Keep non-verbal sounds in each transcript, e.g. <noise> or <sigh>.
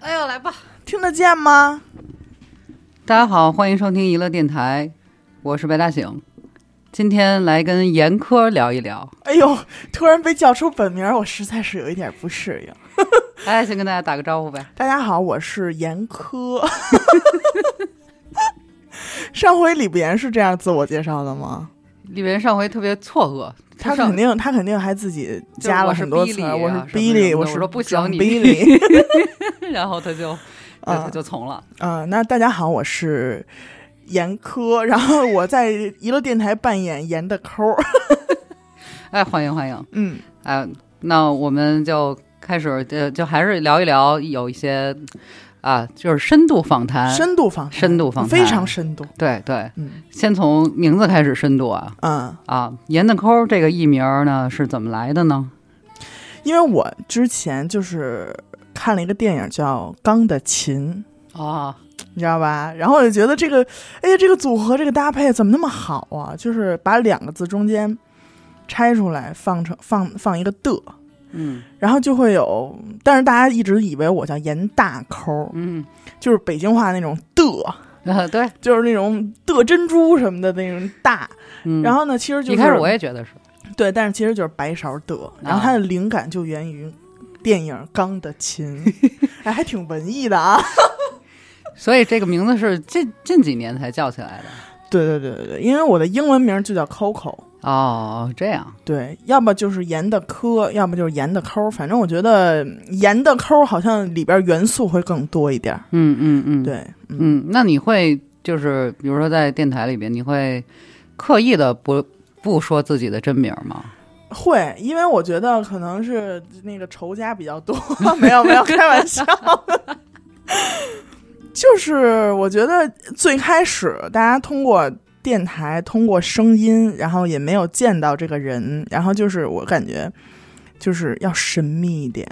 哎呦，来吧，听得见吗？大家好，欢迎收听娱乐电台，我是白大醒。今天来跟严科聊一聊。哎呦，突然被叫出本名儿，我实在是有一点不适应。哎，先跟大家打个招呼呗。大家好，我是严科。 <laughs> 上回李不言是这样自我介绍的吗？李岩上回特别错愕，他上肯定，他肯定还自己就是加我了是很多 Billy 词儿。啊我是什么什么 Billy，的我我是说不行你 <laughs> Billy。 <laughs> 然后他就他 <laughs> 啊他就从了。啊，那大家好，我是严科，然后我在娱乐电台扮演严的抠儿。哎，欢迎欢迎。嗯，哎，那我们就开始，就就还是聊一聊有一些啊，就是深度访谈。深度访谈，啊深度访谈非常深度。对对，嗯先从名字开始深度啊嗯，啊！严的抠儿这个艺名儿呢是怎么来的呢？因为我之前就是看了一个电影叫《钢的琴》，啊，你知道吧？然后我就觉得这个，哎呀，这个组合这个搭配怎么那么好啊？就是把两个字中间拆出来，放成放放一个的，嗯然后就会有。但是大家一直以为我叫严大抠，嗯，就是北京话那种的，啊 <laughs> 对，就是那种的珍珠什么的那种大。嗯，然后呢，其实就是一开始我也觉 <laughs> 得是，对，但是其实就是白勺的。然后它的灵感就源于电影《钢的 <laughs> 琴》，哎，还挺文艺的啊。所以这个名字是近近几年才叫起来的。 <laughs> 对对对对对，因为我的英文名就叫 Coco。哦，这样，对，要么就是盐的科，要么就是盐的抠儿，反正我觉得盐的抠儿好像里边元素会更多一点儿。嗯嗯嗯，，对，嗯，嗯，那你会就是比如说在电台里边，你会刻意的不不说自己的真名吗？会，因为我觉得可能是那个仇家比较多， <laughs> 没有没有，开玩笑。 <laughs> 就是我觉得最开始大家通过电台，通过声音，然后也没有见到这个人，然后就是我感觉就是要神秘一点，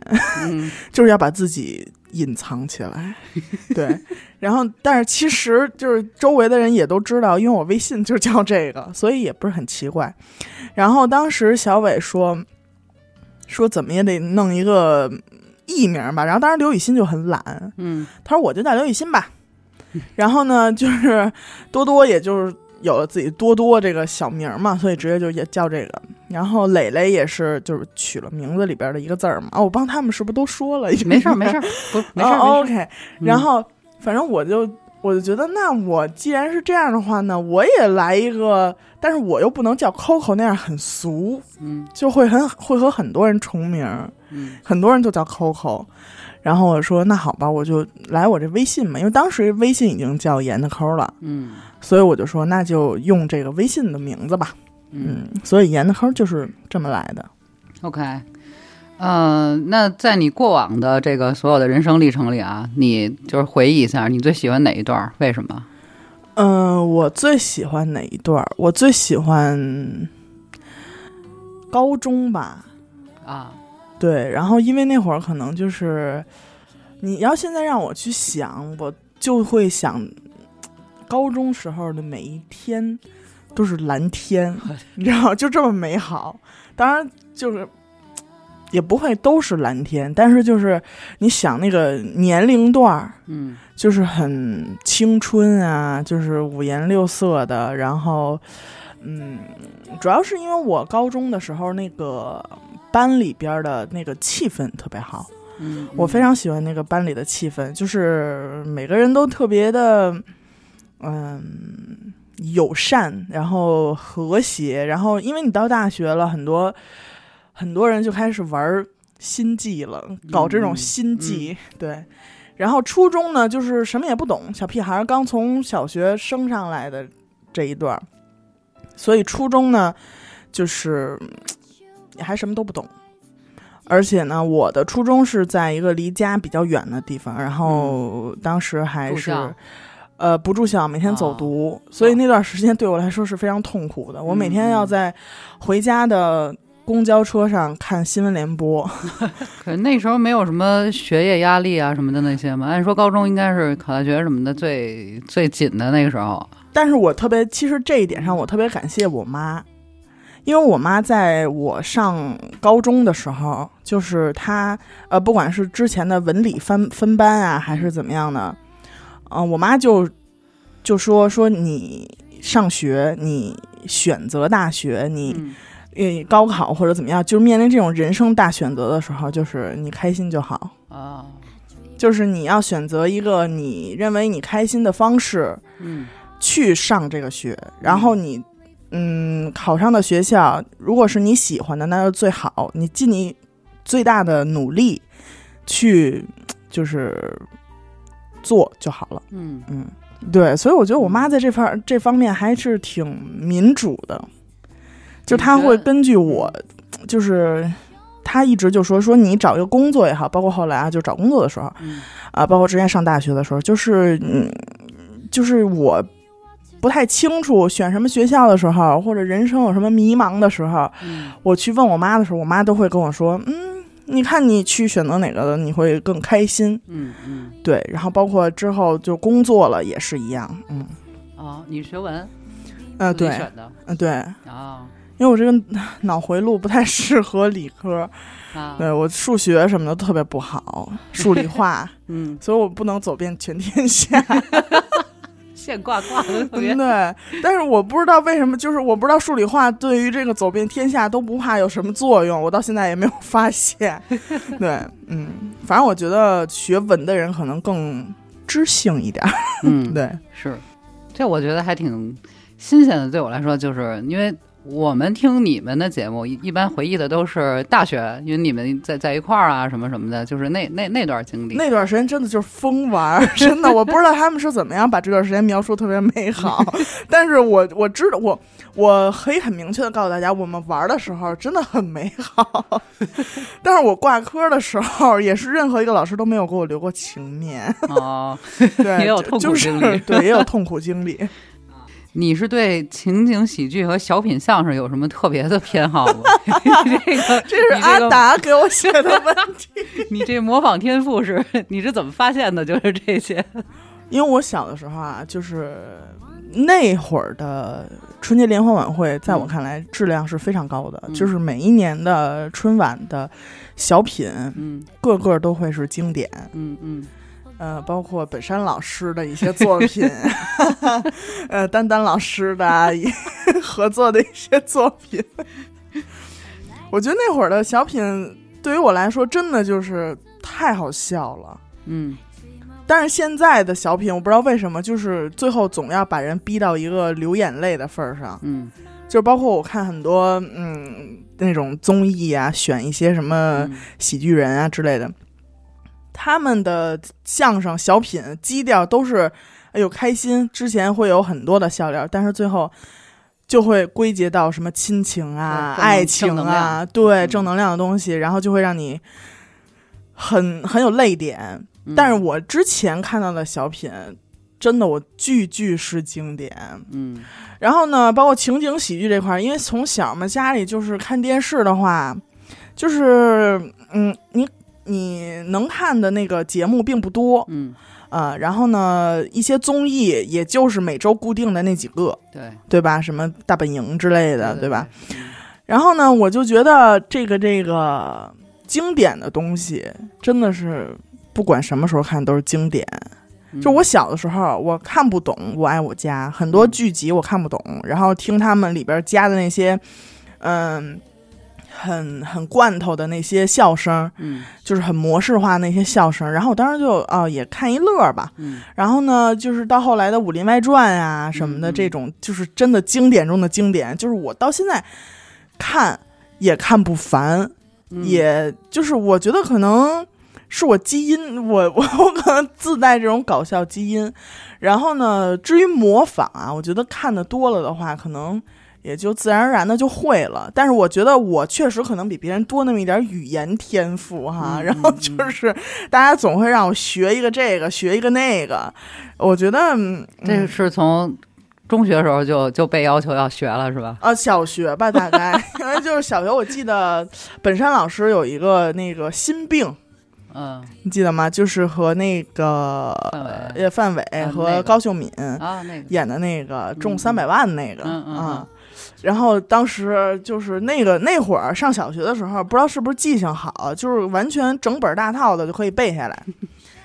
嗯就是要把自己隐藏起来，对。然后，但是其实就是周围的人也都知道，因为我微信就叫这个，所以也不是很奇怪。然后当时小伟说，说怎么也得弄一个艺名吧。然后当时刘雨欣就很懒，嗯他说我就叫刘雨欣吧。然后呢，就是多多，也就是有了自己多多这个小名嘛，所以直接就也叫这个。然后磊磊也是，就是取了名字里边的一个字儿嘛。哦，我帮他们是不是都说了？嗯没事儿没事儿， <laughs> 不没事儿、嗯哦没事儿。 OK，然后反正我就我就觉得，那我既然是这样的话呢，我也来一个，但是我又不能叫 Coco 那样很俗，嗯就会很会和很多人重名儿，嗯很多人就叫 Coco。然后我说那好吧，我就来我这微信嘛，因为当时微信已经叫严的抠了，嗯所以我就说那就用这个微信的名字吧，嗯嗯，所以严的抠就是这么来的。 ，OK。呃，那在你过往的这个所有的人生历程里啊，你就是回忆一下，你最喜欢哪一段儿？为什么？嗯，我最喜欢哪一段儿？我最喜欢高中吧。啊，对，然后因为那会儿可能就是，你要现在让我去想，我就会想高中时候的每一天都是蓝天，你知道，就这么美好。当然就是。也不会都是蓝天，但是就是你想那个年龄段儿，嗯就是很青春啊，就是五颜六色的。然后，嗯，主要是因为我高中的时候那个班里边儿的那个气氛特别好，嗯，我非常喜欢那个班里的气氛，就是每个人都特别的，嗯，友善，然后和谐，然后因为你到大学了，很多很多人就开始玩儿心计了，搞这嗯种心计，对。然后初中呢，就是什么也不懂，小屁孩儿刚从小学升上来的这一段儿，所以初中呢，就是嗯还什么都不懂。而且呢，我的初中是在一个离家比较远的地方，然后当时嗯还住是、校哦呃不住校，每天走读，所以那段时间对我来说是非常痛苦的。我每天嗯要在回家的公交车上看新闻联播，可那时候没有什么学业压力啊什么的那些嘛，按说高中应该是考大学什么的最最紧的那个时候。但是我特别，其实这一点上我特别感谢我妈，因为我妈在我上高中的时候，就是她呃，不管是之前的文理分分班啊，还是怎么样的，嗯、我妈就就说说你上学，你选择大学，你嗯呃高考或者怎么样，就是面临这种人生大选择的时候，就是你开心就好，啊，就是你要选择一个你认为你开心的方式，嗯去上这个学，然后你，嗯，考上的学校，如果是你喜欢的，那就最好，你尽你最大的努力去，就是做就好了。嗯，嗯，对，所以我觉得我妈在这方这方面还是挺民主的，就她你觉会得嗯根据我，就是她一直就说说你找一个工作也好，包括后来啊，就找工作的时候，嗯啊，包括之前上大学的时候，就是嗯，就是我不太清楚选什么学校的时候，或者人生有什么迷茫的时候，嗯我去问我妈的时候，我妈都会跟我说，嗯。你看，你去选择哪个，你会更开心。嗯嗯，对，然后包括之后就工作了也是一样，嗯，哦，你学文呃，自己对，选的嗯，对，啊因为我这个脑回路不太适合理科，啊，对我数学什么的特别不好，数 <laughs> 理化，嗯，所以我不能走遍全天下，现挂挂的 <laughs> 特别嗯，对。但是我不知道为什么，就是我不知道数理化对于这个走遍天下都不怕有什么作用，我到现在也没有发现。 <laughs> 对，嗯，反正我觉得学文的人可能更知性一点儿，嗯，对，是，这我觉得还挺新鲜的。对我来说，就是因为我们听你们的节目，一一般回忆的都是大学，因为你们在在一块儿啊，什么什么的，就是那那那段经历。那段时间真的就是疯玩儿， <laughs> 真的，我不知道他们是怎么样把这段时间描述特别 <laughs> 美好，但是我我知道，我我可以很明确的告诉大家，我们玩儿的时候真的很美好， <laughs> 但是我挂科的时候，也是任何一个老师都没有给我留过情 <laughs> 面，哦，对，也有痛苦经历就是，对，也有痛苦 <laughs> 经历。你是对情景喜剧和小品相声有什么特别的偏好吗？<laughs> 这个，这是你阿个达给我写的问题，你这模仿天赋是，你是怎么发现的？就是这些，因为我小的时候啊，就是那会儿的春节联欢晚会，在我看来质量是非常高的，嗯就是每一年的春晚的小品，嗯个个都会是经典。嗯嗯呃，包括本山老师的一些作品， <laughs> 呃，丹丹老师的啊也 <laughs> 合作的一些作品。我觉得那会儿的小品对于我来说，真的就是太好笑了。嗯，但是现在的小品，我不知道为什么，就是最后总要把人逼到一个流眼泪的份儿上。嗯就是包括我看很多嗯那种综艺啊，选一些什么嗯喜剧人啊之类的，他们的相声、小品基调都是哎呦开心，之前会有很多的笑料，但是最后。就会归结到什么亲情啊、对正能爱情正能啊，量对嗯正能量的东西，然后就会让你很很有泪点。嗯但是我之前看到的小品，真的我句句是经典。嗯然后呢，包括情景喜剧这块儿，因为从小嘛，家里就是看电视的话，就是嗯，你你能看的那个节目并不多嗯，啊、呃然后呢，一些综艺也就是每周固定的那几个，对对吧？什么大本营之类的，对吧？？然后呢，我就觉得这个这个经典的东西真的是不管什么时候看都是经典。嗯就我小的时候，我看不懂《我爱我家》，很多嗯剧集我看不懂，然后听他们里边加的那些，嗯，很很罐头的那些笑声，嗯就是很模式化那些笑声。然后我当时就啊、也看一乐儿吧。嗯然后呢，就是到后来的《武林外传》啊什么的，嗯嗯这种就是真的经典中的经典，就是我到现在看也看不烦，嗯也就是我觉得可能是我基因，我 <laughs> 我我可能自带这种搞笑基因。然后呢，至于模仿啊，我觉得看的多了的话，可能也就自然而然的就会了。但是我觉得我确实可能比别人多那么一点语言天赋哈。嗯然后嗯嗯就是大家总会让我学一个这个，学一个那个。我觉得嗯这个是从中学时候就就被要求要学了，是吧？呃，小学吧，大概， <laughs> 因为就是小学，我记得本山老师有一个那个心病，嗯你记得吗？就是和那个范伟呃范伟嗯那和个高秀敏啊，那个演的那个中嗯三百万那个嗯嗯嗯啊，然后当时就是那个那会儿上小学的时候，不知道是不是记性好，就是完全整本大套的就可以背下来。 <laughs>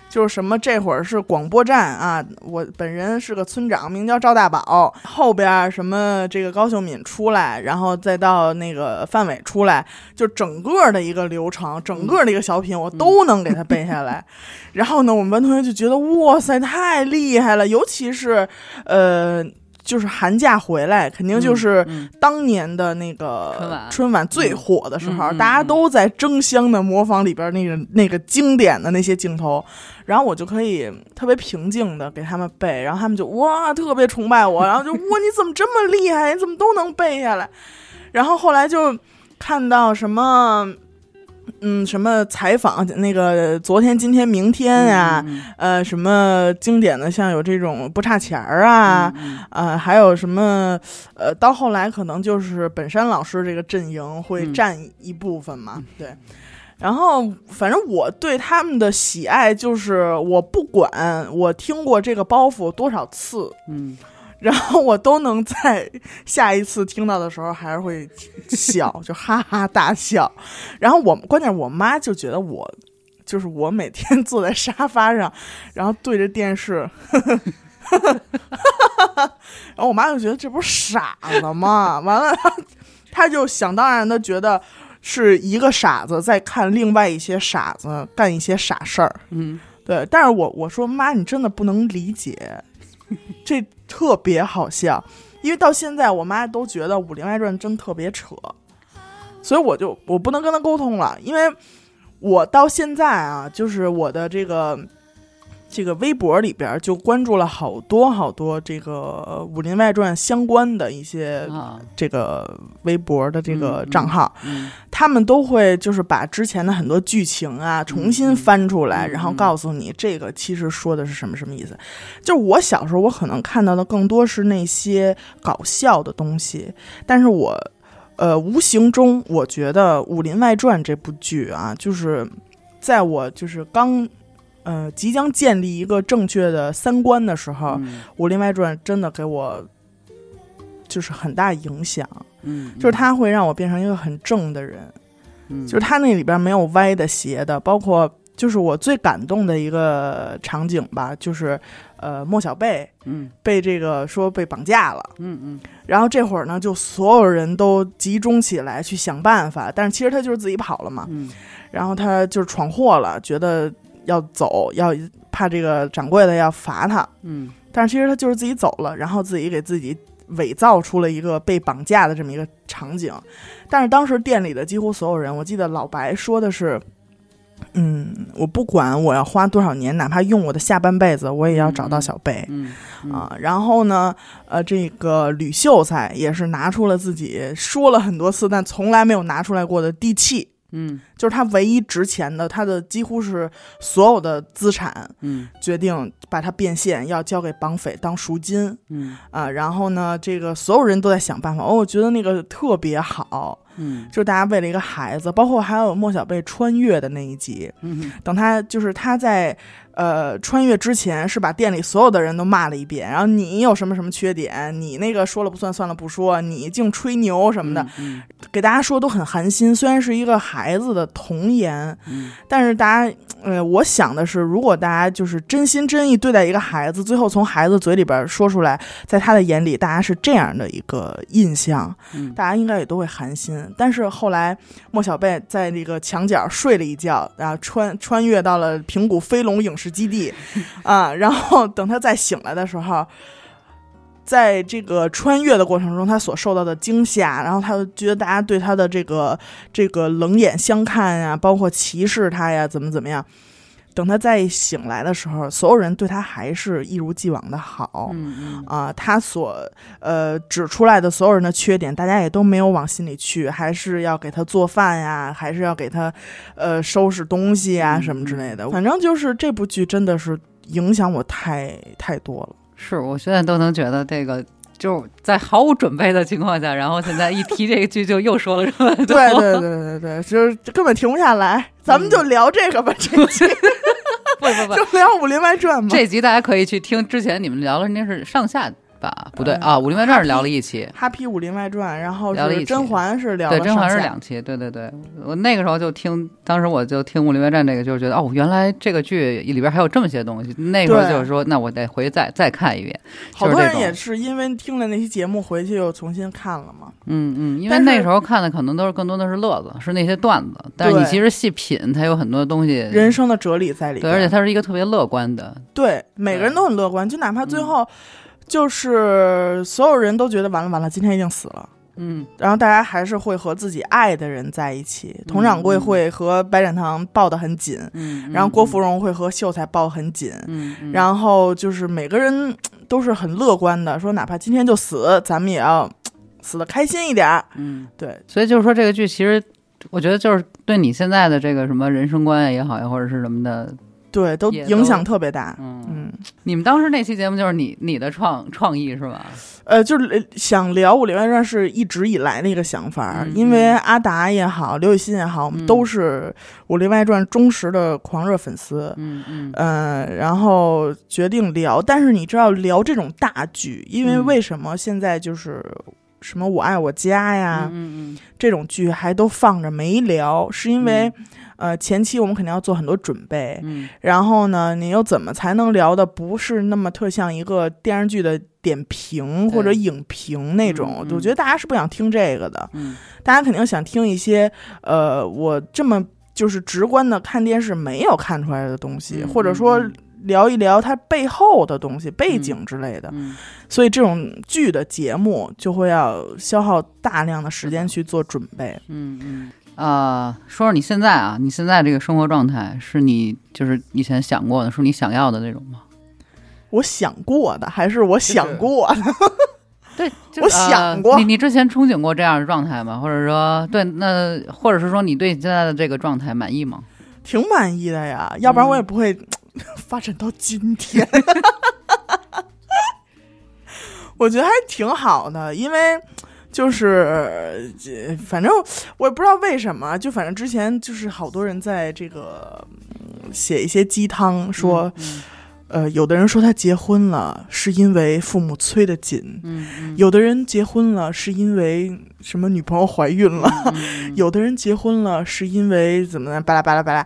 就是什么这会儿是广播站啊，我本人是个村长，名叫赵大宝。后边儿什么这个高秀敏出来，然后再到那个范伟出来，就整个的一个流程，整个的一个小品，我都能给他背下来。然后呢，我们班同学就觉得哇塞，太厉害了，尤其是呃。就是寒假回来，肯定就是嗯当年的那个春晚春晚最火的时候，嗯嗯大家都在争相的模仿里边那个那个经典的那些镜头，然后我就可以特别平静的给他们背，然后他们就哇特别崇 <laughs> 拜我，然后就哇你怎么这么厉害，你怎么都能背下来？然后后来就看到什么。嗯，什么采访？那个昨天、今天、明天啊，嗯呃，什么经典的，像有这种不差钱儿嗯啊，呃，还有什么？呃，到后来可能就是本山老师这个阵营会嗯占一部分嘛，对。然后，反正我对他们的喜爱就是，我不管我听过这个包袱多少次，嗯然后我都能在下一次听到的时候还是会笑，就哈哈大笑。然后我关键我妈就觉得我就是我每天坐在沙发上，然后对着电视， <laughs> 然后我妈就觉得这不是傻子吗？完了，她她就想当然的觉得是一个傻子在看另外一些傻子干一些傻事儿。嗯对，但是我我说妈，你真的不能理解，这特别好笑，因为到现在我妈都觉得《武林外传》真特别扯，所以我就我不能跟她沟通了，因为我到现在啊，就是我的这个这个微博里边儿就关注了好多好多这个呃《武林外传》相关的一些嗯啊这个微博的这嗯个嗯账号，嗯他们都会就是把之前的很多剧情啊重新翻出来，嗯嗯嗯然后告诉你这个其实说的是什么什么意思。就是我小时候，我可能看到的更多是那些搞笑的东西，但是我呃无形中我觉得《武林外传》这部剧啊，就是在我就是刚呃即将建立一个正确的三观的时候，嗯《武林外传》真的给我就是很大影响，嗯，就是它会让我变成一个很正的人。嗯，就是它那里边没有歪的、斜的，包括就是我最感动的一个场景吧，就是呃莫小贝嗯被这个说被绑架了，嗯嗯然后这会儿呢就所有人都集中起来去想办法，但是其实他就是自己跑了嘛，嗯然后他就是闯祸了，觉得要走，要怕这个掌柜的要罚他，嗯但是其实他就是自己走了，然后自己给自己伪造出了一个被绑架的这么一个场景。但是当时店里的几乎所有人，我记得老白说的是。嗯，我不管我要花多少年，哪怕用我的下半辈子，我也要找到小贝、嗯嗯啊。然后呢，呃，这个吕秀才也是拿出了自己说了很多次，但从来没有拿出来过的地契，嗯就是他唯一值钱的，他的几乎是所有的资产，嗯决定把它变现，要交给绑匪当赎金嗯啊。然后呢，这个所有人都在想办法。哦，我觉得那个特别好，嗯就是大家为了一个孩子，包括还有莫小贝穿越的那一集，嗯等他就是他在呃穿越之前是把店里所有的人都骂了一遍，然后你有什么什么缺点，你那个说了不算，算了不说，你净吹牛什么的，，嗯给大家说都很寒心。虽然是一个孩子的童言，嗯但是大家，呃，我想的是，如果大家就是真心真意对待一个孩子，最后从孩子嘴里边说出来，在他的眼里，大家是这样的一个印象，嗯大家应该也都会寒心。但是后来，莫小贝在那个墙角睡了一觉，然后穿穿越到了平谷飞龙影视基地，啊，然后等他再醒来的时候。在这个穿越的过程中，他所受到的惊吓，然后他就觉得大家对他的这个这个冷眼相看呀，包括歧视他呀，怎么怎么样。等他再醒来的时候，所有人对他还是一如既往的好嗯啊、他所呃指出来的所有人的缺点，大家也都没有往心里去，还是要给他做饭呀，还是要给他呃收拾东西呀，嗯什么之类的。嗯反正就是这部剧真的是影响我太太多了。是，我现在都能觉得这个。就是在毫无准备的情况下，然后现在一提这个剧，就又说了这么多。 <laughs> 对 <laughs> 对对对对，就是根本停不下来。咱们就聊这个吧， <laughs> 这期不不不，就聊《武林外传》嘛。这集大家可以去听之前你们聊了，那是上下吧？不对啊，《武林外传》是聊了一期，哈皮《武林外传》，然后是聊了一期甄嬛是聊了对，甄嬛是上下两期，对对对。我那个时候就听，当时我就听《武林外传》这个，就是觉得哦，原来这个剧里边还有这么些东西。那时候对就是说，那我得回去再再看一遍。好就是多这人种也是因为听了那期节目回去又重新看了嘛。嗯嗯，因为但是那时候看的可能都是更多的是乐子，是那些段子。但是你对其实细品，它有很多东西。人生的哲理在里对，边，而且它是一个特别乐观的，对每个人都很乐观，就哪怕最嗯后就是所有人都觉得完了完了，今天一定死了。嗯，然后大家还是会和自己爱的人在一起，佟掌柜嗯会和白展堂抱得很紧，嗯，然后郭芙蓉会和秀才抱很紧，嗯，嗯，后然后就是每个人都是很乐观的，说哪怕今天就死，咱们也要死的开心一点儿。嗯，对，所以就是说这个剧其实。我觉得就是对你现在的这个什么人生观也好呀，或者是什么的，对，都也影都响特别大。嗯，嗯，你们当时那期节目就是你你的创创意是吧？呃，就是呃想聊《武林外传》是一直以来的一个想法，嗯因为阿达也好，刘雨欣也好，我们都是《武林外传》忠实的狂热粉丝。嗯嗯嗯、然后决定聊，但是你知道聊这种大剧，因为嗯为什么现在就是什么《我爱我家》呀，嗯嗯这种剧还都放着没聊，是因为、嗯呃前期我们肯定要做很多准备，嗯然后呢，你又怎么才能聊的不是那么特像一个电视剧的点评对或者影评那种？嗯嗯我觉得大家是不想听这个的，嗯大家肯定想听一些呃我这么就是直观的看电视没有看出来的东西，嗯或者说嗯。聊一聊它背后的东西、背景之类的，嗯，所以这种剧的节目就会要消耗大量的时间去做准备。嗯嗯。啊、说说你现在啊，你现在这个生活状态是你就是以前想过的，是你想要的那种吗？我想过的，还是我想过的？对，呃是我想过你你之前憧憬过这样的状态吗？或者说，对，那或者是说你对现在的这个状态满意吗？挺满意的呀，要不然我嗯也不会、 <laughs> 发展到今天。 <laughs> 我觉得还挺好的，因为就是这反正我也不知道为什么，啊就反正之前就是好多人在这个嗯写一些鸡汤，说、嗯，呃，有的人说他结婚了是因为父母催得紧，嗯嗯，有的人结婚了是因为什么女朋友怀孕了。嗯有的人结婚了是因为怎么呢？巴拉巴拉巴拉。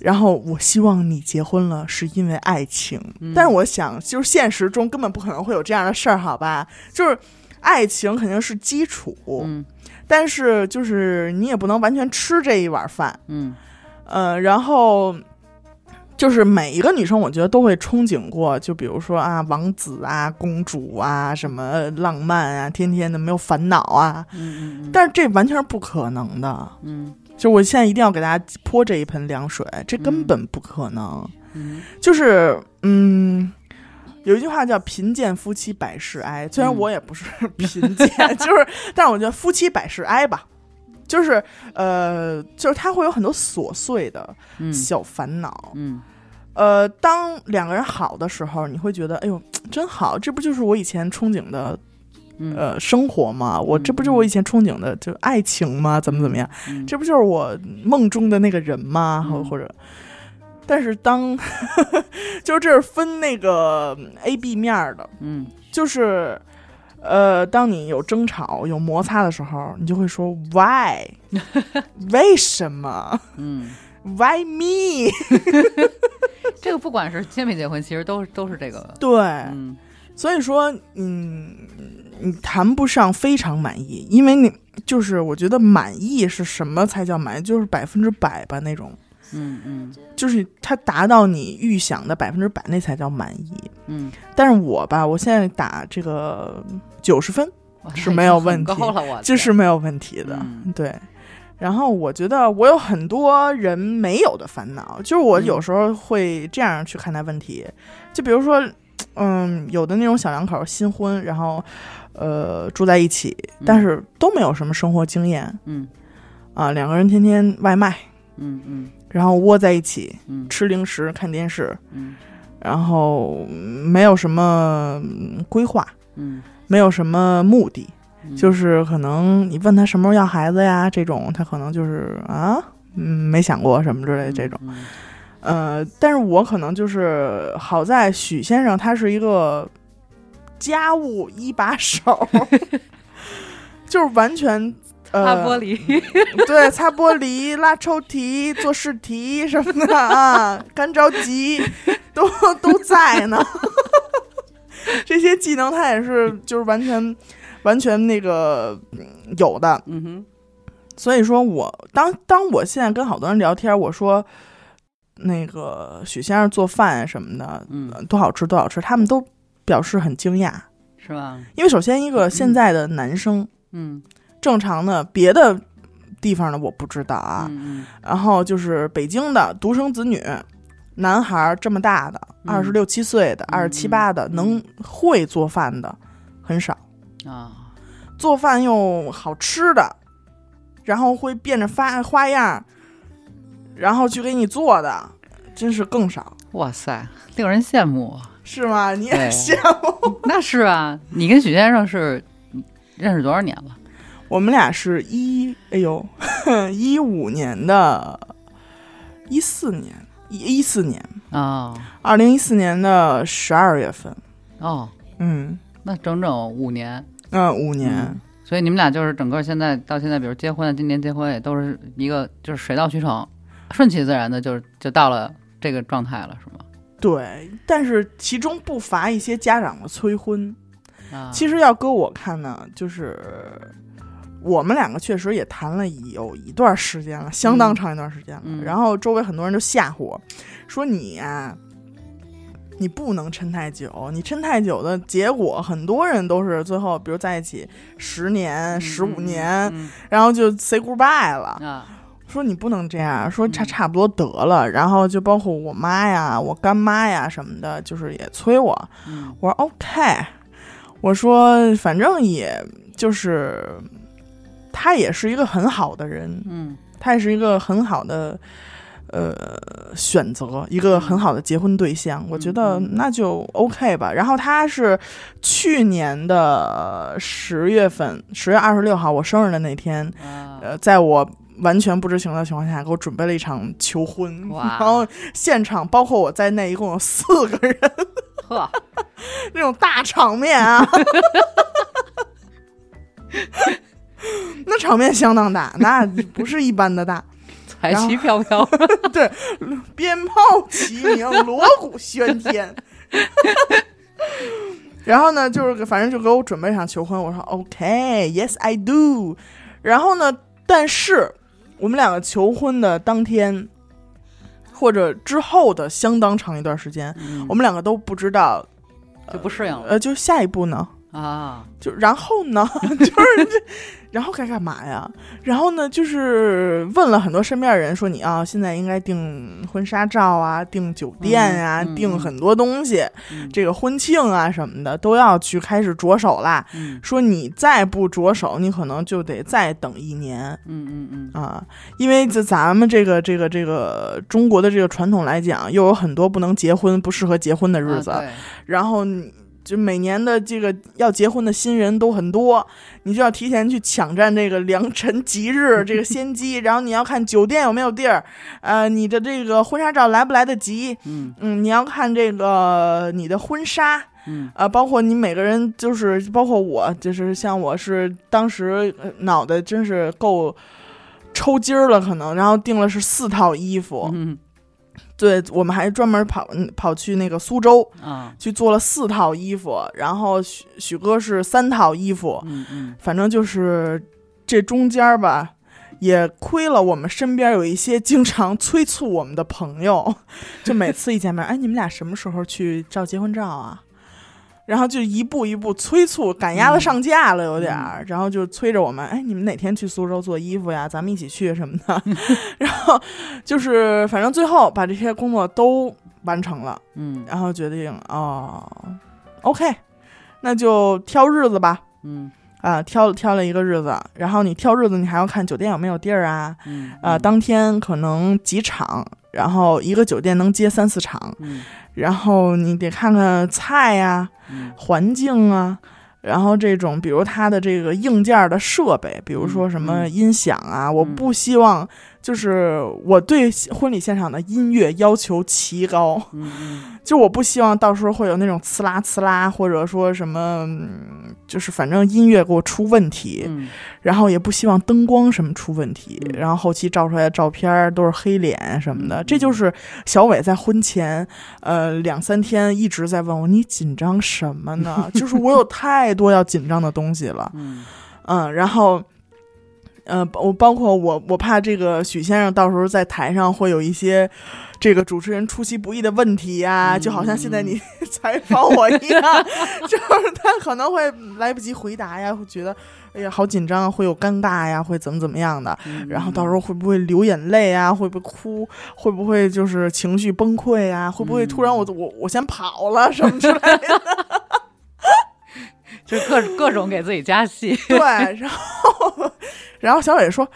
然后我希望你结婚了是因为爱情，嗯但是我想，就是现实中根本不可能会有这样的事儿，好吧？就是爱情肯定是基础，嗯但是就是你也不能完全吃这一碗饭，嗯呃，然后。就是每一个女生，我觉得都会憧憬过，就比如说啊，王子啊，公主啊，什么浪漫啊，天天的没有烦恼啊，嗯嗯但是这完全是不可能的。嗯就我现在一定要给大家泼这一盆凉水，这根本不可能。嗯就是，嗯，有一句话叫“贫贱夫妻百事哀”，虽然嗯我也不是 <laughs> 贫贱，就是，但是我觉得夫妻百事哀吧。就是，呃，就是他会有很多琐碎的嗯小烦恼。嗯呃，当两个人好的时候，你会觉得，哎呦，真好，这不就是我以前憧憬的嗯，呃生活吗？我这不就是我以前憧憬的就爱情吗？怎么怎么样？嗯这不就是我梦中的那个人吗？或、嗯或者，但是当 <laughs> 就是这是分那个 A、B 面儿的，嗯就是呃，当你有争吵、有摩擦的时候，你就会说 Why？<laughs> 为什么嗯， ？Why me？这个不管是结没结婚，其实都是都是这个，对，嗯所以说，嗯，你谈不上非常满意，因为你就是我觉得满意是什么才叫满意，就是百分之百吧那种。嗯嗯就是它达到你预想的百分之百，那才叫满意。嗯，但是我吧，我现在打这个九十分，哇是没有问题那已经很高了，我的这是没有问题的，嗯对。然后我觉得我有很多人没有的烦恼，就是我嗯有时候会这样去看待问题，就比如说，嗯，有的那种小两口新婚，然后呃住在一起，嗯但是都没有什么生活经验嗯啊、两个人天天外卖，嗯嗯然后窝在一起嗯吃零食、看电视，嗯然后嗯没有什么嗯规划，嗯没有什么目的，嗯，就是可能你问他什么时候要孩子呀，这种他可能就是啊，嗯，没想过什么之类的这种。嗯，呃，但是我可能就是好在许先生他是一个家务一把手， <laughs> 就是完全 <laughs> 嗯擦呃玻璃， <laughs> 对，擦玻璃、拉抽屉、做试题什么的啊，干着急都都在呢。 <laughs> 这些技能他也是就是完全完全那个嗯有的，嗯哼，所以说我当当我现在跟好多人聊天，我说那个许先生做饭什么的嗯，多好吃多好吃，他们都表示很惊讶，是吧？因为首先一个现在的男生嗯正常的别的地方的我不知道啊，嗯嗯然后就是北京的独生子女，男孩儿这么大的，嗯二十六七岁的、二十七八的，嗯能会做饭的很少，啊，做饭又好吃的，然后会变着发花样儿，然后去给你做的，真是更少，哇塞，令人羡慕。是吗？你也对羡慕？ <laughs> 那是啊，你跟许先生是认识多少年了？我们俩是一，哎呦， <laughs> 一五年的，一四年，一一四年，哦二零一四年的十二月份，哦，嗯。那整整五年。嗯，五年，嗯所以你们俩就是整个现在到现在，比如结婚，啊今年结婚也都是一个就是水到渠成，顺其自然的就就到了这个状态了，是吗？对，但是其中不乏一些家长的催婚。啊，其实要搁我看呢，就是我们两个确实也谈了有一段时间了，相当长一段时间了。嗯然后周围很多人就吓唬我，说你呀、你不能抻太久，你抻太久的结果，很多人都是最后，比如在一起十年、嗯十五嗯年，嗯然后就 say goodbye 了。嗯啊，说你不能这样，说差嗯差不多得了，然后就包括我妈呀、我干妈呀什么的，就是也催我，嗯我说 OK，我说反正也就是他也是一个很好的人，嗯他也是一个很好的呃选择，一个很好的结婚对象，我觉得嗯那就 OK 吧。然后他是去年的十月份，十月二十六号我生日的那天，啊，呃，在我完全不知情的情况下，给我准备了一场求婚，哇 <laughs> 然后现场包括我在内，一共有四个人，呵，那种大场 <laughs> 面啊。 <laughs> 那场面相当大，那不是一般的大，彩旗飘飘，鞭炮齐鸣，锣鼓喧天。 <laughs> 然后呢，就是反正就给我准备上求婚，我说 OK，Yes、I do。然后呢，但是我们两个求婚的当天，或者之后的相当长一段时间，嗯我们两个都不知道，就不适应了呃，就下一步呢，啊，就然后呢， <laughs> 就是这，然后该干嘛呀？然后呢，就是问了很多身边的人，说你啊，现在应该订婚纱照啊，订酒店啊，嗯嗯订很多东西，嗯这个婚庆啊什么的都要去开始着手啦。嗯说你再不着手，你可能就得再等一年嗯嗯嗯啊，因为这咱们这个这个这个中国的这个传统来讲，又有很多不能结婚、不适合结婚的嗯，日子。啊对然后你就每年的这个要结婚的新人都很多，你就要提前去抢占这个良辰吉日这个先机， <laughs> 然后你要看酒店有没有地儿，呃，你的这个婚纱照来不来得及，嗯嗯，你要看这个呃你的婚纱。嗯呃，包括你每个人，就是包括我，就是像我是当时呃脑袋真是够抽筋儿了，可能，然后订了是四套衣服，嗯对我们还专门跑嗯跑去那个苏州，啊去做了四套衣服，然后许许哥是三套衣服，嗯嗯反正就是这中间儿吧，也亏了我们身边有一些经常催促我们的朋友， <laughs> 就每次一见面，哎，你们俩什么时候去照结婚照啊？然后就一步一步催促，赶鸭子上架了，有点儿，然后就催着我们，哎，你们哪天去苏州做衣服呀？咱们一起去什么的。 <laughs> 然后就是，反正最后把这些工作都完成了。嗯然后决定哦，OK，那就挑日子吧。嗯啊，挑挑了一个日子，然后你挑日子，你还要看酒店有没有地儿啊？嗯啊，当天可能几场，然后一个酒店能接三四场，嗯然后你得看看菜呀、嗯环境啊，然后这种比如它的这个硬件的设备，比如说什么嗯音响啊，我嗯不希望就是我对婚礼现场的音乐要求奇高， <laughs> 嗯就我不希望到时候会有那种呲啦呲啦，或者说什么，嗯就是反正音乐给我出问题，嗯然后也不希望灯光什么出问题，嗯然后后期照出来的照片儿都是黑脸什么的。嗯这就是小伟在婚前，呃，两三天一直在问我你紧张什么呢？就是我有太多要紧张的东西了，嗯嗯，然后。呃，我包括我，我怕这个许先生到时候在台上会有一些这个主持人出其不意的问题呀、嗯就好像现在你 <laughs> 采访我一样， <laughs> 就是他可能会来不及回答呀，会觉得哎呀好紧张啊，会有尴尬呀，会怎么怎么样的，嗯，然后到时候会不会流眼泪啊，会不会哭，会不会就是情绪崩溃啊，会不会突然我我我先跑了什么之类的，就各各种给自己加戏， <laughs> 对，然后然后小伟说：“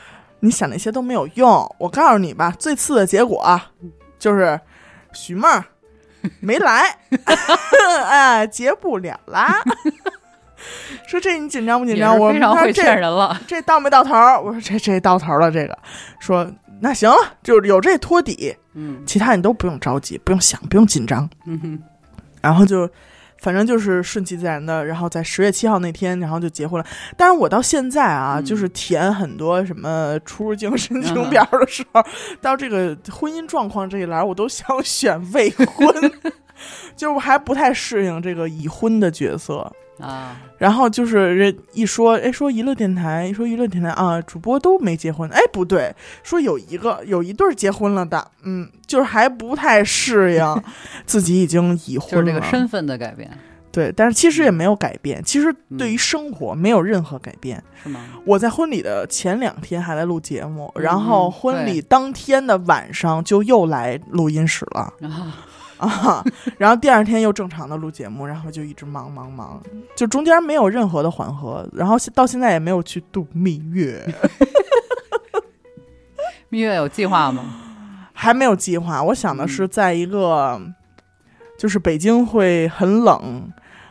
你想那些都没有用，我告诉你吧，最次的结果啊就是许 <laughs> 梦儿没来，哎，结不了啦。” <laughs> 说这你紧张不紧也张？是我非常他说会这骗人 <laughs> 了。这到没到头儿？我说这这到头儿了，这个说那行了，就是有这托底，嗯其他你都不用着急，不用想，不用紧张。嗯哼然后就反正就是顺其自然的，然后在十月七号那天，然后就结婚了。但是我到现在啊，嗯就是填很多什么出入境申请表的时候，到这个婚姻状况这一栏，我都想选未婚， <laughs> 就是我还不太适应这个已婚的角色。 <laughs> 啊，然后就是人一说，哎，说娱乐电台，一说娱乐电台啊，主播都没结婚，哎，不对，说有一个有一对儿结婚了的，嗯，就是还不太 <laughs> 适应自己已经已婚就了，是这个身份的改变，对，但是其实也没有改变，其实嗯对于生活没有任何改变。是吗？我在婚礼的前两天还在录节目，嗯然后婚礼当天的晚上就又来录音室了然后 <laughs> 啊，然后第二天又正常的录节目，然后就一直忙忙忙，就中间没有任何的缓和，然后到现在也没有去度蜜月，蜜月有计划吗？还没有计划。我想的是在一个，就是北京会很冷、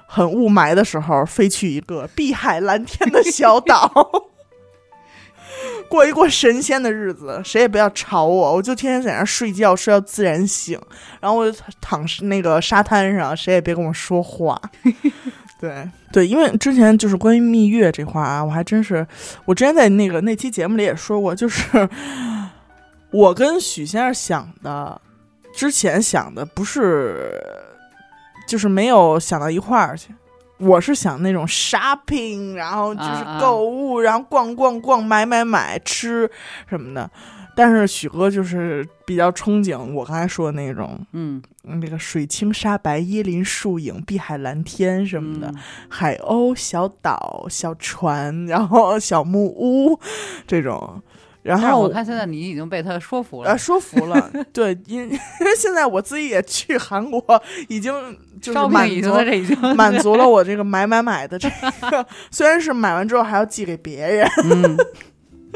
很雾霾的时候，飞去一个碧海蓝天的小岛，过一过神仙的日子。谁也不要吵我，我就天天在那儿睡觉，睡到自然醒，然后我就躺那个沙滩上，谁也别跟我说话。对对，因为之前就是关于蜜月这块儿啊，我还真是，我之前在那个那期节目里也说过，就是 <laughs> 我跟许先生想的，之前想的不是，就是没有想到一块儿去。我是想那种 shopping，然后就是啊啊购物，然后逛逛逛，买买买，吃什么的。但是许哥就是比较憧憬我刚才说的那种，嗯，嗯，那个水清沙白、椰林树影、碧海蓝天什么的，嗯海鸥、小岛、小船，然后小木屋这种。然但是后我看现在你已经被他说服呃，了，说服 <laughs> 了，对，因 <laughs> 因为现在我自己也去韩国，已经就是烧饼满已足经在这已经满 <laughs> 足了我这个买买买的这个， <laughs> 虽然是买完之后还要寄给别人， <laughs>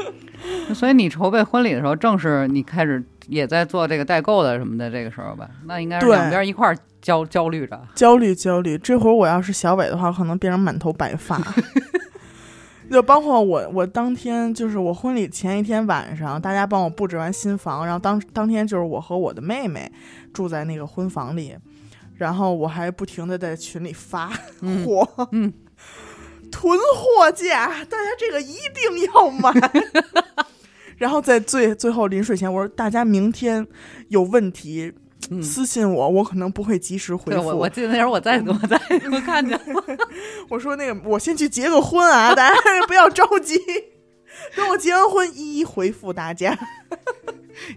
嗯，所以你筹备婚礼的时候，正是你开始也在做这个代购的什么的这个时候吧？那应该是对两边一块儿焦焦虑着。焦虑焦虑。这会儿我要是小伟的话，可能变成满头 <laughs> 白发。就包括我，我当天就是我婚礼前一天晚上，大家帮我布置完新房，然后当当天就是我和我的妹妹住在那个婚房里，然后我还不停的在群里发嗯货，嗯囤货价，大家这个一定要买。 <laughs> 然后在最最后临睡前，我说大家明天有问题嗯，私信我，我可能不会及时回对复。我我记得那时候我在我 <laughs> 在我看见了，我说那个，我先去结个婚啊，大家 <laughs> 不要着急，等我结完婚一一回复大家。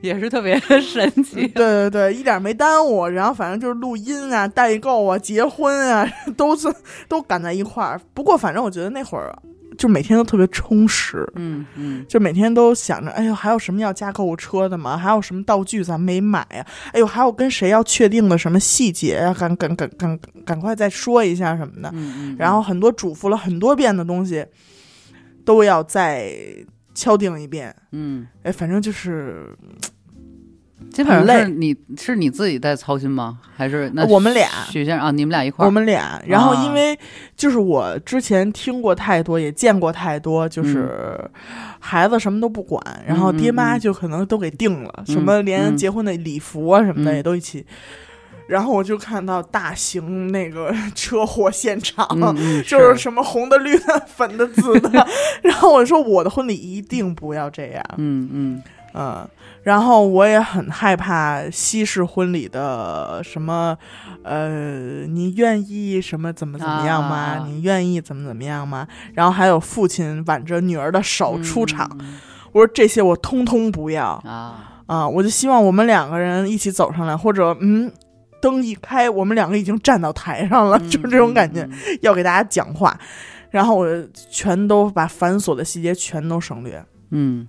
也是特别 <laughs> 神对奇。对对，一点没耽误。然后反正就是录音啊、代购啊、结婚啊， <laughs> 都是都赶在一块儿。不过反正我觉得那会儿就每天都特别充实。嗯嗯，就每天都想着，哎呦，还有什么要加购物车的吗？还有什么道具咱没买呀、哎呦，还有跟谁要确定的什么细节呀、赶赶赶赶赶快再说一下什么的。嗯嗯，然后很多嘱咐了很多遍的东西，都要再敲定一遍。嗯，哎，反正就是基本上很累是你是你自己在操心吗？还是那我们俩许先生啊，你们俩一块儿？我们俩，然后啊因为就是我之前听过太多，也见过太多，就是孩子什么都不管，然后爹嗯妈嗯就可能都给定了，什嗯么连嗯结婚的礼服啊什么的嗯也都一起。然后我就看到大型那个 <laughs> 车祸现场，嗯嗯就是什么红的、绿的、粉的、紫的。 <laughs> 然后我说我的婚礼一定不要这样，嗯嗯嗯，然后我也很害怕西式婚礼的什么，呃，你愿意什么怎么怎么样吗？啊你愿意怎么怎么样吗？然后还有父亲挽着女儿的手嗯出场，嗯我说这些我通通不要啊、嗯啊，我就希望我们两个人一起走上来，或者嗯，灯一开，我们两个已经站到台上了， <laughs> 就是这种感觉，嗯。嗯要给大家讲话。然后我全都把繁琐的细节全都省略，嗯，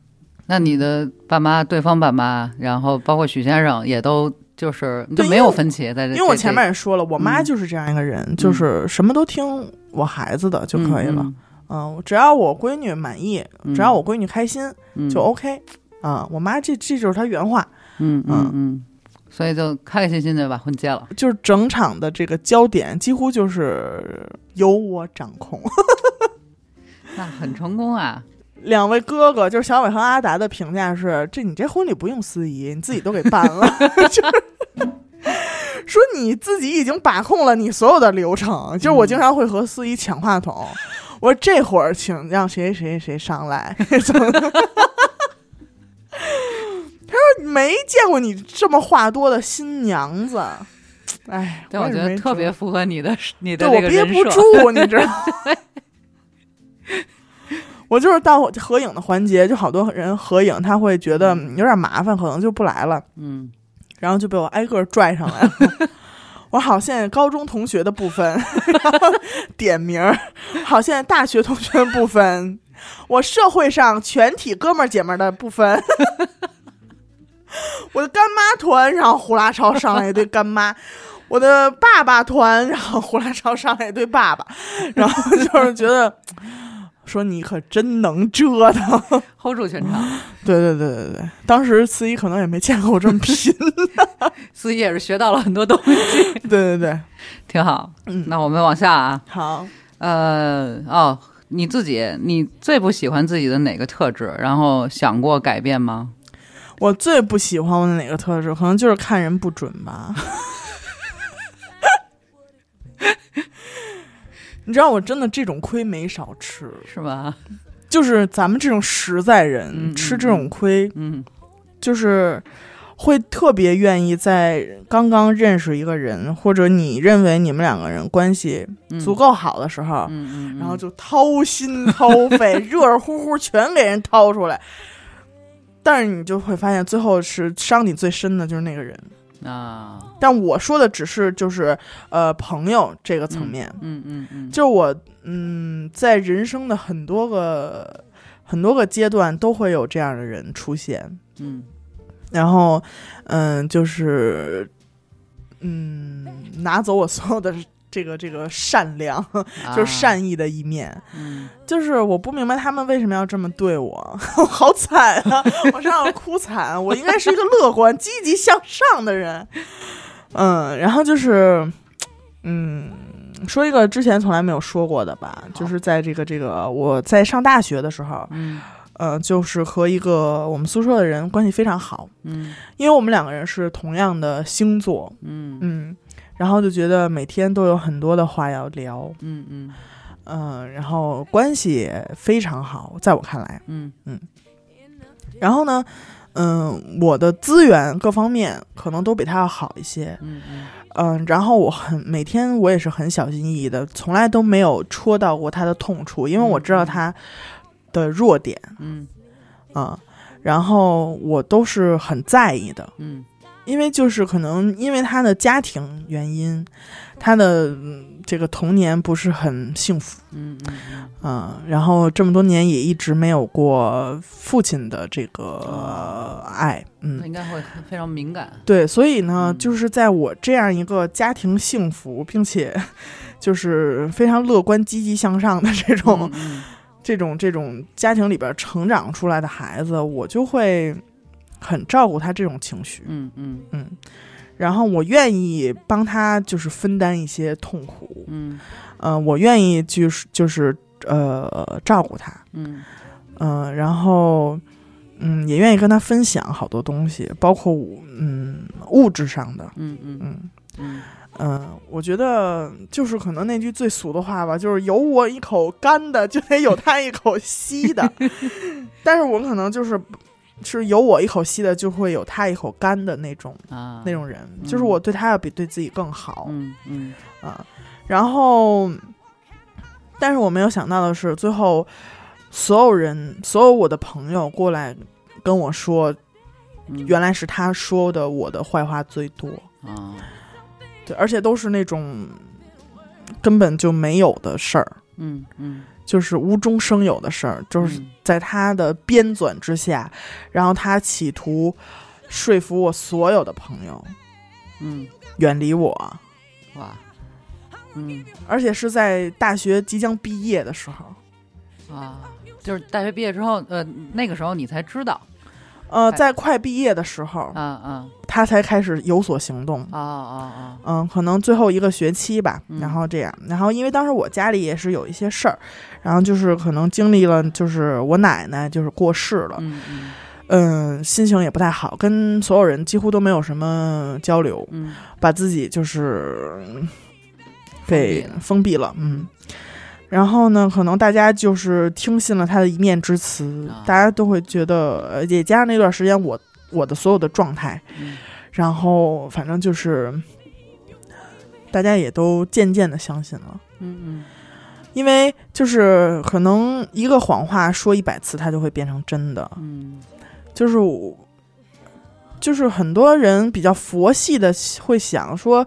那你的爸妈、对方爸妈，然后包括许先生，也都就是就对没因为有我分歧在这。因为我这前面也说了，我妈嗯就是这样一个人，就是什么都听我孩子的就可以了。，嗯、只要我闺女满意，嗯只要我闺女开心、嗯就 OK。啊、我妈这这就是她原话，嗯嗯嗯，所以就开开心心的把婚结了。就是整场的这个焦点几乎就是由我掌控。那很成功啊！两位哥哥就是小伟和阿达的评价是：这你这婚礼不用司仪，你自己都给办了。 <laughs> 就是说你自己已经把控了你所有的流程，就是我经常会和司仪抢话筒，嗯我说这会儿请让谁谁谁上来。 <laughs> 怎么他说没见过你这么话多的新娘子，哎，对，我我也觉没得特辙别符合你的你的这对我个憋人不设。住，啊你知道吗？ <laughs> 我就是到合影的环节，就好多人合影，他会觉得嗯有点麻烦，可能就不来了，嗯，然后就被我挨个儿拽上 <laughs> 来了。我好，现在高中同学的部分 <laughs> 然后点名儿；好，现在大学同学的部分；我社会上全体哥们儿姐们儿的部分； <laughs> 我的干妈团，然后胡拉超上来一堆干妈；我的爸爸团，然后胡拉超上来一堆爸爸，然后就是觉得说你可真能折腾。 hold 住全场， <laughs> 对对对对对，当时司仪可能也没见过我这么拼。自己也是学到了很多东西， <laughs> 对对对，挺好。嗯那我们往下啊，好。呃，哦，你自己你最不喜欢自己的哪个特质？然后想过改变吗？我最不喜欢我的哪个特质，可能就是看人不准吧。 <laughs> 你知道我真的这种亏没少吃，是吧？就是咱们这种实在人、嗯嗯吃这种亏，嗯就是会特别愿意在刚刚认识一个人，或者你认为你们两个人关系嗯足够好的时候，嗯嗯，然后就掏心掏 <laughs> 肺，热热乎乎全给人掏出来。但是你就会发现，最后是伤你最深的就是那个人。嗯啊，但我说的只是就是呃朋友这个层面，嗯嗯嗯，就是我嗯在人生的很多个很多个阶段都会有这样的人出现，嗯然后嗯就是嗯拿走我所有的这个这个善良， <laughs> <laughs> 就是，啊善意的一面。嗯就是我不明白他们为什么要这么对我， <laughs> 我好惨啊！我身上哭惨，我应该是一个乐观、积极向上的人。嗯，然后就是，嗯，说一个之前从来没有说过的吧，就是在这个这个我在上大学的时候，嗯呃，就是和一个我们宿舍的人关系非常好，嗯因为我们两个人是同样的星座，嗯嗯，然后就觉得每天都有很多的话要聊，嗯嗯嗯，然后关系也非常好，在我看来。嗯然后呢，嗯，我的资源各方面可能都比他要好一些，嗯嗯嗯，然后我很每天我也是很小心翼翼的，从来都没有戳到过他的痛处，因为我知道他的弱点嗯啊、然后我都是很在意的，嗯因为就是可能因为他的家庭原因，他的嗯这个童年不是很幸福。嗯嗯，然后这么多年也一直没有过父亲的这个、爱，嗯，嗯，应该会非常敏感。对，所以呢，嗯就是在我这样一个家庭幸福，并且 <laughs> 就是非常乐观、积极向上的这嗯种、这种这种家庭里边成长出来的孩子，我就会很照顾他这种情绪，嗯嗯嗯，然后我愿意帮他就是分担一些痛苦，嗯呃，我愿意就是就是呃照顾他，嗯嗯、然后嗯也愿意跟他分享好多东西，包括我嗯物质上的，嗯嗯嗯。嗯，嗯，我觉得就是可能那句最俗的话吧，就是有我一口干的，就得有他一口稀的。 <laughs> 但是我可能就是是有我一口稀的，就会有他一口干的那种啊，那种人，就是我对他要比对自己更好啊、嗯嗯然后，但是我没有想到的是，最后所有人，所有我的朋友过来跟我说，嗯，原来是他说的我的坏话最多。啊，对，而且都是那种根本就没有的事儿，嗯嗯，就是无中生有的事儿，就是嗯在他的编纂之下，然后他企图说服我所有的朋友嗯远离我，哇，嗯而且是在大学即将毕业的时候。啊，就是大学毕业之后，呃，那个时候你才知道，呃，哎在快毕业的时候，啊啊他才开始有所行动。啊啊啊，嗯，可能最后一个学期吧，嗯然后这样，然后因为当时我家里也是有一些事儿，然后就是可能经历了，就是我奶奶就是过世了，嗯嗯嗯，心情也不太好，跟所有人几乎都没有什么交流，嗯把自己就是嗯给封闭了封闭了，嗯。然后呢，可能大家就是听信了他的一面之词，啊大家都会觉得，呃也加上那段时间我我的所有的状态，嗯然后反正就是大家也都渐渐的相信了，嗯因为就是可能一个谎话说一百次，它就会变成真的，嗯就是我，就是很多人比较佛系的会想说，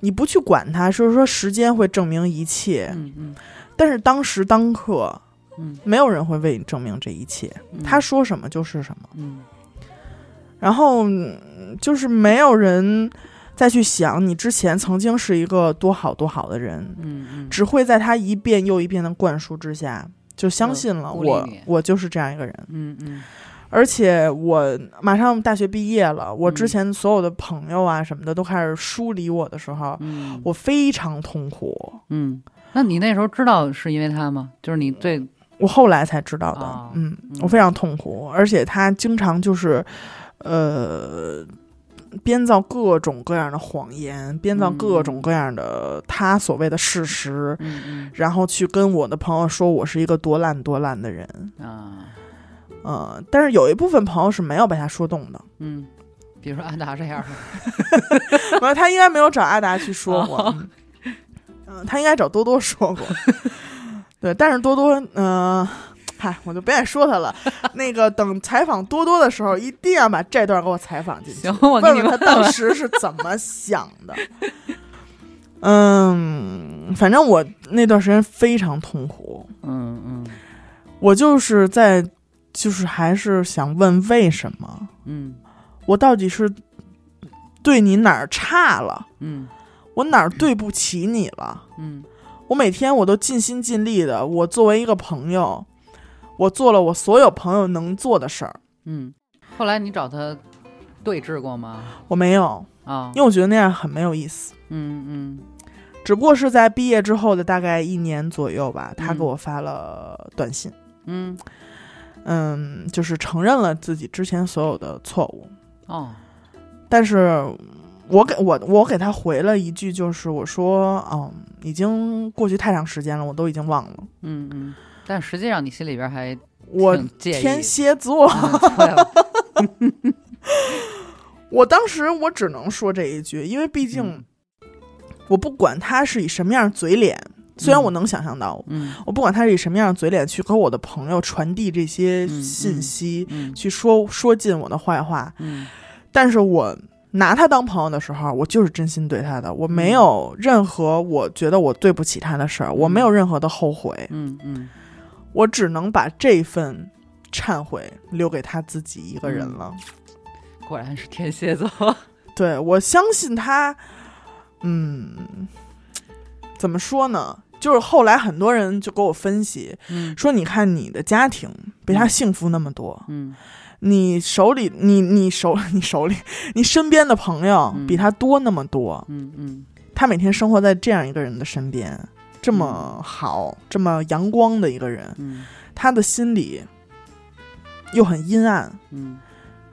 你不去管它，就是说时间会证明一切。嗯但是当时当刻，嗯没有人会为你证明这一切，嗯，他说什么就是什么。嗯然后嗯就是没有人再去想你之前曾经是一个多好多好的人，嗯嗯，只会在他一遍又一遍的灌输之下，就相信了嗯孤立我你，我就是这样一个人。嗯嗯而且我马上大学毕业了，我之嗯前所有的朋友啊什么的都开始疏离我的时候，嗯，我非常痛苦。嗯，那你那时候知道是因为他吗？就是你最我后来才知道的，哦嗯嗯，我非常痛苦，而且他经常就是，呃，编造各种各样的谎言，编造各种各样的他所谓的事实，嗯然后去跟我的朋友说我是一个多烂多烂的人，嗯啊呃，但是有一部分朋友是没有被他说动的，嗯，比如说安达这样的，没有，他应该没有找阿达去说过。哦嗯嗯，他应该找多多说 <laughs> 过。对，但是多多，嗯、嗨，我就不愿意说他了。那个等采访多多的时候，一定要把这段给我采访进去，行，我给问你问他当时是怎么想的。嗯，反正我那段时间非常痛苦，嗯嗯我就是在，就是还是想问为什么，嗯我到底是对你哪儿差了？嗯我哪儿对不起你了？嗯我每天我都尽心尽力的，我作为一个朋友，我做了我所有朋友能做的事儿。嗯。后来你找他对峙过吗？我没有，啊因，为我觉得那样很没有意思。嗯只不过是在毕业之后的大概一年左右吧，他嗯给我发了短信，嗯嗯，嗯，就是承认了自己之前所有的错误。哦，但是我给我我给他回了一句，就是我说，嗯，已经过去太长时间了，我都已经忘了。嗯嗯。但实际上你心里边还我挺介意，天蝎座，嗯对吧我当时我只能说这一句，因为毕竟嗯我不管他是以什么样的嘴脸，虽然嗯我能想象到，嗯我不管他是以什么样的嘴脸去和我的朋友传递这些嗯信嗯息，嗯去说说尽我的坏话，嗯但是我。拿他当朋友的时候，我就是真心对他的，我嗯没有任何我觉得我对不起他的事儿，我没有任何的后悔，嗯嗯，我只能把这份忏悔留给他自己一个人嗯了。果然是天蝎 <laughs> 座。对我相信他，嗯，怎么说呢？就是后来很多人就给我分析嗯说，你看你的家庭比他嗯幸福那么多，嗯你手里你你手 <laughs> 你手里你身边的朋友嗯比他多那么多，嗯嗯他每天生活在这样一个人的身边，这么好、这么阳光的一个人，嗯他的心里又很阴暗，嗯，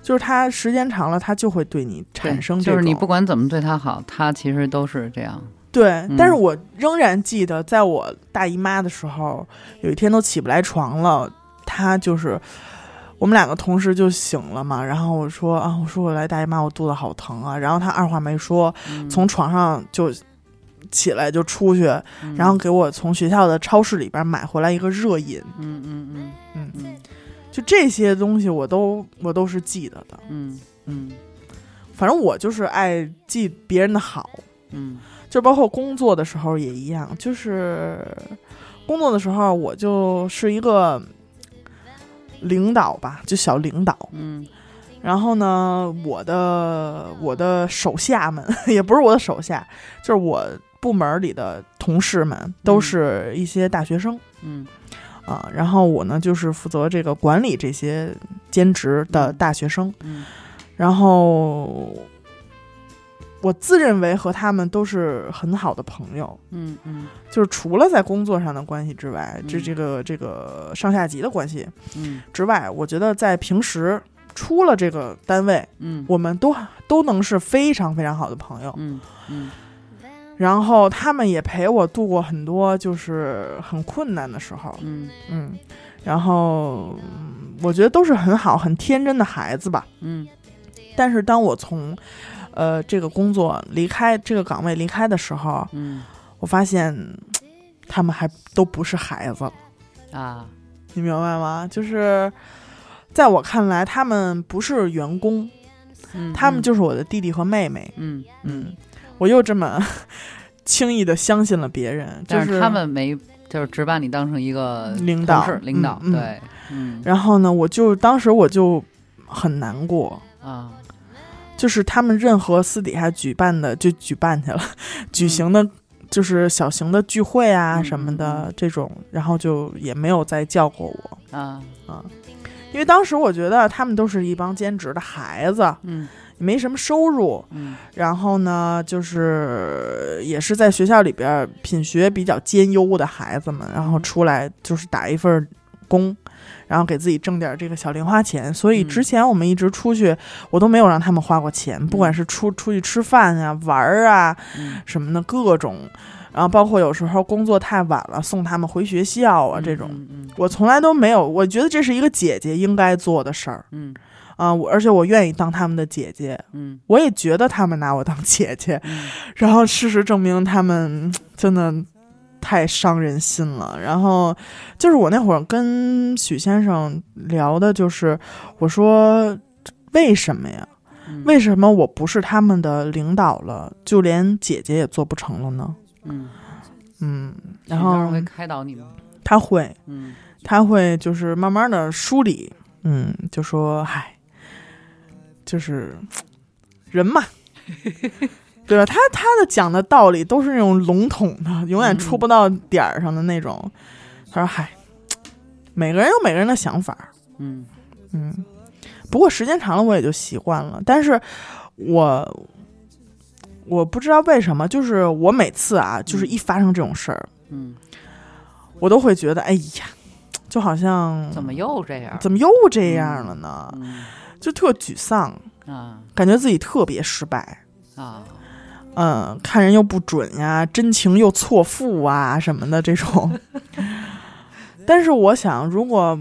就是他时间长了，他就会对你产生这就种是你不管怎么对他好，他其实都是这样。对。嗯但是我仍然记得，在我大姨妈的时候，有一天都起不来床了，他就是。我们两个同时就醒了嘛，然后我说啊，我说我来大姨妈，我肚子好疼啊，然后他二话没说，嗯从床上就起来就出去，嗯然后给我从学校的超市里边买回来一个热饮，嗯嗯嗯嗯，嗯就这些东西我都我都是记得的，嗯嗯反正我就是爱记别人的好，嗯就包括工作的时候也一样，就是工作的时候我就是一个领导吧，就小领导，嗯然后呢，我的我的手下们 <laughs> 也不是我的手下，就是我部门里的同事们都是一些大学生。嗯啊，然后我呢就是负责这个管理这些兼职的大学生，嗯然后我自认为和他们都是很好的朋友，嗯嗯就是除了在工作上的关系之外，这嗯这个这个上下级的关系嗯之外，我觉得在平时出了这个单位，嗯我们都都能是非常非常好的朋友。嗯嗯然后他们也陪我度过很多就是很困难的时候，嗯嗯，然后嗯我觉得都是很好、很天真的孩子吧。嗯但是当我从呃这个工作离开这个岗位离开的时候，嗯我发现嘖他们还都不是孩子了，啊你明白吗？就是在我看来，他们不是员工，他们就是我的弟弟和妹妹。嗯嗯，嗯，我又这么 <laughs> 轻易的相信了别人，就但是他。们没就是只把你当成一个领导同事领导嗯嗯对嗯然后呢，我就当时我就很难过，啊就是他们任何私底下举办的就举办去了， <laughs> 举行的，就是小型的聚会啊嗯什么嗯的这种，然后就也没有再叫过我，啊因为当时我觉得他们都是一帮兼职的孩子，嗯没什么收入，嗯然后呢，就是也是在学校里边儿品学比较兼优的孩子们，然后嗯出来就是打一份工，然后给自己挣点这个小零花钱。所以嗯之前我们一直出去，我都没有让他们花过钱，不管是出出去吃饭啊、玩儿啊嗯什么的各种，然后包括有时候工作太晚了送他们回学校啊这种，嗯嗯我从来都没有。我觉得这是一个姐姐应该做的事儿嗯啊，我而且我愿意当他们的姐姐。嗯我也觉得他们拿我当姐姐，嗯然后事实证明他们真的太伤人心了。然后就是我那会儿跟许先生聊的，就是我说为什么呀？嗯为什么我不是他们的领导了，就连姐姐也做不成了呢？嗯嗯，许然先生后会开导你们他会，嗯他会就是慢慢的梳理，嗯，就说唉，就是人嘛，对吧？他他的讲的道理都是那种笼统的，永远触不到点儿上的那种。他说唉，每个人有每个人的想法，嗯嗯，不过时间长了我也就习惯了，但是我。我不知道为什么，就是我每次啊，就是一发生这种事儿，嗯我都会觉得，哎呀，就好像怎么又这样嗯怎么又这样了呢？啊嗯就特沮丧，啊感觉自己特别失败。啊嗯，看人又不准呀，真情又错付啊什么的这种。 <laughs> 但是我想，如果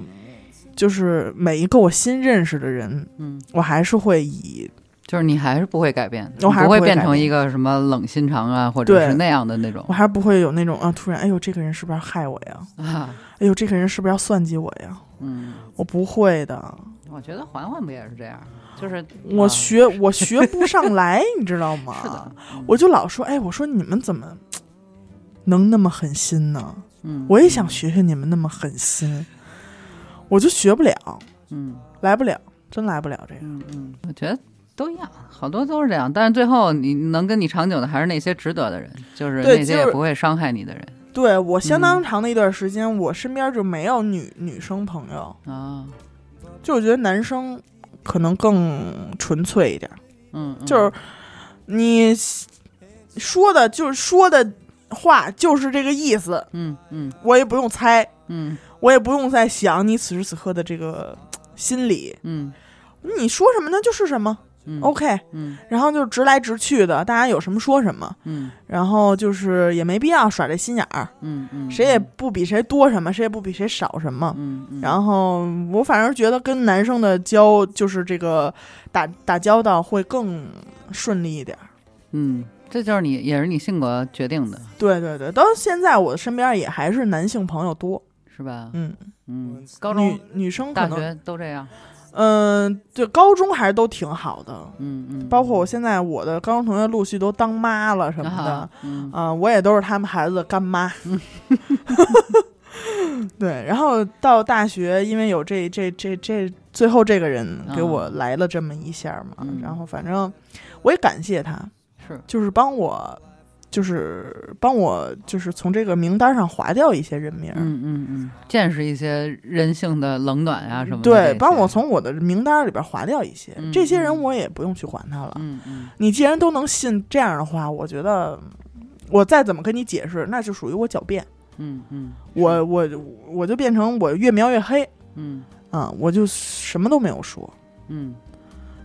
就是每一个我新认识的人，嗯。我还是会以就是你还是不会改变的，我还是你不不会会改变变成一个什么冷心肠啊，或者对是那样的那种我还是不会有那种啊，突然哎呦这个人是不是要害我呀？啊。哎呦这个人是不是要算计我呀？嗯，我不会的，我觉得环环不也是这样，就是我啊学、我学不上来，你知道吗？是的，嗯我就老说，哎，我说你们怎么能那么狠心呢？嗯，我也想学学你们那么狠心，我就学不了，嗯来不了，真来不了这个。嗯嗯，我觉得都一样，好多都是这样。但是最后你能跟你长久的还是那些值得的人，就是对那些就也是不会伤害你的人对我相当长的一段时间，我身边就没有女女生朋友，啊。就我觉得男生可能更纯粹一点，嗯，嗯就是你说的，就是说的话就是这个意思，嗯嗯我也不用猜，嗯我也不用再想你此时此刻的这个嘖心理，嗯你说什么那就是什么嗯，OK，嗯然后就是直来直去的，大家有什么说什么，嗯然后就是也没必要耍这心眼儿，嗯嗯，谁也不比谁多什么，谁也不比谁少什么。嗯嗯，后然后我反而觉得跟男生的交就是这个打打交道会更顺利一点儿。嗯，这就是你也是你性格决定的，对对对，到现在我身边也还是男性朋友多，是吧？嗯，嗯，高中女、女生可大能，学都这样，嗯、对，高中还是都挺好的。嗯嗯，包括我现在我的高中同学陆续都当妈了什么的，啊，嗯啊、我也都是他们孩子的干妈。 <laughs> 对，然后到大学，因为有这这这这最后这个人给我来了这么一下嘛，嗯然后反正我也感谢他，是，就是帮我，就是帮我，就是从这个名单上划掉一些人名儿。嗯嗯嗯，见识一些人性的冷暖啊什么的这些，对，帮我从我的名单里边划掉一些，嗯这些嗯人我也不用去管他了。嗯嗯你既然都能信这样的话，我觉得我再怎么跟你解释，那就属于我狡辩。嗯嗯我我我就变成我越描越黑嗯啊、我就什么都没有说。嗯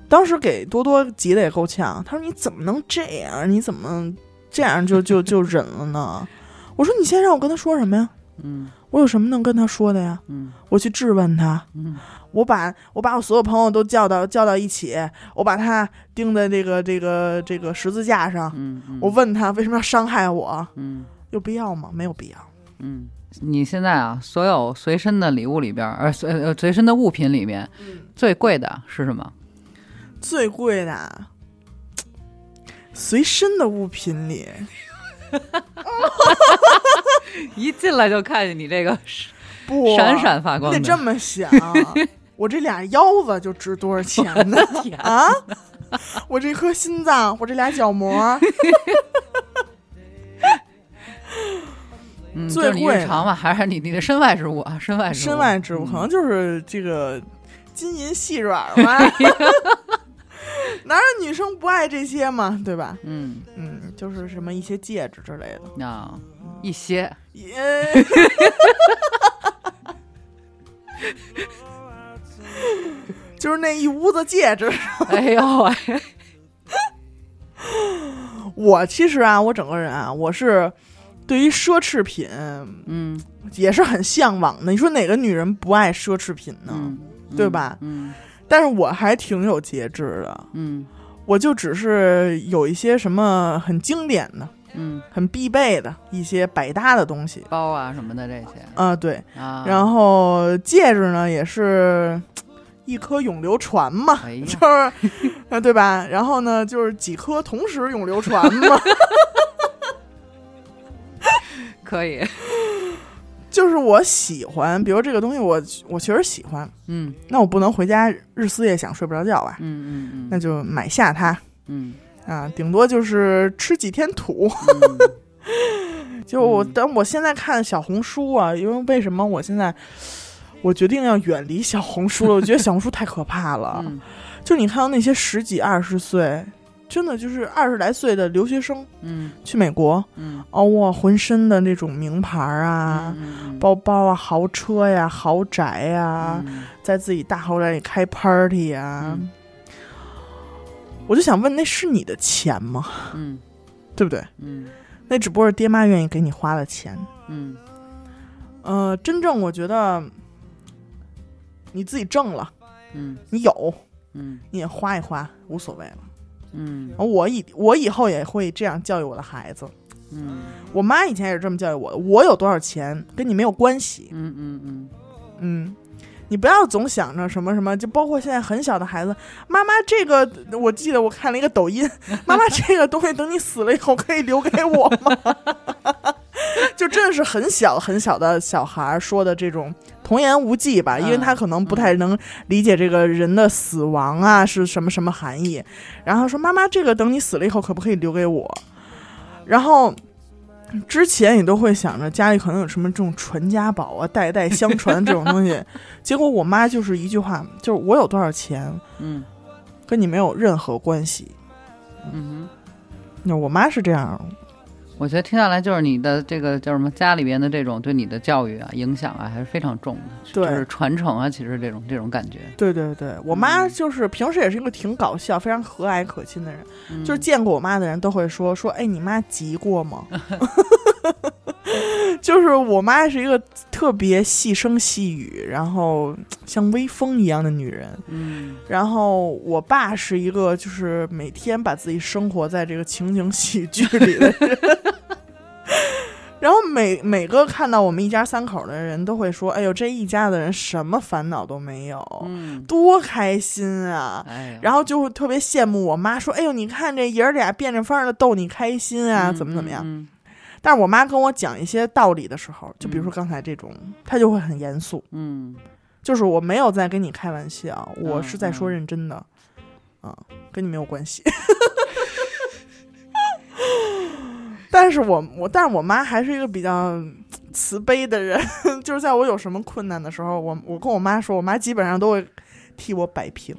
当时给多多急得也够呛，他说：“你怎么能这样？你怎么这样就就就忍了呢？” <laughs> 我说：“你现在让我跟他说什么呀？嗯我有什么能跟他说的呀？嗯我去质问他，嗯我把我把我所有朋友都叫到叫到一起，我把他钉在这个这个这个十字架上，嗯，我问他为什么要伤害我，嗯。有必要吗？没有必要。嗯，你现在啊，所有随身的礼物里边儿，呃，随呃随身的物品里面，最贵的是什么？最贵的啊随身的物品里， <laughs> 一进来就看见你这个 <laughs> 不闪闪发光你的，得这 <laughs> 么想，我这俩腰子就值多少钱呢？ <laughs> 天啊！我这颗心脏，我这俩角膜，嗯，最就是你贵日的常嘛，还是你你的身外之物啊，身外之物，嗯身外之物，可能就是这个金银细软吧。哎 <laughs> 哪有女生不爱这些嘛，对吧？嗯，嗯，就是什么一些戒指之类的。嗯啊，一些，也 <laughs> 就是那一屋子戒指，哎呦 <laughs> 喂，我其实啊，我整个人啊，我是对于奢侈品嗯，也是很向往的。你说哪个女人不爱奢侈品呢？嗯，对吧嗯但是我还挺有节制的，嗯我就只是有一些什么很经典的、嗯，很必备的一些百搭的东西。包啊什么的这些啊、对，啊，然后戒指呢也是一颗永流传嘛，哎 <laughs> 呀就是呃对吧？然后呢就是几颗同时永流传嘛， <laughs> 可以，就是我喜欢，比如这个东西我我确实喜欢，嗯那我不能回家日思夜想睡不着觉吧？嗯嗯那嗯就买下它嗯啊，顶多就是吃几天土。嗯，就我，嗯但我现在看小红书啊，因为为什么我现在我决定要远离小红书了？我觉得小红书太可怕了。嗯就你看到那些十几二十岁，真的就是二十来岁的留学生嗯去美国，嗯哦哇，浑身的那种名牌啊。嗯包包啊，豪车呀，豪宅呀，嗯在自己大豪宅里开 party 呀，嗯我就想问，那是你的钱吗？嗯对不对？嗯那只不过是爹妈愿意给你花的钱。嗯呃，真正我觉得你自己挣了，嗯你有嗯你也花一花，无所谓了。嗯我以我以后也会这样教育我的孩子。嗯我妈以前也是这么教育我的。我有多少钱跟你没有关系，嗯嗯嗯，你不要总想着什么什么，就包括现在很小的孩子，妈妈这个，我记得我看了一个抖音， <laughs> 妈妈这个东西等你死了以后可以留给我吗？ <laughs> 就真的是很小很小的小孩儿说的这种童言无忌吧，因为他可能不太能理解这个人的死亡啊是什么什么含义，然后说妈妈这个等你死了以后可不可以留给我？然后之前你都会想着家里可能有什么这种传家宝啊、代代相传这种东西，结果我妈就是一句话，就是我有多少钱嗯跟你没有任何关系。嗯那我妈是这样，哼，我觉得听下来就是你的这个叫什么家里边的这种对你的教育啊影响啊还是非常重的，对就是传承啊，其实这种这种感觉，对对对，我妈嗯就是平时也是一个挺搞笑、非常和蔼可亲的人，嗯就是见过我妈的人都会说说，哎，你妈急过 <laughs> 吗？就是我妈是一个特别细声细语，然后像微风一样的女人。嗯然后我爸是一个就是每天把自己生活在这个情景喜剧里的人。 <laughs> 然后每每个看到我们一家三口的人都会说：“哎呦，这一家的人什么烦恼都没有，嗯，多开心啊！”哎呀，然后就会特别羡慕我妈，说：“哎呦，你看这爷儿俩变着法儿的逗你开心啊，嗯怎么怎么样？”嗯但是我妈跟我讲一些道理的时候，就比如说刚才这种，她就会很严肃，嗯，就是我没有在跟你开玩笑，我是在说嗯认真的，啊、跟你没有关系。 <laughs> 但是我我，但是我妈还是一个比较慈悲的人， <laughs> 就是在我有什么困难的时候，我我跟我妈说，我妈基本上都会替我摆平。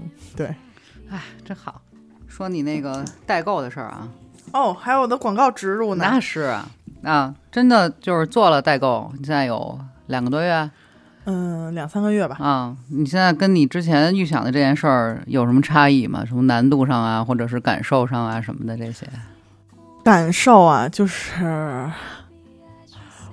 哎，真好。说你那个代购的事儿啊，哦，还有我的广告植入呢那，是啊，啊，真的就是做了代购，你现在有两个多月嗯、两三个月吧。啊，你现在跟你之前预想的这件事儿有什么差异吗？什么难度上啊，或者是感受上啊什么的这些？感受啊，就是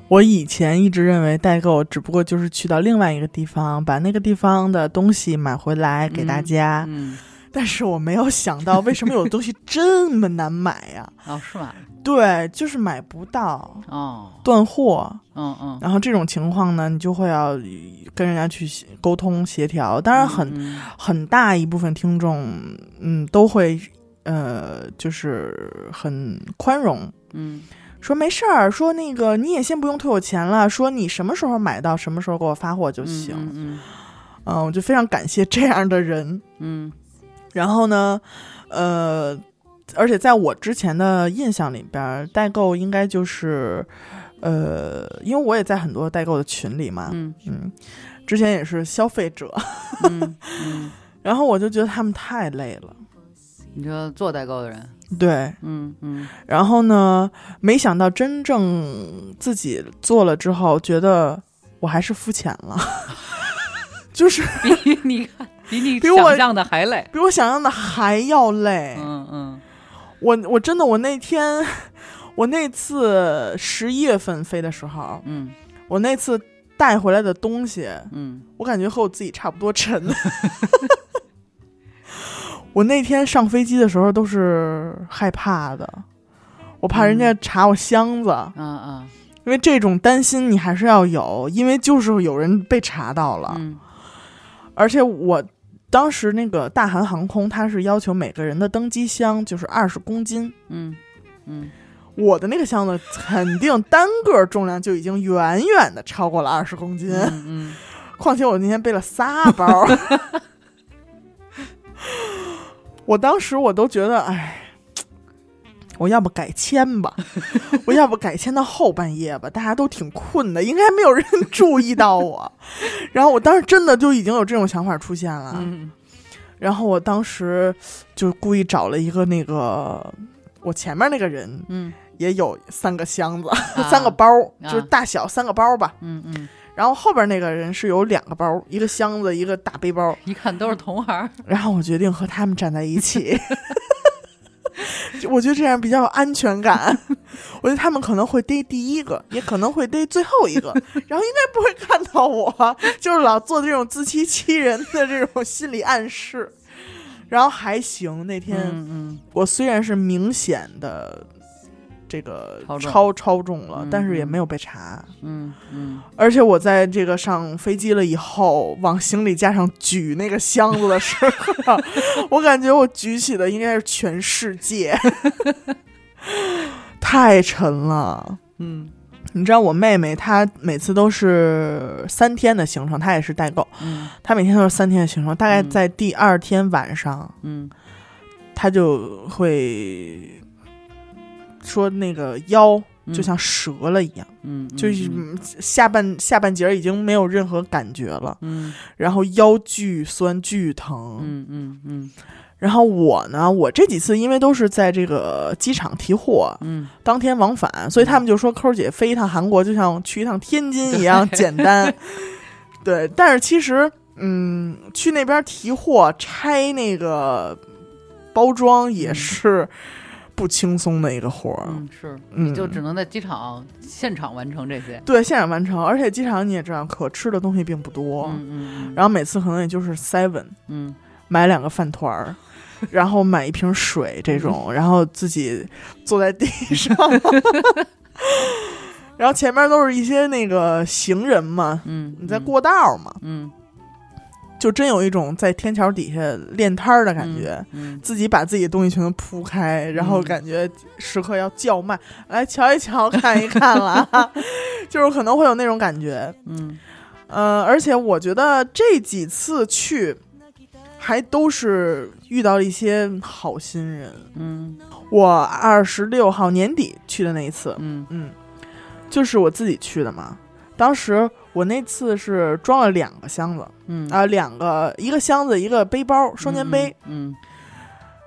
我以前一直认为代购只不过就是去到另外一个地方，把那个地方的东西买回来给大家，嗯，但是我没有想到为什么有的东西这么难买 <laughs> 呀、哦，是吧？对，就是买不到。哦，断货，嗯嗯，然后这种情况呢，你就会要跟人家去协沟通协调。当然很，嗯很大一部分听众，嗯，都会，呃，就是很宽容，嗯说没事儿，说那个你也先不用退我钱了，说你什么时候买到，什么时候给我发货就嗯行。嗯嗯我就非常感谢这样的人。嗯然后呢，呃，而且在我之前的印象里边儿，代购应该就是，呃，因为我也在很多代购的群里嘛，嗯嗯，之前也是消费者， <laughs> 嗯嗯，然后我就觉得他们太累了，你说做代购的人，对，嗯 <laughs> 嗯然后呢，没想到真正自己做了之后，觉得我还是肤浅了， <laughs> 就是比你看比你比我想象的还累。比我想象的还要累。嗯嗯我我真的我那天，我那次十一月份飞的时候，嗯我那次带回来的东西，嗯我感觉和我自己差不多沉。 <laughs> 我那天上飞机的时候都是害怕的，我怕人家查我箱子。啊啊因为这种担心你还是要有，因为就是有人被查到了，嗯而且我当时那个大韩航空，它是要求每个人的登机箱就是二十公斤，嗯嗯。我的那个箱子肯定单个重量就已经远远的超过了二十公斤，嗯况且我那天背了仨包， <laughs> 我当时我都觉得，哎。我要不改签吧，我要不改签到后半夜吧，大家都挺困的，应该没有人注意到我。然后我当时真的就已经有这种想法出现了，嗯然后我当时就故意找了一个那个我前面那个人嗯也有三个箱子，啊三个包，啊就是大小三个包吧。嗯嗯，然后后边那个人是有两个包，一个箱子，一个大背 <laughs> 包。一看都是同行儿。然后我决定和他们站在一起， <laughs> 就我觉得这样比较有安全感。 <laughs> 我觉得他们可能会逮第一个，也可能会逮最后一 <laughs> 个，然后应该不会看到我，就是老做这种自欺欺人的这种心理暗示。然后还行，那天、嗯我虽然是明显的这个超重超超重了，嗯但是也嗯没有被查。嗯嗯而且我在这个上飞机了以后，往行李架上举那个箱子的时候，我感觉我举起的应该是全世界， <laughs> 太沉了。嗯你知道我妹妹她每次都是三天的行程，她也是代购，嗯她每天都是三天的行程，大概嗯在第二天晚上，嗯她就会说那个腰就像折了一样，嗯，嗯就是嗯嗯下半下半截儿已经没有任何感觉了，嗯然后腰巨酸巨疼，嗯嗯嗯然后我呢，我这几次因为都是在这个机场提货，嗯，当天往返，所以他们就说抠儿姐飞一趟韩国就像去一趟天津一样 <laughs> 对简单。对，但是其实，嗯，去那边提货拆那个包装也是不轻松的一个活儿，嗯是，嗯，你就只能在机场现场完成这些。对现场完成，而且机场你也知道，可吃的东西并不多，嗯嗯然后每次可能也就是 seven 嗯买两个饭团 <laughs> 儿。然后买一瓶水这嗯种，然后自己坐在地 <laughs> 上，然后前面都是一些那个行人嘛，嗯，你在过道嘛，嗯就真有一种在天桥底下练摊儿的感觉，嗯自己把自己的东西全都铺开，然后嗯感觉时刻要叫卖，来瞧一瞧，看一看 <laughs> 了啊，就是可能会有那种感觉。嗯呃，而且我觉得这几次去，还都是遇到了一些好心人。嗯我二十六号年底去的那一次，嗯嗯，就是我自己去的嘛。当时我那次是装了两个箱子嗯啊、两个一个箱子一个背包，双肩背。，嗯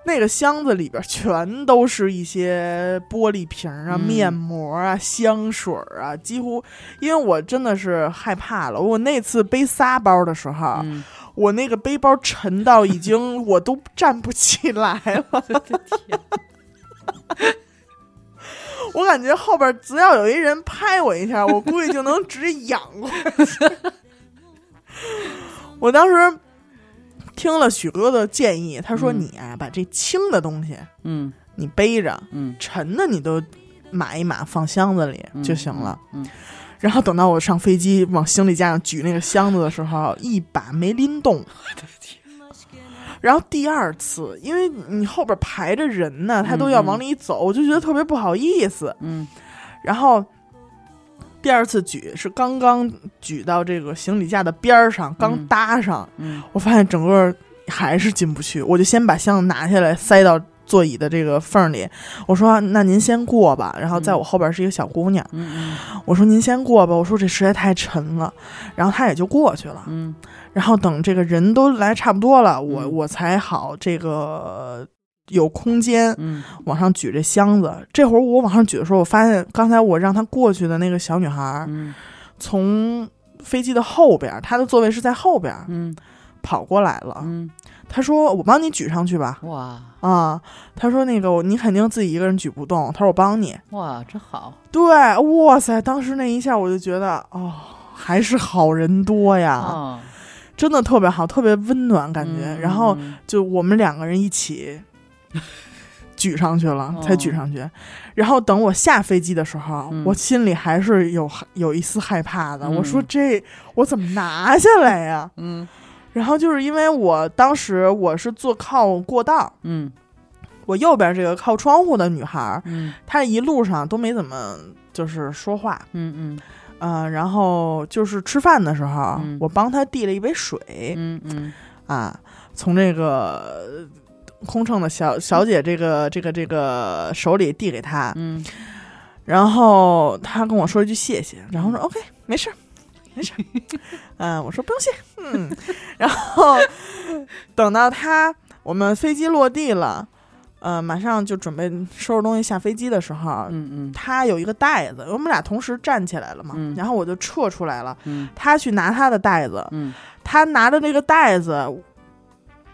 那个箱子里边全都是一些玻璃瓶啊、嗯面膜啊、香水啊，几乎因为我真的是害怕了。我那次背仨包的时候，嗯，我那个背包沉到已 <laughs> 经我都站不起来了，我的天，我感觉后边只要有一人拍我一下，我估计就能直接仰过去。 <laughs> 我当时听了许哥的建议，他说：“嗯你啊，把这轻的东西嗯你背着，嗯沉的你都码一码放箱子里就行了。，嗯然后等到我上飞机往行李架上举那个箱子的时候，一把没拎 <laughs> 动。然后第二次，因为你后边排着人呢，他都要往里走，我就觉得特别不好意思。嗯然后第二次举是刚刚举到这个行李架的边儿上，刚嗯搭上，嗯我发现整个还是进不去，我就先把箱子拿下来塞到座椅的这个缝儿里。我说：“那您先过吧。”然后在我后边是一个小姑娘，嗯我说：“您先过吧。”我说：“这实在太沉了。”然后她也就过去了。嗯然后等这个人都来差不多了，我嗯我才好这个有空间嗯往上举这箱子。这会儿我往上举的时候，我发现刚才我让她过去的那个小女孩嗯从飞机的后边，她的座位是在后边嗯跑过来了。嗯，他说：“我帮你举上去吧。哇”啊，他说：“那个你肯定自己一个人举不动。”他说：“我帮你。哇，真好，”对，哇塞！当时那一下我就觉得，哦，还是好人多呀，哦，真的特别好，特别温暖感觉。嗯然后就我们两个人一起举上去了，才举哦上去。然后等我下飞机的时候，嗯我心里还是有有一丝害怕的。我说嗯这我怎么拿下来呀？嗯然后就是因为我当时我是坐靠过道，嗯我右边这个靠窗户的女孩儿，嗯她一路上都没怎么就是说话，嗯嗯嗯、然后就是吃饭的时候，啊嗯我帮她递了一杯水、嗯嗯啊，从这个呃空乘的小小姐这个这个这个手里递给她，嗯然后她跟我说一句谢谢，然后嗯说 OK 没事儿。没事儿， <laughs> 嗯，我说不用谢，嗯，然后等到她我们飞机落地了，呃，马上就准备收拾东西下飞机的时候，啊嗯嗯他有一个袋子，我们俩同时站起来了嘛，嗯然后我就撤出来了，嗯他去拿他的袋子，嗯他拿着那个袋子，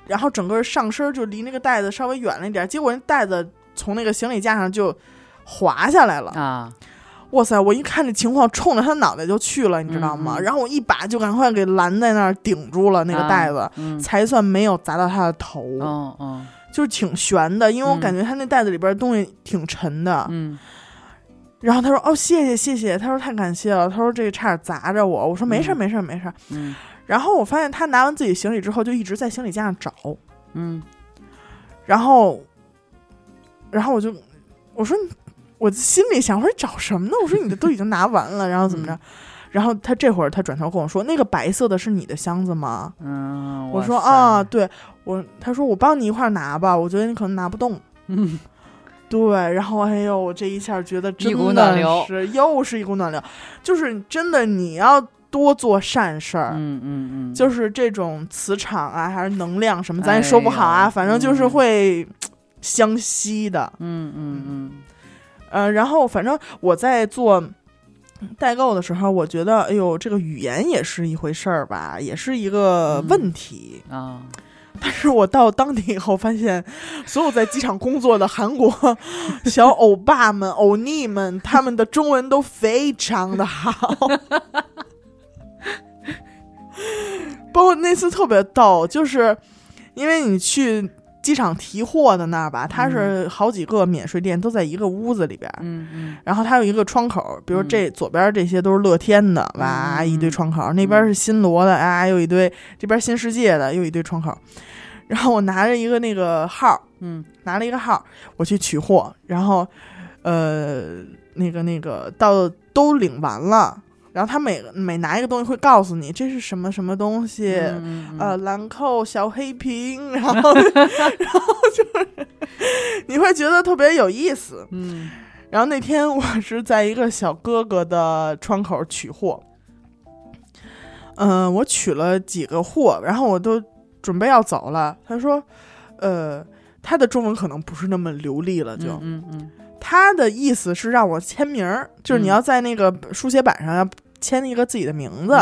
然后整个上身就离那个袋子稍微远了一点，结果那袋子从那个行李架上就滑下来了，啊，哇塞！我一看这情况，冲着他脑袋就去了，你知道吗？嗯嗯然后我一把就赶快给拦在那儿，顶住了那个袋子。嗯，才算没有砸到他的头，哦哦，就是挺悬的，因为我嗯感觉他那袋子里边东西挺沉的，嗯然后他说：“哦，谢谢谢谢。”他说：“太感谢了。”他说：“这个差点砸着我。”我说：“没事儿嗯没事儿没事儿。嗯”然后我发现他拿完自己行李之后，就一直在行李架上找。嗯然后，然后我就我说你：“我心里想，我说找什么呢？我说你的都已经拿完了，然后怎么着？”嗯然后他这会儿他转头跟我说：“那个白色的是你的箱子吗？”嗯，我说：“啊啊，，对。”我他说：“我帮你一块儿拿吧，我觉得你可能拿不动。”嗯对，然后哎呦，我这一下觉得真一股暖的流是又是一股暖流，就是真的你要多做善事儿，嗯嗯嗯，就是这种磁场啊，还是能量什么，咱哎也说不好啊，呀反正就是嗯会嘖相吸的。嗯嗯嗯呃，然后反正我在做代购的时候，我觉得，哎呦，这个语言也是一回事儿吧，也是一个嗯问题。嗯啊，但是我到当地以后，发现所有在机场工作的韩国小欧巴们、欧尼们，他们的中文都非常的好。包括那次特别逗，就是因为你去机场提货的那儿吧，它是好几个免税店都在一个屋子里边儿，嗯嗯然后它有一个窗口，比如这左边这些都是乐天的，哇，嗯一堆窗口；那边是新罗的，啊，又一堆；这边新世界的，又一堆窗口。然后我拿着一个那个号，嗯拿了一个号，我去取货，然后，呃，那个那个到都领完了，然后他每每拿一个东西会告诉你这是什么什么东西，嗯呃，兰蔻小黑瓶，然后 <laughs> 然后就是你 <laughs> 会觉得特别有意思。嗯然后那天我是在一个小哥哥的窗口取货，嗯、我取了几个货，然后我都准备要走了。他说，呃，他的中文可能不是那么流利了，就、嗯嗯他的意思是让我签名儿，就是你嗯要在那个书写板上要签一个自己的名字，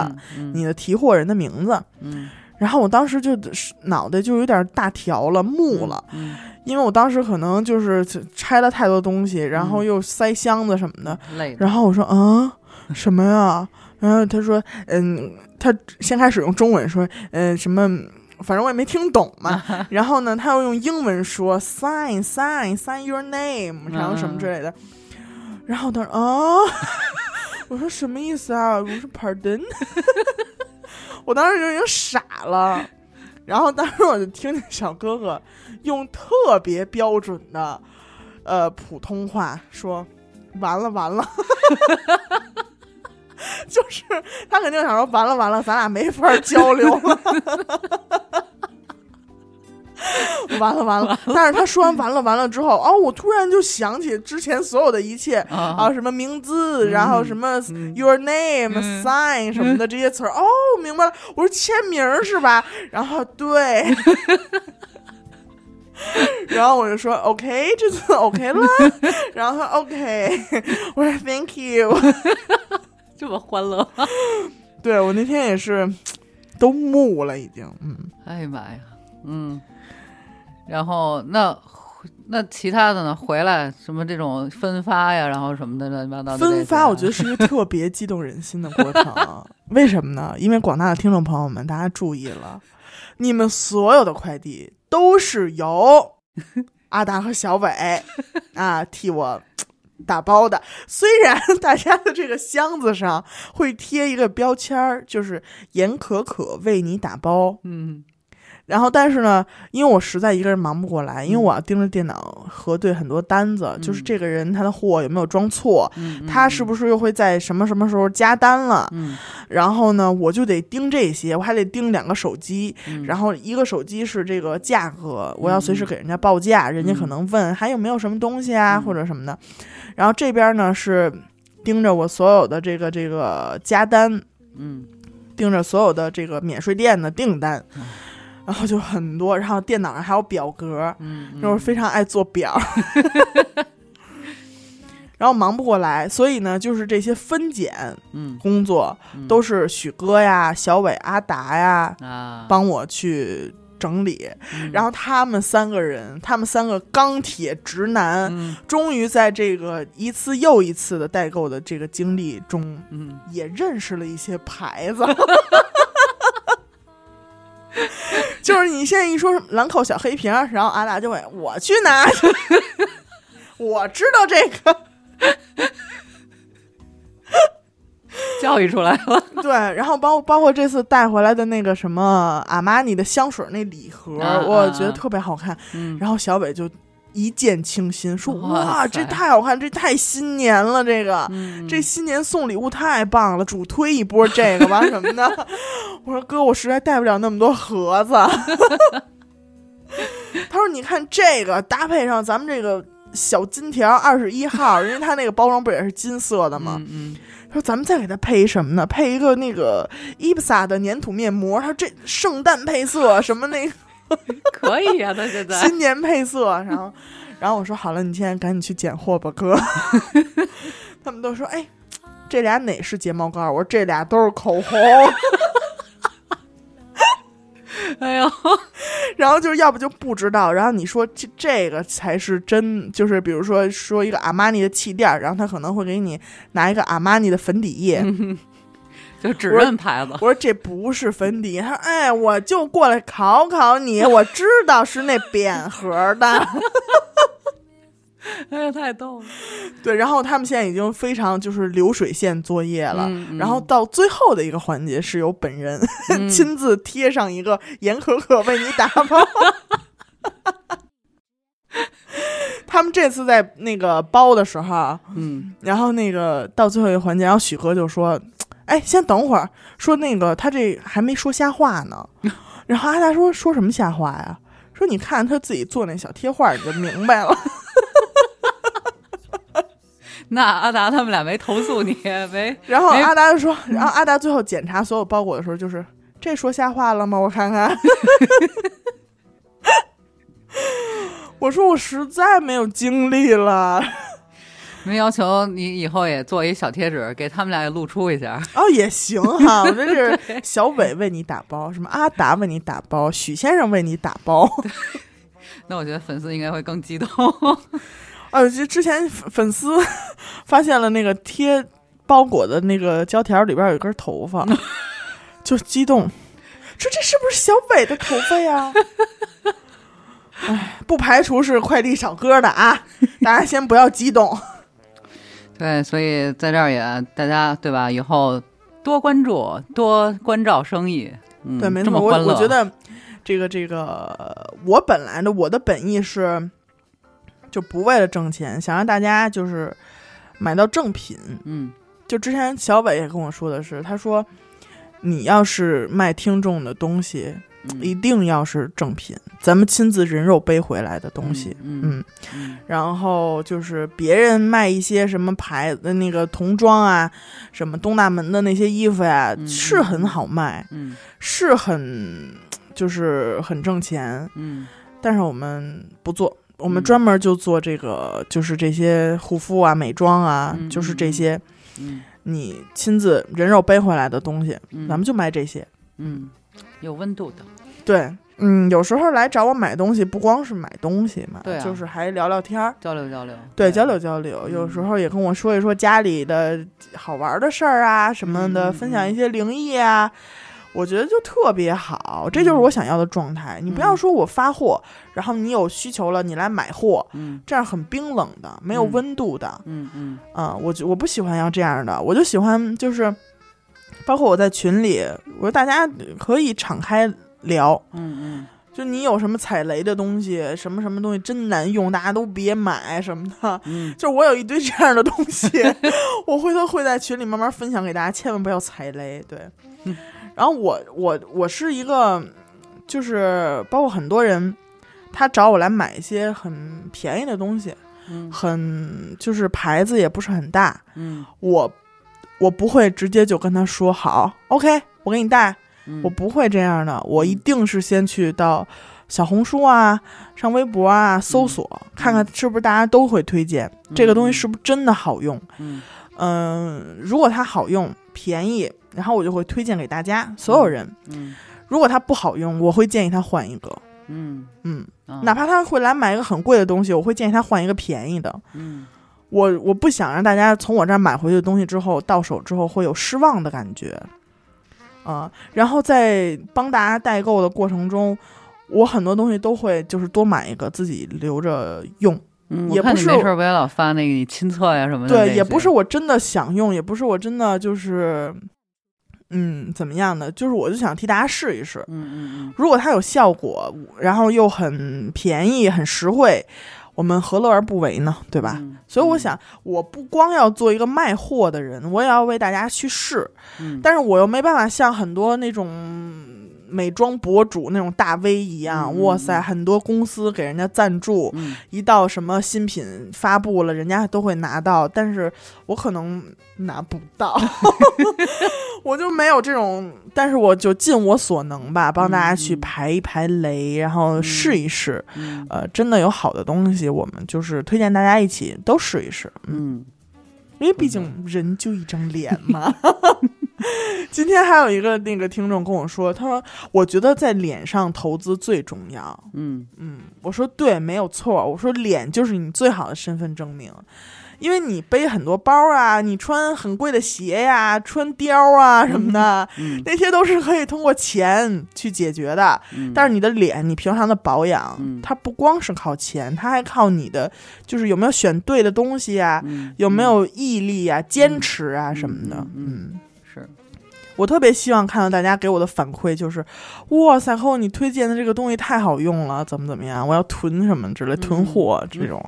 你的提货人的名字。嗯然后我当时就是脑袋就有点大条了，木了，，嗯因为我当时可能就是拆了太多东西，然后嗯又塞箱子什么的。累的，然后我说啊，什么呀？然后他说，嗯，他先开始用中文说，嗯，什么，反正我也没听懂嘛。然后呢，他又用英文说 sign sign sign your name，然后什么之类的。然后他说啊，我说什么意思啊？我说 pardon，我当时就已经傻了。然后当时我就听见小哥哥用特别标准的呃普通话说：“完了完了。”就是他肯定想说：“完了完了，咱俩没法交流 <laughs> 了。”完了完了，但是他说完完了完了之后，哦，我突然就想起之前所有的一切啊，啊，什么名字，然后什么嗯 your name、嗯 sign 什么的这些词儿。哦，明白了，我说签名儿是吧？然后对， <laughs> 然后我就说 OK，这次 OK 了。 <laughs> 然后他 OK，我说 Thank you。这么欢乐， <laughs> 对我那天也是都木了，已经。嗯，哎呀妈呀，嗯，然后那。那其他的呢？回来什么这种分发呀，然后什么的乱七八糟的这些。分发我觉得是一个特别激动人心的过程。为什么呢？因为广大的听众朋友们，大家注意了，你们所有的快递都是由阿达和小伟啊替我打包的。虽然 <laughs> 大家的这个箱子上会贴一个标签儿，就是“严可可为你打包”，嗯，然后，但是呢，因为我实在一个人忙不过来，因为嗯我要盯着电脑核对很多单子，就是嗯这个人他的货有没有装错，嗯嗯，他是不是又会在什么什么时候加单了？嗯，然后呢，我就得盯这些，我还得盯两个手机，嗯，然后一个手机是这个价格，我要随时嗯给人家报价，人家可嗯能问还有没有什么东西啊、嗯或者什么的，然后这边呢是盯着我所有的这个这个加单，嗯盯着所有的这个免税店的订单，然后就很多，然后电脑上还有表格，嗯，就是非常爱做表， <laughs> 然后忙不过来，所以呢，就是这些分拣嗯工作嗯都是许哥呀、小伟、阿达呀啊，帮我去整理，嗯然后他们三个人，他们三个钢铁直男，嗯终于在这个一次又一次的代购的这个经历中，嗯也认识了一些牌子。 <laughs> 就是你现在一说什么兰蔻小黑瓶儿，然后阿达就会我去拿， <laughs> 我知道这个。教育出来了对，然后包包括这次带回来的那个什么阿玛尼的香水那礼盒，啊我觉得啊特别好看。嗯然后小伟就一见倾心，说哇哇，这塞太好看，这太新年了，这个。嗯这新年送礼物太棒了，主推一波这个吧什么的。我说哥，我实在带不了那么多 <laughs> 盒子。他说：“你看这个搭配上咱们这个小金条二十一号，因为它那个包装不也是金色的吗？嗯说咱们再给它配一什么呢？配一个那个伊布萨的粘土面膜。他说这圣诞配色，什么那个嗯，可以呀、他现在新年配色。然后，然后我说好了，你现在赶紧去拣货吧，哥。他们都说哎，这俩哪是睫毛膏？我说这俩都是口红。 <laughs> 哎呦，然后就是要不就不知道，然后你说这这个才是真，就是比如说说一个阿玛尼的气垫儿，然后他可能会给你拿一个阿玛尼的粉底液。嗯就只认牌子我，说这不是粉底，他说哎，我就过来考考你，我知道是那扁盒的。哎呀，太逗了。对，然后他们现在已经非常就是流水线作业了。嗯然后到最后的一个环节是由本人嗯 <laughs> 亲自贴上一个严可可为你打包。 <laughs> 他们这次在那个包的时候，啊嗯，然后那个到最后一个环节，然后许哥就说：“哎，先等会儿，说那个他这还没说瞎话呢。” <laughs> 然后阿达说：“说什么瞎话呀？”说你看他自己做那小贴画，你就明白了。那阿达他们俩没投诉你，没然后没阿达就说，然后阿达最后检查所有包裹的时候，就是这说瞎话了吗？我看看。 <laughs> 我说我实在没有精力了，没要求你以后也做一小贴纸，给他们俩也露出一下。哦也行哈，我这是小伟为你打包，什么阿达为你打包，许先生为你打包，那我觉得粉丝应该会更激动。哦，就之前粉粉丝 <laughs> 发现了那个贴包裹的那个胶条里边有一根 <laughs> 头发，就激动，说这是不是小伟的头发呀？ <laughs> 哎，不排除是快递小哥的啊，大家先不要激动。对，所以在这儿也大家对吧？以后多关注，多关照生意。嗯，对，没这错，么我欢乐我觉得这个这个，我本来的我的本意是，就不为了挣钱，想让大家就是买到正品，嗯就之前小伟也跟我说的是，他说你要是卖听众的东西，一嗯定要是正品，咱们亲自人肉背回来的东西。嗯嗯，嗯然后就是别人卖一些什么牌子那个童装啊，什么东大门的那些衣服呀、嗯是很好卖，嗯是很就是很挣钱，嗯但是我们不做，我们嗯专门就做这个，就是这些护肤啊、美妆啊，嗯就是嗯这嗯些。嗯你亲自人肉背回来的东西，嗯，咱们就卖这些。嗯有温度的。对，嗯，有时候来找我买东西，不光是买东西嘛，对啊就是还聊聊天儿，交流交流，对，交流交流。嗯有时候也跟我说一说家里的好玩的事儿啊什么嗯的，嗯分享一些灵异啊。我觉得就特别好，嗯这就是我想要的状态。你不要说我发货，然后你有需求了，你来买货，嗯这样很冰冷的，没有嗯温度的。嗯嗯啊、我就我不喜欢要这样的，我就喜欢就是，包括我在群里，我说大家可以敞开聊，嗯就你有什么踩雷的东西，什么什么东西真难用，大家都别买什么的。嗯就是我有一堆这样的东西，我回头会在群里慢慢分享给大家，千万不要踩雷。对嗯，然后我我我是一个，就是包括很多人，他找我来买一些很便宜的东西，嗯很就是牌子也不是很大，嗯我我不会直接就跟他说好，OK，我给你带，嗯，我不会这样的，我一嗯定是先去到小红书啊、上微博啊嗯搜索，看看是不是大家都会推荐、这个东西是不是真的好用。嗯嗯、如果它好用、便宜，然后我就会推荐给大家所有人。嗯如果它不好用，我会建议他换一个。嗯，嗯，啊哪怕他会来买一个很贵的东西，我会建议他换一个便宜的。嗯我我不想让大家从我这儿买回去的东西之后到手之后会有失望的感觉，啊、然后在帮大家代购的过程中，我很多东西都会就是多买一个自己留着用，嗯，也我看不你是没事儿别老发那个你亲测呀什么的那些，对，也不是我真的想用，也不是我真的就是，嗯，怎么样的，就是我就想替大家试一试，嗯嗯如果它有效果，然后又很便宜、很实惠，我们何乐而不为呢？对嗯，吧？嗯所以我想，我不光要做一个卖货的人，我也要为大家去试，嗯但是我又没办法像很多那种嗯美妆博主那种大 V 一样，嗯哇嗯塞，嗯很多公司给人家赞助，嗯一到什么新品发布了，人家都会拿到，但是我可能拿不到， <laughs> 我就没有这种，但是我就尽我所能吧，帮大家去嗯嗯排一排雷，然后试一试，嗯呃，真的有好的东西，我们就是推荐大家一起都试一试，嗯。嗯，因为毕竟人就一张脸嘛。 <laughs> 今天还有一个那个听众跟我说，他说我觉得在脸上投资最重要。嗯嗯，我说对，没有错。我说脸就是你最好的身份证明，因为你背很多包啊，你穿很贵的鞋呀、穿貂啊什么的，嗯那些都是可以通过钱去解决的。嗯，但是你的脸，你平常的保养，嗯它不光是靠钱，它还靠你的就是有没有选对的东西啊，嗯有没有毅力啊、坚持啊嗯什么的。嗯嗯，是我特别希望看到大家给我的反馈就是，哇塞，后你推荐的这个东西太好用了，怎么怎么样，我要囤什么之类，嗯囤货这种，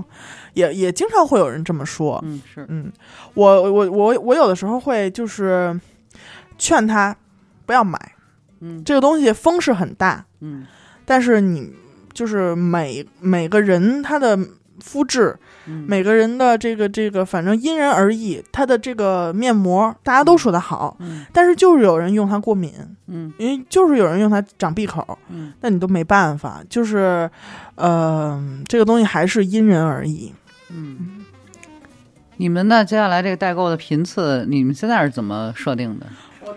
也也经常会有人这么说。嗯是嗯，我我我我有的时候会就是劝他不要买嗯这个东西，风势很大，嗯但是你就是每每个人他的肤质。嗯每个人的这个这个，反正因人而异。它的这个面膜，大家都说它好，嗯但是就是有人用它过敏，嗯因为就是有人用它长闭口，嗯那你都没办法。就是，呃，这个东西还是因人而异。嗯。你们呢？接下来这个代购的频次，你们现在是怎么设定的？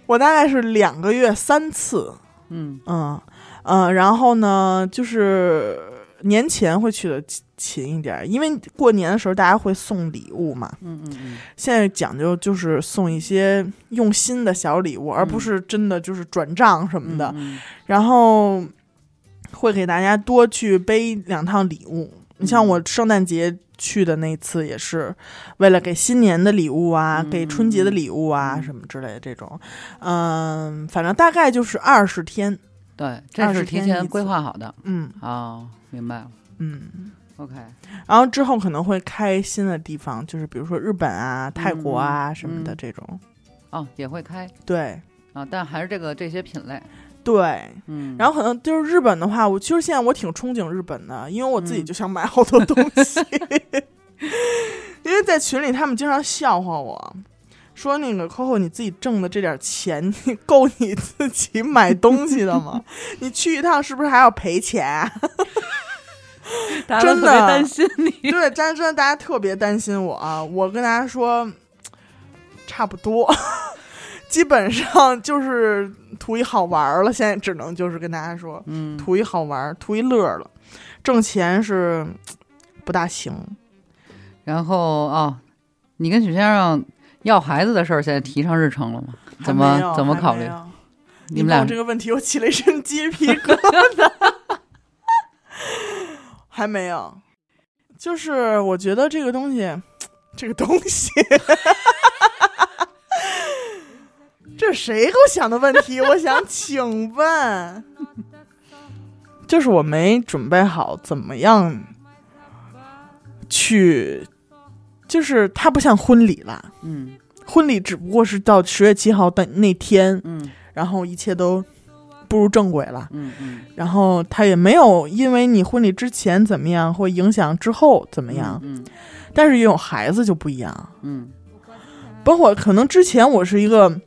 我大概是两个月三次，嗯嗯嗯、呃然后呢，就是年前会去的勤一点，因为过年的时候大家会送礼物嘛，嗯嗯现在讲究就是送一些用心的小礼物，而不是真的就是转账什么嗯的。嗯然后会给大家多去背两趟礼物。你嗯像我圣诞节去的那次，也是为了给新年的礼物啊，嗯给春节的礼物啊，嗯什么之类的这种。嗯，反正大概就是二十天。对，这是提20天一前次规划好的。嗯哦，明白了。嗯， OK，然后之后可能会开新的地方，就是比如说日本啊、泰国啊、什么的嗯这种。哦，也会开对啊，但还是这个这些品类。对，嗯，然后后可能就是日本的话，我其实现在我挺憧憬日本的，因为我自己嗯就想买好多东 <laughs> 西。 <laughs> 因为在群里他们经常笑话我，说那个 Coco 你自己挣的这点钱，你够你自己买东西的吗？你去一趟是不是还要赔钱啊、 <laughs> 大家都特真别的担心你。 <laughs> 对，但是真的大家特别担心我啊！我跟大家说，差不多， <laughs> 基本上就是图一好玩儿了。现在只能就是跟大家说，嗯，图一好玩儿，图一乐儿了，挣钱是不大行。然后哦，你跟许先生要孩子的事儿，现在提上日程了吗？怎么还没有怎么还考没虑有你你们问俩我这个问题，我起了一身鸡皮疙瘩。 <laughs> 还没有，就是我觉得这个东西，这个东西， <laughs> 这谁给我想的问 <laughs> 题？我想请问，就是我没准备好怎么样去，就是它不像婚礼啦，嗯婚礼只不过是到十月七号的那天，嗯然后一切都步入正轨了。嗯嗯，然后他也没有因为你婚礼之前怎么样，会影响之后怎么样。嗯但是有孩子就不一样，嗯包括可能之前我是一个，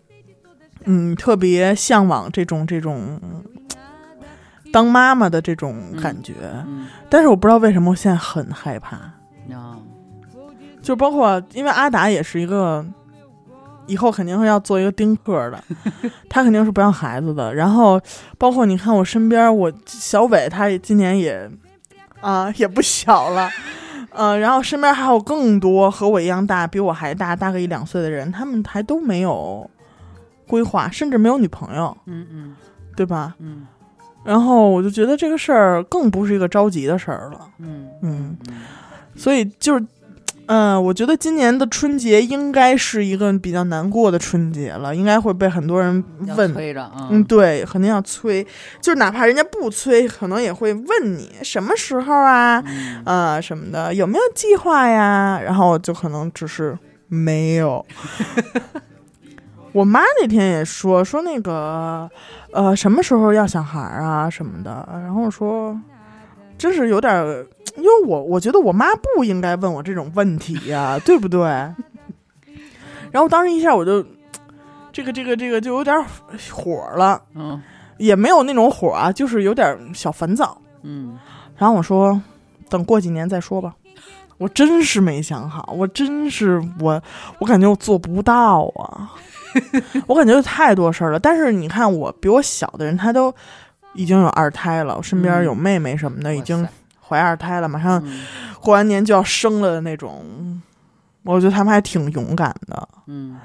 嗯，特别向往这种这种嗯当妈妈的这种感觉，嗯但是我不知道为什么我现在很害怕。嗯，啊，就包括因为阿达也是一个，以后肯定会要做一个丁克儿的，他肯定是不要孩子的。然后包括你看我身边，我小伟他也今年也啊、也不小了。呃，然后身边还有更多和我一样大、比我还大、大个一两岁的人，他们还都没有规划，甚至没有女朋友，嗯嗯对吧？嗯然后我就觉得这个事儿更不是一个着急的事儿了。嗯嗯，嗯，所以就是，嗯、我觉得今年的春节应该是一个比较难过的春节了，应该会被很多人要问。催着啊，嗯，对，肯定要催，就是哪怕人家不催，可能也会问你什么时候啊，嗯呃，什么的，有没有计划呀？然后就可能只是没有。 <laughs> 我妈那天也说说那个，呃，什么时候要小孩儿啊什么的，然后我说，真是有点儿，因为我我觉得我妈不应该问我这种问题呀、对不对？ <laughs> 然后当时一下我就，这个这个这个就有点儿火了，嗯也没有那种火啊，就是有点儿小烦躁。嗯，然后我说，等过几年再说吧。我真是没想好，我真是我，我感觉我做不到啊，我感觉有太多事儿了。但是你看我，比我小的人，他都已经有二胎了，我身边嗯啊有妹妹什么的，已经怀二胎了，马哇上塞过完年就要生了的那种。我觉得他们还挺勇敢的，嗯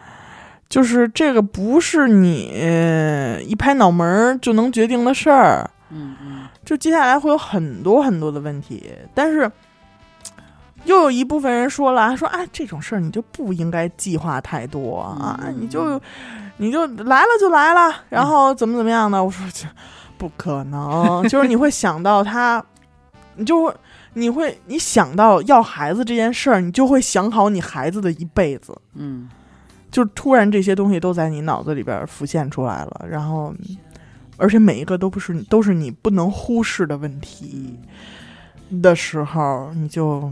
就是这个不是你呃一拍脑门儿就能决定的事儿。嗯嗯就接下来会有很多很多的问题，但是又有一部分人说了，说啊这种事儿你就不应该计划太多啊，嗯你就你就来了就来了，然后怎么怎么样呢？我说这不可能，就是你会想到他，你就会你会你想到要孩子这件事儿，你就会想好你孩子的一辈子。嗯就突然这些东西都在你脑子里边儿浮现出来了，然后，而且每一个都不是都是你不能忽视的问题的时候，你就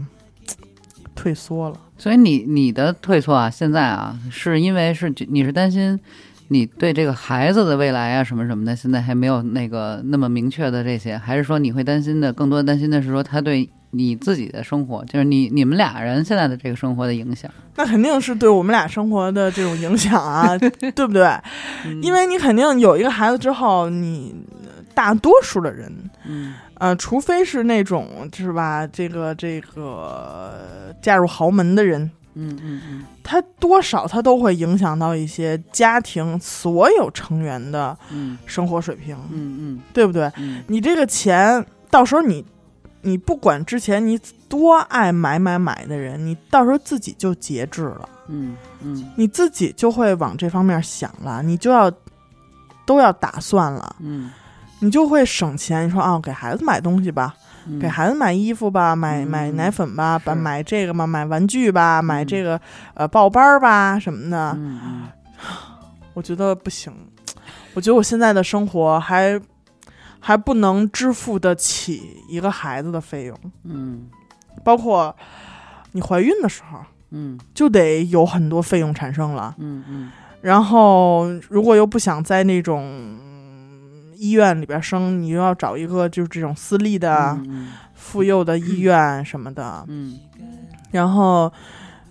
退缩了。所以你你的退缩啊，现在啊，是因为是你是担心你对这个孩子的未来啊什么什么的，现在还没有那个那么明确的这些，还是说你会担心的，更多担心的是说他对你自己的生活，就是你你们俩人现在的这个生活的影响，那肯定是对我们俩生活的这种影响啊，对不对？因为你肯定有一个孩子之后，你大多数的人，嗯呃，除非是那种是吧，这个这个嫁入豪门的人，嗯嗯嗯它多少它都会影响到一些家庭所有成员的嗯生活水平，嗯对不对？嗯你这个钱到时候你，你不管之前你多爱买买买的人，你到时候自己就节制了，嗯嗯你自己就会往这方面想了，你就要都要打算了，嗯你就会省钱。你说啊，给孩子买东西吧，嗯，给孩子买衣服吧，买嗯买奶粉吧，是把买这个嘛，买玩具吧，买嗯这个呃报班儿吧什么的。嗯嗯我觉得不行，我觉得我现在的生活还还不能支付得起一个孩子的费用，嗯包括你怀孕的时候嗯就得有很多费用产生了。嗯嗯然后如果又不想在那种嗯医院里边生，你又要找一个就是这种私立的嗯妇幼的医院什么的。嗯然后，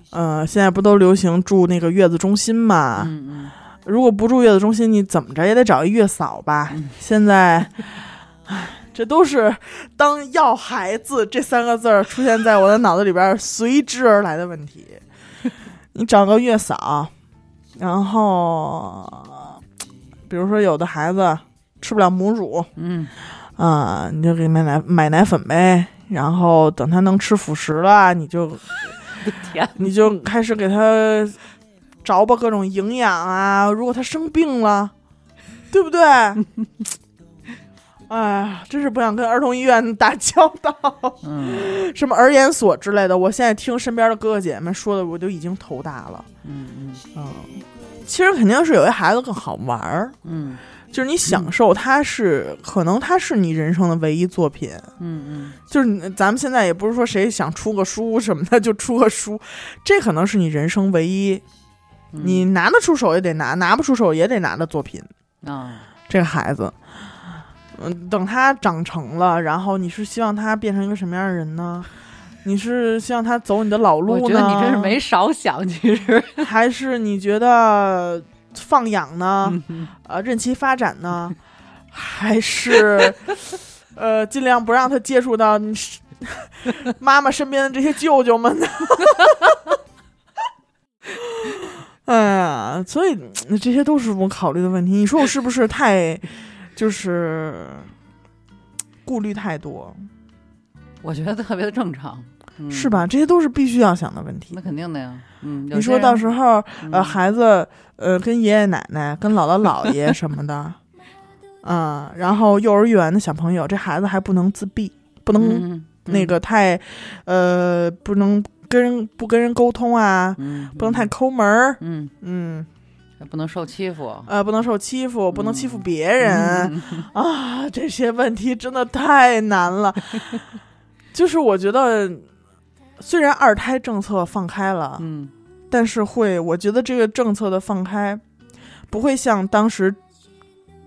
呃，现在不都流行住那个月子中心嘛？嗯如果不住月子中心，你怎么着也得找一月嫂吧？嗯现在，唉，这都是当“要孩子”这三个字儿出现在我的脑子里边儿随之而来的问题。你找个月嫂，然后，比如说有的孩子吃不了母乳嗯啊、你就给买奶买奶粉呗。然后等他能吃辅食了，你就天， <laughs> 你就开始给他着吧各种营养啊。如果他生病了，对不对？哎呀，真是不想跟儿童医院打交道，嗯什么儿研所之类的。我现在听身边的哥哥姐姐们说的，我都已经头大了。嗯嗯，其实肯定是有些孩子更好玩儿，嗯就是你享受它是，可能它是你人生的唯一作品。嗯就是你咱们现在也不是说谁想出个书什么的就出个书，这可能是你人生唯一嗯，你拿得出手也得拿，拿不出手也得拿的作品。啊，这个孩子，嗯，等他长成了，然后你是希望他变成一个什么样的人呢？你是希望他走你的老路我呢？觉得你真是没少想，其实， <laughs> 还是你觉得放养呢？嗯呃，任其发展呢？还 <laughs> 是呃，尽量不让他接触到你是妈妈身边的这些舅舅们呢？ <laughs> 哎呀，所以嗯这些都是我考虑的问题。你说我是不是太就是顾虑太多，我觉得特别的正常，嗯是？吧？这些都是必须要想的问题那。肯定的呀，嗯，你说到时候候呃，还孩子呃跟爷爷奶奶、跟姥姥 <laughs> 姥爷什么的，嗯，然后幼儿园的小朋友，这孩子还不能自闭，不能嗯那，个太，呃，不能跟人不跟人沟通啊，嗯，不能太抠门儿，嗯，嗯，不能受欺负。呃，不能受欺负，不能欺负别人、嗯啊，这些问题真的太 <laughs> 难了。就是我觉得，虽然二胎政策放开了，嗯，但是会，我觉得这个政策的放开，不会像当时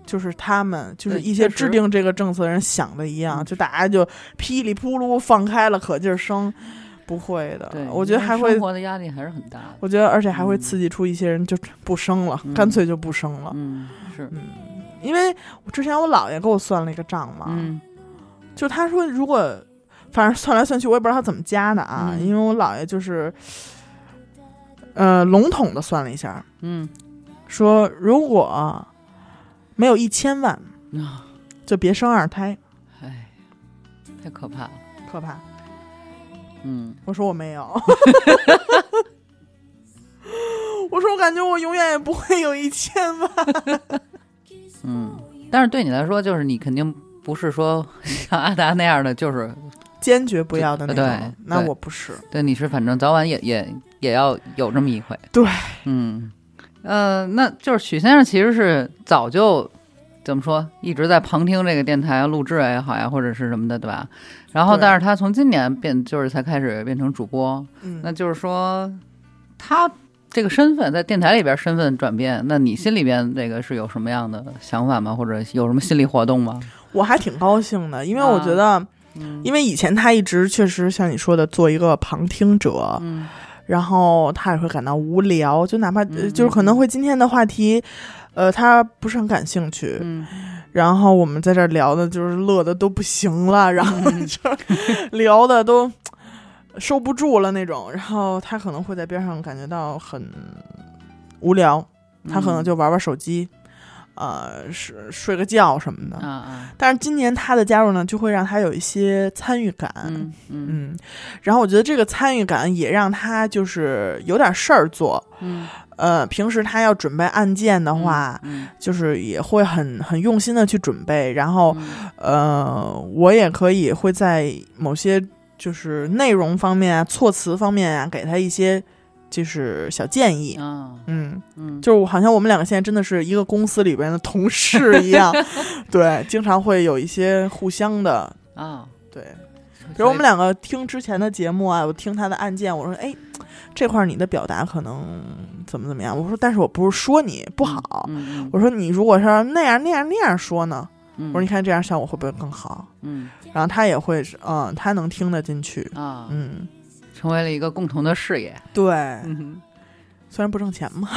就是他们就是对一些确实制定这个政策的人想的一样，嗯就大家就噼里扑噜放开了，可劲儿生，不会的对，。我觉得因为还会生，活的压力还是很大的。我觉得而且还会嗯刺激出一些人就不生了，嗯干脆就不生了。嗯，是，因为我之前我姥爷给我算了一个账嘛，嗯就他说如果反正算来算去，我也不知道他怎么加的啊，嗯因为我姥爷就是呃笼统的算了一下，嗯，说如果没有一千万，啊就别生二胎，哎，太可怕了。可怕。嗯，我说我没有， <laughs> 我说我感觉我永远也不会有一千万。嗯但是对你来说，就是你肯定不是说像阿达那样的，就是坚决不要的那对种，那对我不是。对，你是反正早晚也也也要有这么一回。对，嗯，呃，那就是许先生其实是早就怎么说，一直在旁听这个电台录制也好呀，或者是什么的，对吧？然后，对但是他从今年变就是才开始变成主播，那嗯，就是说他。这个身份在电台里边身份转变，那你心里边这个是有什么样的想法吗？或者有什么心理活动吗？我还挺高兴的，因为我觉得，嗯因为以前他一直确实像你说的，做一个旁听者，嗯然后他也会感到无聊，就哪怕、呃嗯就是可能会今天的话题，呃，他不是很感兴趣，嗯然后我们在这儿聊的就是乐的都不行了，然后就是 <laughs> 聊的都收不住了那种，然后他可能会在边上感觉到很无聊，他可能就玩玩手机，呃，睡睡个觉什么的。啊啊但是今年他的加入呢，就会让他有一些参与感，嗯嗯嗯，然后我觉得这个参与感也让他就是有点事儿做。嗯呃，平时他要准备案件的话，嗯就是也会很很用心的去准备。然后，嗯呃，我也可以会在某些就是内容方面啊、措辞方面啊，给他一些就是小建议。啊嗯，嗯，就是我好像我们两个现在真的是一个公司里边的同事一 <laughs> 样，对，经常会有一些互相的啊，对。比所以如我们两个听之前的节目啊，我听他的案件，我说哎，这块儿你的表达可能怎么怎么样？我说，但是我不是说你不好，嗯，我说你如果是那样那样那样说呢，嗯我说你看这样效果会不会更好？嗯然后他也会是，嗯，他能听得进去，嗯啊，嗯，哎成为了一个共同的事业。对，嗯，虽然不挣钱嘛，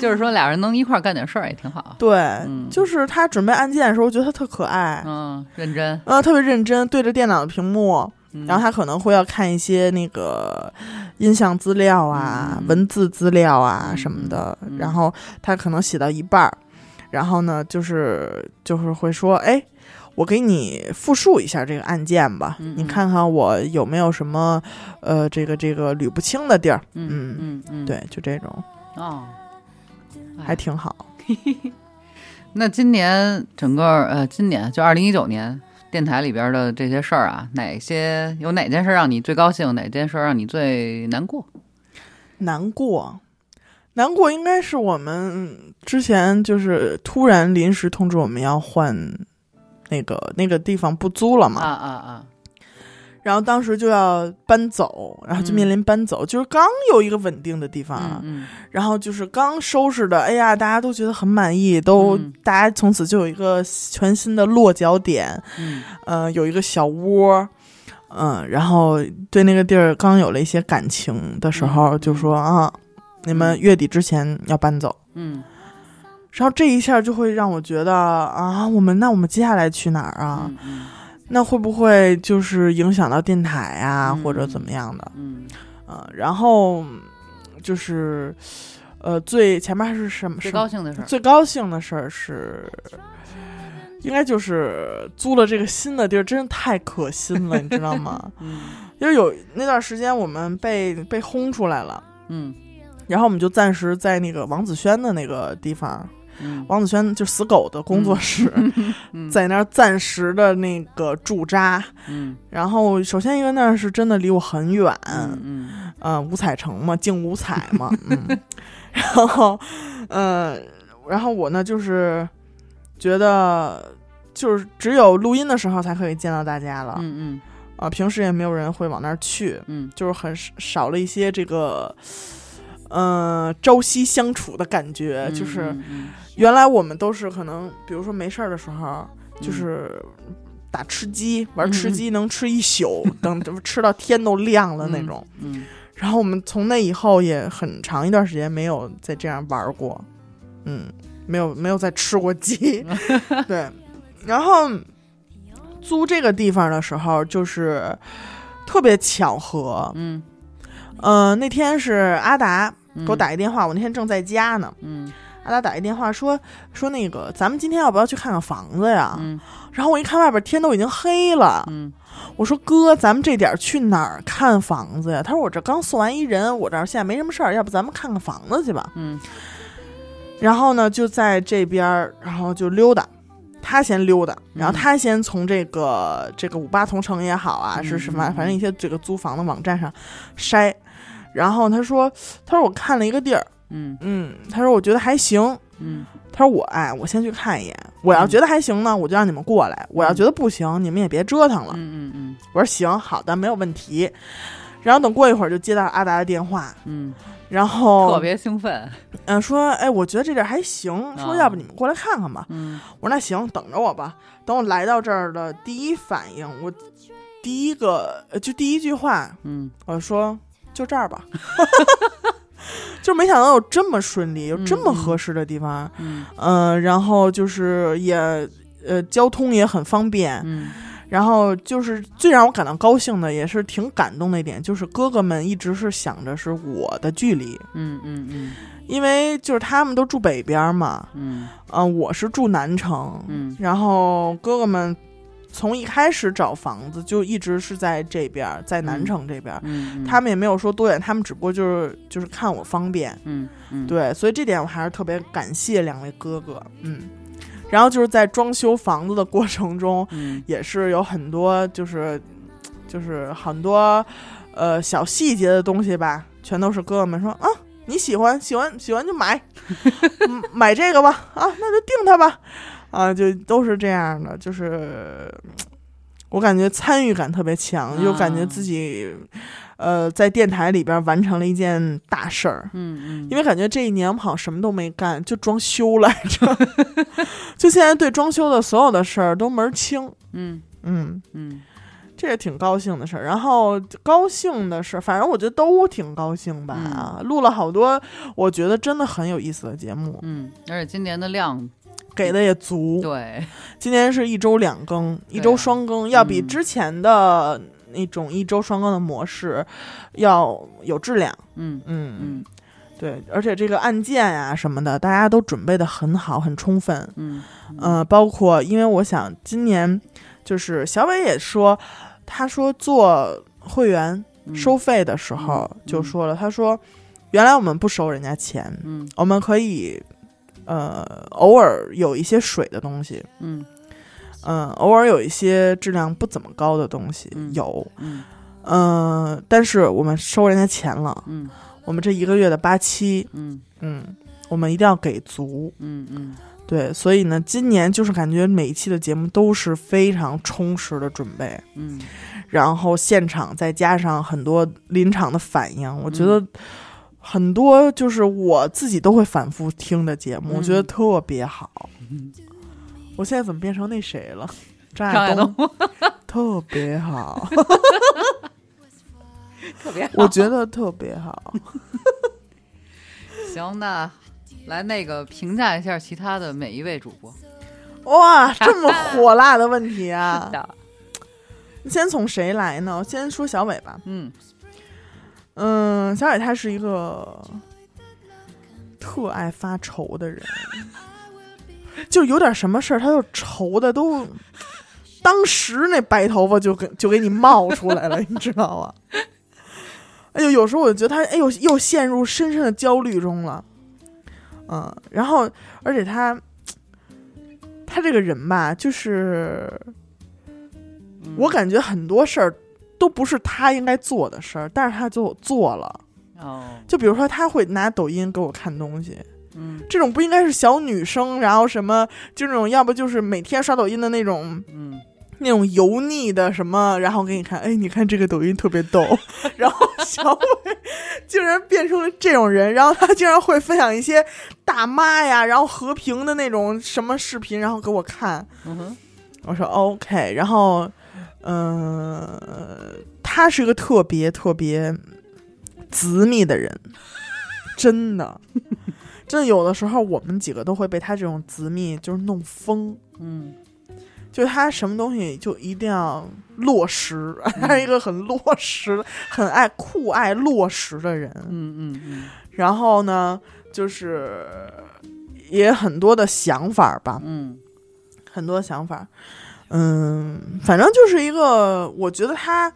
就是说俩人能一块儿干点事儿也挺好。对，嗯呃就是他准备案件的时候，我觉得他特可爱。嗯，认真。呃，特别认真，对着电脑的屏幕，嗯然后他可能会要看一些那个音像资料啊、嗯文字资料啊嗯什么嗯的，嗯然后他可能写到一半儿，然后呢，就是就是会说，哎，我给你复述一下这个案件吧，嗯你嗯看看我有没有什么呃这个这个捋不清的地儿，嗯嗯嗯，对，就这种哦，哎还挺好。那今年整个呃，今年就二零一九年电台里边的这些事儿啊，哪些有哪件事让你最高兴，哪件事让你最难过？难过，难过应该是我们之前就是突然临时通知我们要换那个那个地方不租了嘛，啊啊啊！然后当时就要搬走，然后就面临搬走，就是刚有一个稳定的地方啊，嗯然后就是刚收拾的，哎呀，大家都觉得很满意，都、嗯大家从此就有一个全新的落脚点，嗯呃，有一个小窝。嗯，然后对那个地儿刚有了一些感情的时候，嗯就说啊，你们月底之前要搬走。嗯然后这一下就会让我觉得啊，我们那我们接下来去哪儿啊？嗯嗯那会不会就是影响到电台啊，嗯或者怎么样的？嗯，嗯，然后嗯就是呃，最前面是什么？最什高么兴的事儿。最高兴的事儿是，应该就是租了这个新的地儿，真是太可心了，你知道 <laughs> 吗？嗯因为有那段时间我们被被轰出来了，嗯然后我们就暂时在那个王子轩的那个地方，嗯王子轩就死狗的工作室， <laughs> 嗯，在那儿暂时的那个驻扎。嗯然后，首先一个那儿是真的离我很远，嗯嗯呃五彩城嘛，竞五彩嘛，嗯，然后嗯、呃，然后我呢就是觉得就是只有录音的时候才可以见到大家了，嗯啊，平时也没有人会往那儿去，嗯就是很少少了一些这个，呃，朝夕相处的感觉。嗯，就是嗯嗯原来我们都是可能，比如说没事儿的时候，就嗯是打吃鸡，玩吃鸡能吃一宿，等 <laughs> 吃到天都亮了那种。嗯然后我们从那以后也很长一段时间没有再这样玩过，嗯，没有没有再吃过 <laughs> 鸡，对。然后租这个地方的时候，就是特别巧合，嗯嗯，那天是阿达嗯，给我打一电话，我那天正在家呢。嗯阿达打一电话说说那个，咱们今天要不要去看看房子呀？嗯然后我一看外边天都已经黑了，嗯我说哥，咱们这点儿去哪儿看房子呀？他说我这刚送完一人，我这儿现在没什么事儿，要不咱们看看房子去吧？嗯然后呢，就在这边儿，然后就溜达。他先溜达，嗯然后他先从这个这个五八同城也好啊，嗯是什么，反正一些这个租房的网站上筛。然后他说，他说我看了一个地儿，嗯嗯，他说我觉得还行。嗯他说我哎，我先去看一眼。我要觉得还行呢，我就让你们过来；我要觉得不行，你们也别折腾了。嗯嗯我说行，好的，没有问题。然后等过一会儿就接到阿达的电话，嗯，然后特别兴奋，嗯、说哎，我觉得这地儿还行，说啊要不你们过来看看吧。嗯我说那行，等着我吧。等我来到这儿的第一反应，我第一个呃就第一句话，嗯我说就这儿吧， <laughs> 就没想到有这么顺利，有这么嗯嗯合适的地方，嗯嗯、然后就是也呃交通也很方便，嗯然后就是最让我感到高兴的，也是挺感动的一点，就是哥哥们一直是想着是我的距离，嗯嗯嗯因为就是他们都住北边儿嘛，嗯嗯、我是住南城，嗯然后哥哥们从一开始找房子就一直是在这边儿，在南城这边儿，嗯，他们也没有说多远，他们只不过就是就是看我方便，嗯嗯对，所以这点我还是特别感谢两位哥哥，嗯。然后就是在装修房子的过程中，嗯也是有很多就是就是很多呃小细节的东西吧，全都是哥哥们说啊你喜欢喜欢喜欢就买， <laughs> 嗯买这个吧啊那就定它吧啊就都是这样的，就是我感觉参与感特别啊强，就感觉自己呃在电台里边完成了一件大事儿。嗯嗯，因为感觉这一年我们好像什么都没干，就装修来着， <laughs> 就现在对装修的所有的事儿都门儿清，嗯嗯，嗯这也挺高兴的事儿。然后高兴的事儿，反正我觉得都挺高兴吧。嗯录了好多，我觉得真的很有意思的节目，嗯，而且今年的量给的也足。对，啊今年是一周两更，一周双更，要比之前的那种一周双更的模式要有质量。嗯嗯嗯对，而且这个案件呀、什么的，大家都准备的很好，很充分。嗯呃，包括因为我想今年就是小伟也说，他说做会员收费的时候嗯就嗯说了，他说原来我们不收人家钱，嗯我们可以呃偶尔有一些水的东西，嗯嗯、偶尔有一些质量不怎么高的东西、嗯有，嗯嗯、但是我们收人家钱了，嗯我们这一个月的八七，嗯嗯，我们一定要给足。嗯嗯对，所以呢，今年就是感觉每一期的节目都是非常充实的准备，嗯然后现场再加上很多临场的反应，我觉得很多就是我自己都会反复听的节目，我觉得嗯特别好。我现在怎么变成那谁了？嗯张张亚亚东特别 <laughs> 好，特别我觉得特别好。行，那来那个评价一下其他的每一位主播。哇，这么火辣的问题啊！的，先从谁来呢？先说小伟吧。嗯嗯，小伟他是一个特爱发愁的人，就有点什么事儿，他就愁的都，当时那白头发就给就给你冒出来了，你知道吗？ <laughs> 哎呦，有时候我就觉得他，哎呦，又陷入深深的焦虑中了。嗯，然后而且他，嗯他这个人吧，就是我感觉很多事儿都不是他应该做的事儿，但是他就做了。哦，就比如说，他会拿抖音给我看东西，嗯这种不应该是小女生，然后什么就那种，要不就是每天刷抖音的那种嗯，那种油腻的什么，然后给你看，哎，你看这个抖音特别逗，然后小伟竟然变成了这种人，然后他竟然会分享一些大妈呀，然后和平的那种什么视频，然后给我看，嗯哼，我说 OK，然后，呃，他是一个特别特别执迷的人，真的， <laughs> 真的有的时候我们几个都会被他这种执迷就是弄疯，嗯就是他什么东西就一定要落实， <laughs> 他是一个很落实、很爱酷爱落实的人。嗯嗯嗯然后呢，就是也很多的想法吧，嗯很多想法。嗯，反正就是一个，我觉得他，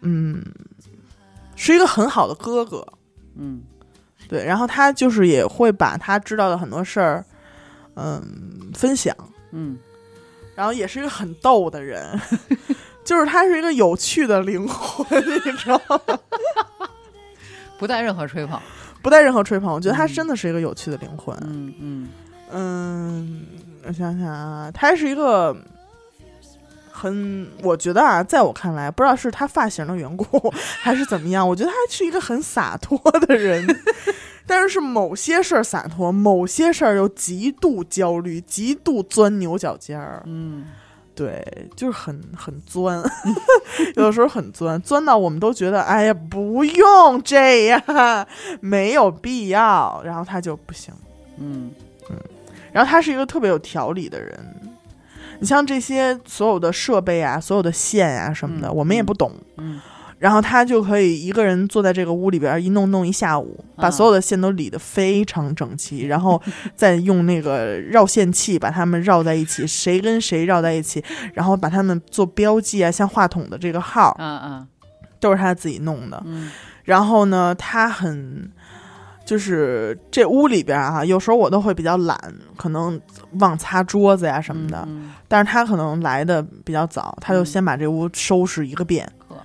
嗯，是一个很好的哥哥，嗯对。然后他就是也会把他知道的很多事儿，嗯，分享。嗯然后也是一个很逗的人，就是他是一个有趣的灵魂，你知道吗？嗯，不带任何吹捧，不带任何吹捧，我觉得他嗯真的是一个有趣的灵魂。嗯嗯嗯，我想想啊，他是一个很，我觉得啊，在我看来，不知道是他发型的缘故还是怎么样，我觉得他是一个很洒脱的人，但是是某些事儿洒脱，某些事儿又极度焦虑，极度钻牛角尖儿，嗯对，就是很很钻，有的时候很钻，钻到我们都觉得，哎呀，不用这样，没有必要，然后他就不行。嗯然后他是一个特别有条理的人。你像这些所有的设备啊、所有的线啊什么的，嗯我们也不懂。嗯然后他就可以一个人坐在这个屋里边一弄弄一下午，啊把所有的线都理得非常 <laughs> 整齐，然后再用那个绕线器把它们绕在一起，谁跟谁绕在一起，然后把它们做标记啊，像话筒的这个号啊啊都是他自己弄的。嗯然后呢，他很就是这屋里边啊，有时候我都会比较懒，可能忘擦桌子呀什么的。嗯但是他可能来的比较早，他就嗯先把这屋收拾一个遍，呵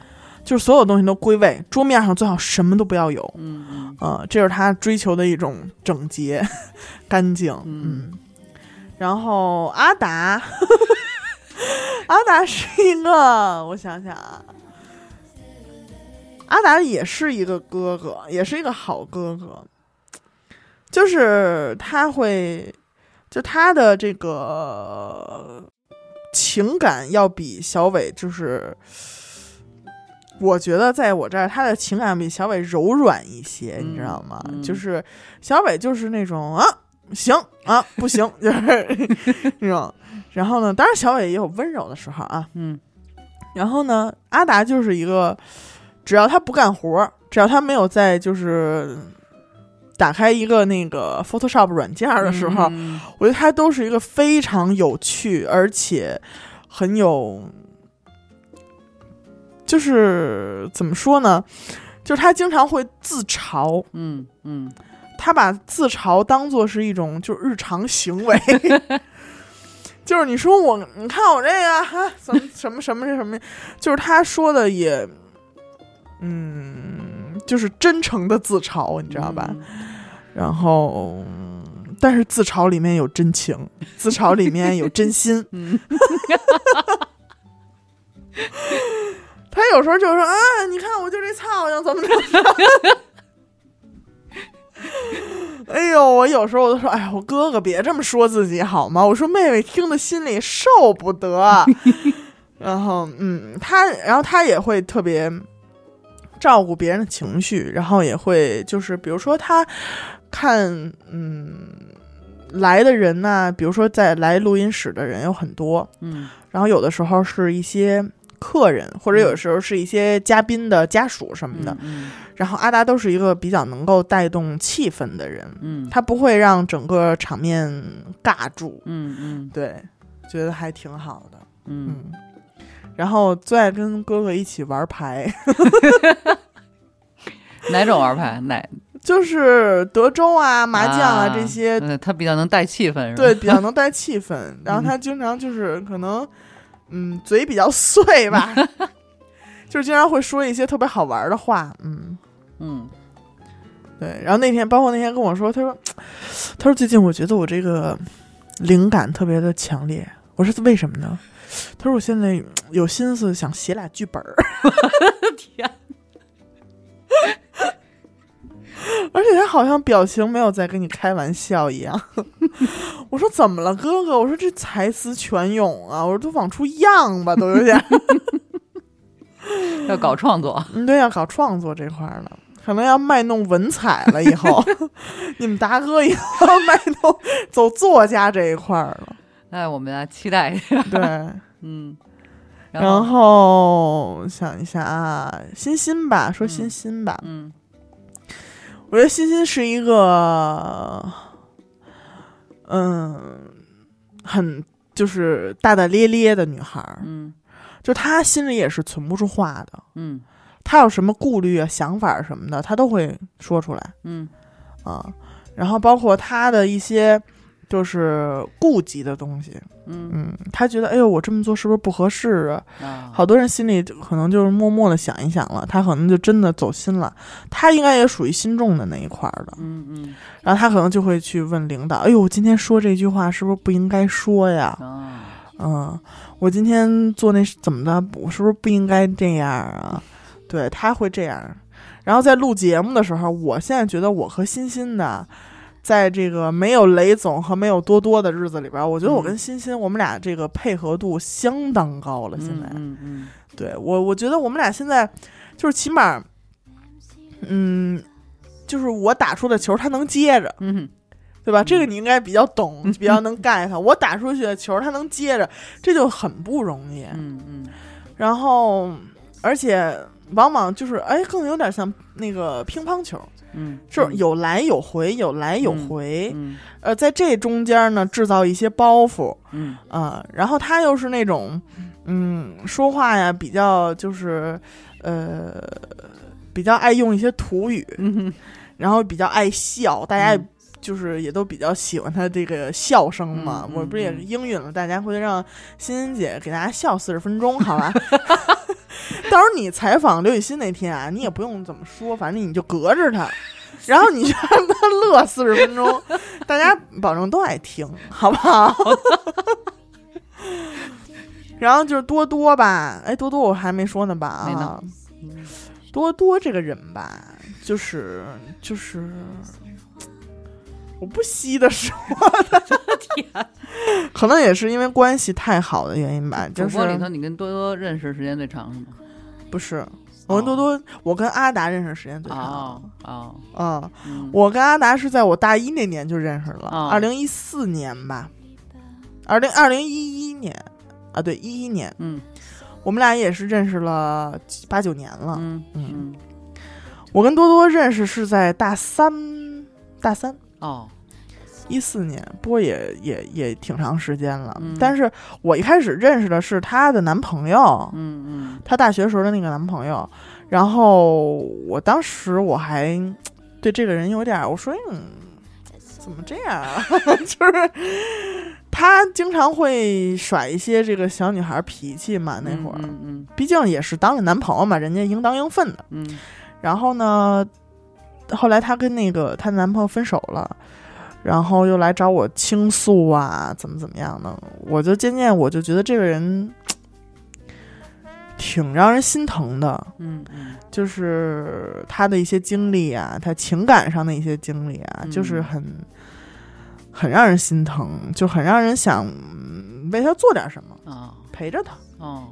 就是所有东西都归位，桌面上最好什么都不要有。嗯呃，这是他追求的一种整洁、干净。嗯嗯，然后阿达，阿达是一个，我想想啊，阿达也是一个哥哥，也是一个好哥哥，就是他会，就他的这个情感要比小伟就是。我觉得在我这儿，他的情感比小伟柔软一些，嗯你知道吗？嗯就是小伟 <laughs> 就是那种啊，行啊，不行，就是 <laughs> 那种。然后呢，当然小伟也有温柔的时候啊。嗯然后呢，阿达就是一个，只要他不干活儿，只要他没有在就是打开一个那个 Photoshop 软件儿的时候，嗯我觉得他都是一个非常有趣，而且很有，就是怎么说呢？就是他经常会自嘲，嗯嗯他把自嘲当做是一种就是日常行为，就是你说我，你看我这个哈，怎么什么什么什么，就是他说的也，嗯，就是真诚的自嘲，你知道吧？然后，嗯但是自嘲里面有真情，自嘲里面有真心。嗯 <laughs> 他有时候就说啊，你看我就这操性怎么 <laughs> 着？哎呦，我有时候我都说，哎呀，我哥哥别这么说自己好吗？我说妹妹听的心里受不得。啊 <laughs> 然后，嗯，他，然后他也会特别照顾别人的情绪，然后也会就是，比如说他看，嗯，来的人呢、比如说在来录音室的人有很多，嗯然后有的时候是一些客人，或者有的时候是一些嘉宾的家属什么的。嗯然后阿达都是一个比较能够带动气氛的人，嗯他不会让整个场面尬住，嗯对，觉得还挺好的，嗯嗯。然后最爱跟哥哥一起玩牌， <laughs> 嗯哪种玩牌哪就是德州啊、麻将啊啊这些，呃，他比较能带气氛，是吧？对，比较能带气氛。 <laughs> 然后他经常就是可能，嗯，嘴比较碎吧，就是经常会说一些特别好玩的话，嗯，嗯，对。然后那天，包括那天跟我说，他说，他说最近我觉得我这个灵感特别的强烈。我说为什么呢？他说我现在有心思想写俩剧本儿， <laughs> 天，而且他好像表情没有在跟你开玩笑一样。 <laughs> 我说怎么了，哥哥？我说这才思泉涌啊！我说都往出漾吧，都有点。要搞创 <laughs> 作，嗯，对呀、搞创作这块儿了，可能要卖弄文采了。以 <laughs> 后你们达哥以后要卖弄走作家这一块儿了。哎，我们来期待一下， <laughs> 对，嗯，然然后，后想一下啊，欣欣吧，说欣欣吧，嗯，我觉得欣欣是一个，嗯，很就是大大咧咧的女孩儿，嗯，就她心里也是存不住话的，嗯，她有什么顾虑啊、想法儿什么的，她都会说出来。嗯，啊，然后包括他的一些就是顾忌的东西，嗯，嗯，他觉得哎呦我这么做是不是不合适啊？啊，好多人心里可能就是默默的想一想了，他可能就真的走心了，他应该也属于心重的那一块儿的，嗯嗯，然后他可能就会去问领导，哎呦我今天说这句话是不是不应该说呀？啊，嗯，我今天做那怎么的，我是不是不应该这样啊？对他会这样。然后在录节目的时候，我现在觉得我和欣欣呢，在这个没有雷总和没有多多的日子里边，我觉得我跟欣欣，我们俩这个配合度相当高了。现在，嗯嗯对我，我觉得我们俩现在就是起码，嗯，就是我打出的球，他能接着。嗯对吧？这个你应该比较懂，比较能 get。我打出去的球，他能接着，这就很不容易。嗯嗯然后，而且往往就是，哎，更有点像那个乒乓球，嗯，就是有来有回，有来有嗯回。嗯呃，在这中间呢，制造一些包袱嗯啊、然后他又是那种，嗯，说话呀比较就是，呃，比较爱用一些土语，嗯然后比较爱笑，大家也嗯就是也都比较喜欢他这个笑声嘛。嗯嗯我不是也是应允了大家，会让欣欣姐给大家笑四十分钟，好吧？ <laughs> 到时候你采访刘雨欣那天啊，你也不用怎么说，反正你就隔着她，然后你就让她乐四十分钟，大家保证都爱听，好不好？ <laughs> 然后就是多多吧，哎，多多我还没说呢吧没啊呢，多多这个人吧，就是就是，我不惜的说的，可能也是因为关系太好的原因吧，主就是播里头，你跟多多认识时间最长是吗？不是我跟多多，我跟阿达认识时间最长，哦哦，嗯，嗯我跟阿达是在我大一那年就认识了，哦二零一四年吧，二零二零一一年啊，对，一一年，嗯我们俩也是认识了七八九年了，嗯嗯我跟多多认识是在大三，大三。哦一四年，不过也也也挺长时间了。嗯但是我一开始认识的是她的男朋友，嗯嗯她大学时候的那个男朋友。然后我当时我还嗯对这个人有点儿，我说嗯，怎么这样啊？ <laughs> 就是他经常会甩一些这个小女孩脾气嘛。那会儿，嗯毕竟也是当了男朋友嘛，人家应当应分的。嗯然后呢，后来她跟那个她男朋友分手了，然后又来找我倾诉啊，怎么怎么样的，我就渐渐我就觉得这个人挺让人心疼的，嗯嗯就是她的一些经历啊，她情感上的一些经历啊，嗯就是很很让人心疼，就很让人想嗯为她做点什么，哦陪着她。哦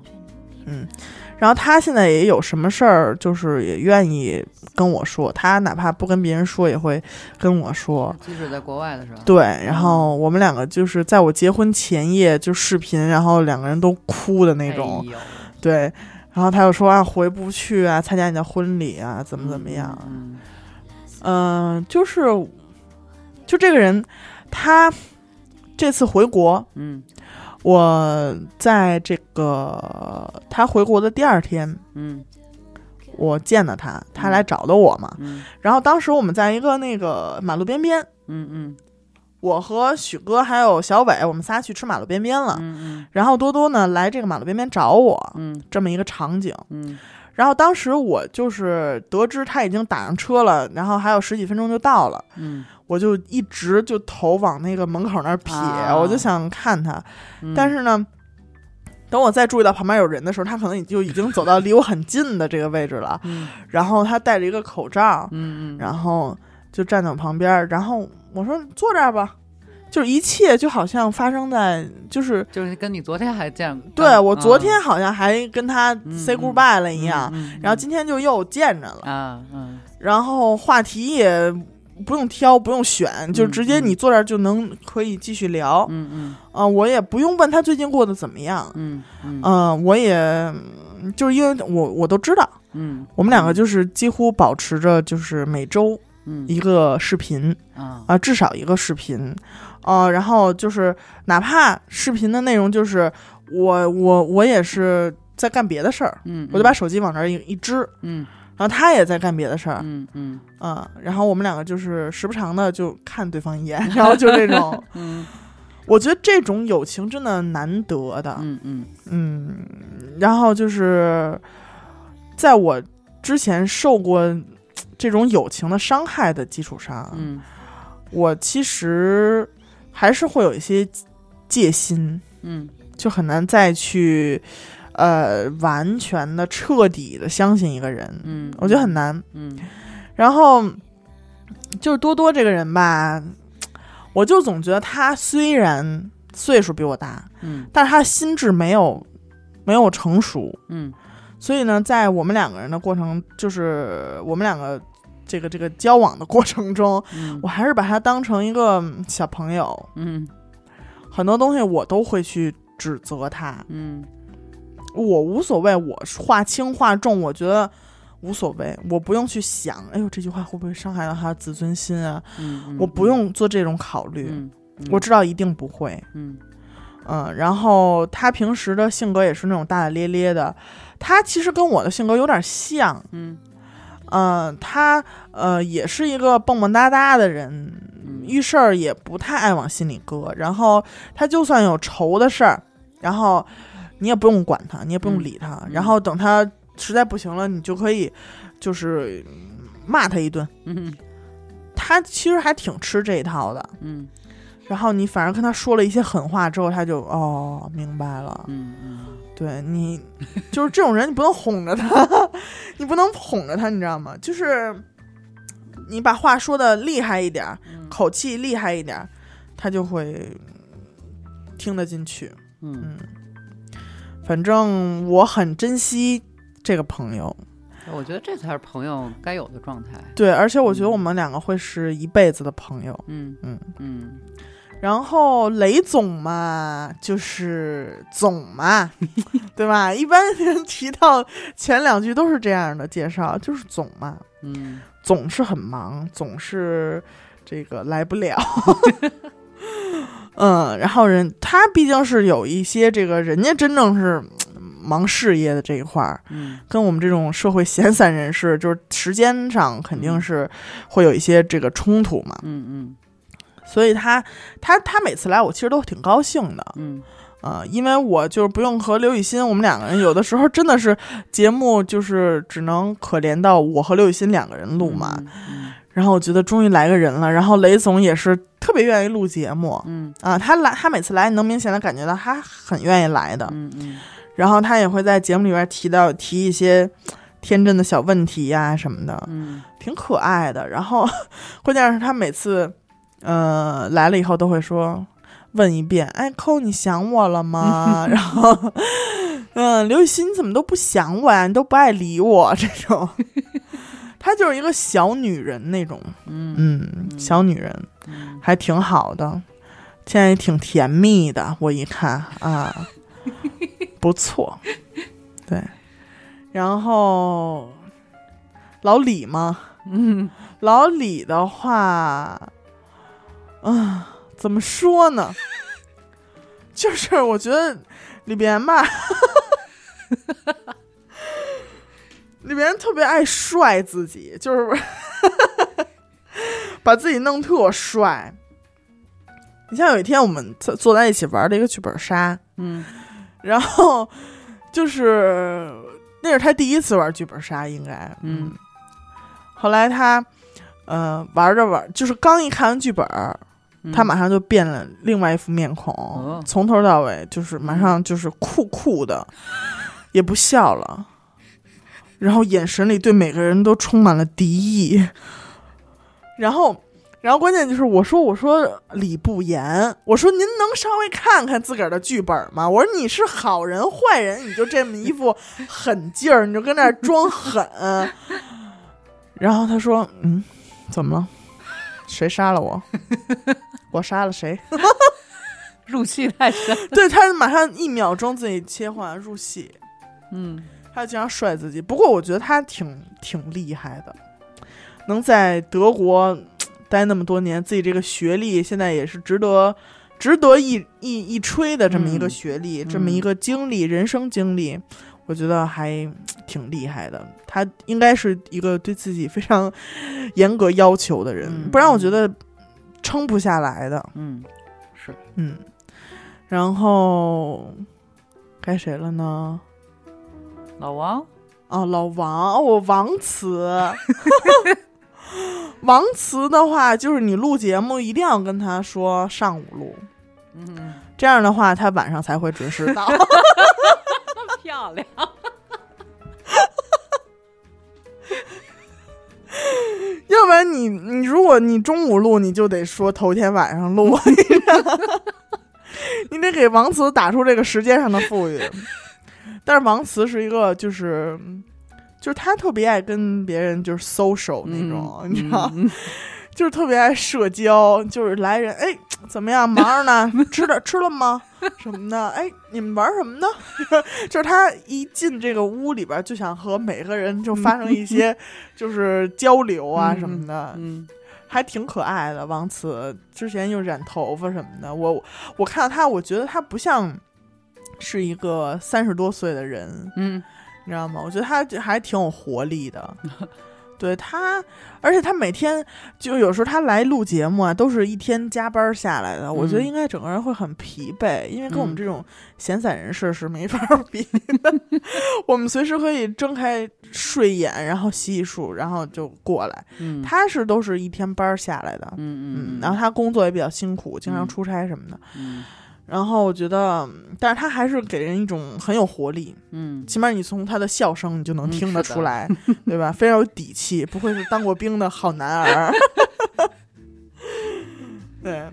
然后他现在也有什么事儿，就是也愿意跟我说，他哪怕不跟别人说，也会跟我说。即使在国外的时候，对，然后我们两个就是在我结婚前夜就视频，然后两个人都哭的那种。哎对，然后他又说啊回不去啊，参加你的婚礼啊，怎么怎么样？嗯嗯、就是就这个人，他这次回国，嗯我在这个他回国的第二天，嗯我见到他，他来找的我嘛。嗯然后当时我们在一个那个马路边边，嗯我和许哥还有小伟，我们仨去吃马路边边了。嗯嗯然后多多呢来这个马路边边找我，嗯这么一个场景。嗯然后当时我就是得知他已经打上车了，然后还有十几分钟就到了，嗯，我就一直就头往那个门口那儿撇，啊我就想看他。嗯但是呢，等我再注意到旁边有人的时候，他可能就已经走到离我很近的这个位置了。嗯然后他戴着一个口罩，嗯，然后就站在我旁边儿。然后我说坐这儿吧，就是一切就好像发生在就是。就是跟你昨天还见，对我昨天好像还跟他 say 嗯 goodbye 了一样，嗯然后今天就又见着了。啊嗯然后话题也不用挑，不用选，就直接嗯你坐这儿就能可以继续聊啊、嗯嗯我也不用问他最近过得怎么样，嗯嗯嗯嗯、我也嗯就是因为我我都知道，嗯，我们两个就是几乎保持着就是每周嗯一个视频啊啊、至少一个视频，呃，然后就是哪怕视频的内容就是我我我也是在干别的事儿，嗯，我就把手机往这儿一一支，嗯然后他也在干别的事儿，嗯嗯嗯，然后我们两个就是时不常的就看对方一眼，然后就这 <laughs> 种，嗯我觉得这种友情真的难得的，嗯嗯嗯，然后就是在我之前受过嘖这种友情的伤害的基础上，嗯我其实还是会有一些戒心，嗯就很难再去呃完全的、彻底的相信一个人，嗯，我觉得很难，嗯然后就是多多这个人吧，我就总觉得他虽然岁数比我大，嗯但是他的心智没有没有成熟，嗯所以呢，在我们两个人的过程，就是我们两个这个这个交往的过程中，嗯我还是把他当成一个嗯小朋友，嗯很多东西我都会去指责他，嗯我无所谓，我话轻话重，我觉得。无所谓，我不用去想，哎呦，这句话会不会伤害到他的自尊心啊？嗯，我不用做这种考虑，嗯，我知道一定不会。嗯嗯，然后他平时的性格也是那种大大咧咧的，他其实跟我的性格有点像。嗯嗯、他呃也是一个蹦蹦哒哒的人，嗯遇事儿也不太爱往心里搁。然后他就算有愁的事儿，然后你也不用管他，你也不用嗯理他。嗯然后等他实在不行了，你就可以就是嗯骂他一顿。嗯他其实还挺吃这一套的。嗯然后你反而跟他说了一些狠话之后，他就哦明白了，嗯对你就是这种人，你不能哄着他， <laughs> 你不能哄着他，你知道吗？就是你把话说的厉害一点儿，嗯口气厉害一点儿，他就会听得进去。嗯，嗯，反正我很珍惜这个朋友，我觉得这才是朋友该有的状态。对，而且我觉得我们两个会是一辈子的朋友。嗯嗯然后雷总嘛，就是总嘛， <laughs> 对吧？一般人提到前两句都是这样的介绍，就是总嘛，嗯总是很忙，总是这个来不了。 <laughs> 嗯，然后人他毕竟是有一些这个人家真正是嗯忙事业的这一块儿，嗯跟我们这种社会闲散人士，就是时间上肯定是会有一些这个冲突嘛。嗯所以他他他每次来，我其实都挺高兴的，嗯呃，因为我就是不用和刘雨欣，我们两个人有的时候真的是节目就是只能可怜到我和刘雨欣两个人录嘛。然后我觉得终于来个人了，然后雷总也是特别愿意录节目嗯啊、他来他每次来能明显的感觉到他很愿意来的，嗯嗯然后他也会在节目里边提到提一些。天真的小问题呀、什么的，嗯挺可爱的。然后 <laughs> 关键是他每次，呃，来了以后都会说问一遍，哎，扣你想我了吗？ <laughs> 然后，嗯、刘雨欣你怎么都不想我呀？你都不爱理我这 <laughs> 种。她就是一个小女人那种，嗯嗯，小女人嗯还挺好的，现在也挺甜蜜的。我一看 <laughs> 啊，不错，对。然后老李嘛，嗯老李的话，啊，怎么说呢？ <laughs> 就是我觉得里边吧， <laughs> 里边特别爱帅自己，就是 <laughs> 把自己弄特帅。你像有一天我们坐坐在一起玩了一个剧本杀，嗯然后就是那是他第一次玩剧本杀，应该。嗯，后来他呃玩着玩，就是刚一看完剧本儿，嗯他马上就变了另外一副面孔，哦从头到尾就是马上就是酷酷的，也不笑了，然后眼神里对每个人都充满了敌意，然后。然后关键就是我说我说李不言，我说您能稍微看看自个儿的剧本吗？我说你是好人坏人，你就这么一副狠劲儿，你就跟那儿装狠。然后他说：“嗯，怎么了？谁杀了我？我杀了谁？入戏太深， <laughs> 对他马上一秒钟自己切换入戏，嗯他就经常摔自己。不过我觉得他挺挺厉害的，能在德国嘖待那么多年，自己这个学历现在也是值得值得一一一吹的这么一个嗯学历，嗯这么一个经历，人生经历。我觉得还嘖挺厉害的，他应该是一个对自己非常严格要求的人，嗯不然我觉得撑不下来的。嗯，是嗯，然后该谁了呢？老王，哦，老王，哦我王慈。王慈的话，就是你录节目一定要跟他说上午录，嗯，这样的话他晚上才会准时到。漂亮， <laughs> 要不然你你如果你中午录，你就得说头天晚上录，啊 <laughs> 你得给王慈打出这个时间上的富裕。但是王慈是一个就是就是他特别爱跟别人就是 social 那种，你知道，嗯就是特别爱社交，就是来人哎怎么样忙着呢？ <laughs> 吃的吃了吗？什么的？哎，你们玩什么呢？ <laughs> 就是他一进这个屋里边就想和每个人就发生一些 <laughs> 就是交流啊什么的，嗯还挺可爱的。王慈之前又染头发什么的，我我看到他，我觉得他不像是一个三十多岁的人，嗯你知道吗？我觉得他还挺有活力的。 <laughs> 对他，而且他每天就有时候他来录节目啊，都是一天加班下来的。我觉得应该整个人会很疲惫，因为跟我嗯们这种闲散人士是没法儿 <laughs> 比的。我们随时可以睁开睡眼，然后洗洗漱，然后就过来。嗯，他是都是一天班儿下来的，嗯嗯，嗯，然后他工作也比较辛苦，经常嗯出差什么的。嗯然后我觉得，嗯但是他还是给人一种很有活力，嗯起码你从他的笑声你就能嗯听是得的 <laughs> 出来，对吧？非常有底气，不愧是当过兵的好男儿。 <laughs> 对，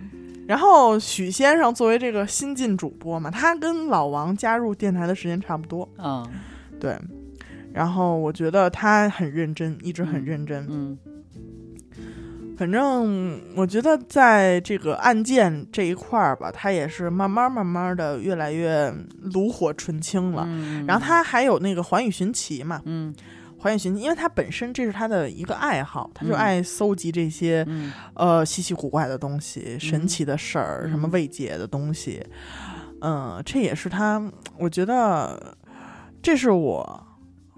然后许先生作为这个新晋主播嘛，他跟老王加入电台的时间差不多，啊对。然后我觉得他很认真，一直很嗯认真。嗯反正我觉得在这个案件这一块儿吧，他也是慢慢慢慢的越来越炉火纯青了。嗯，然后他还有那个环宇寻奇嘛，嗯环宇寻奇，因为他本身这是他的一个爱好，他就嗯爱搜集这些、嗯呃稀奇古怪的东西、神奇的事儿、嗯什么未解的东西。嗯、这也是他，我觉得这是我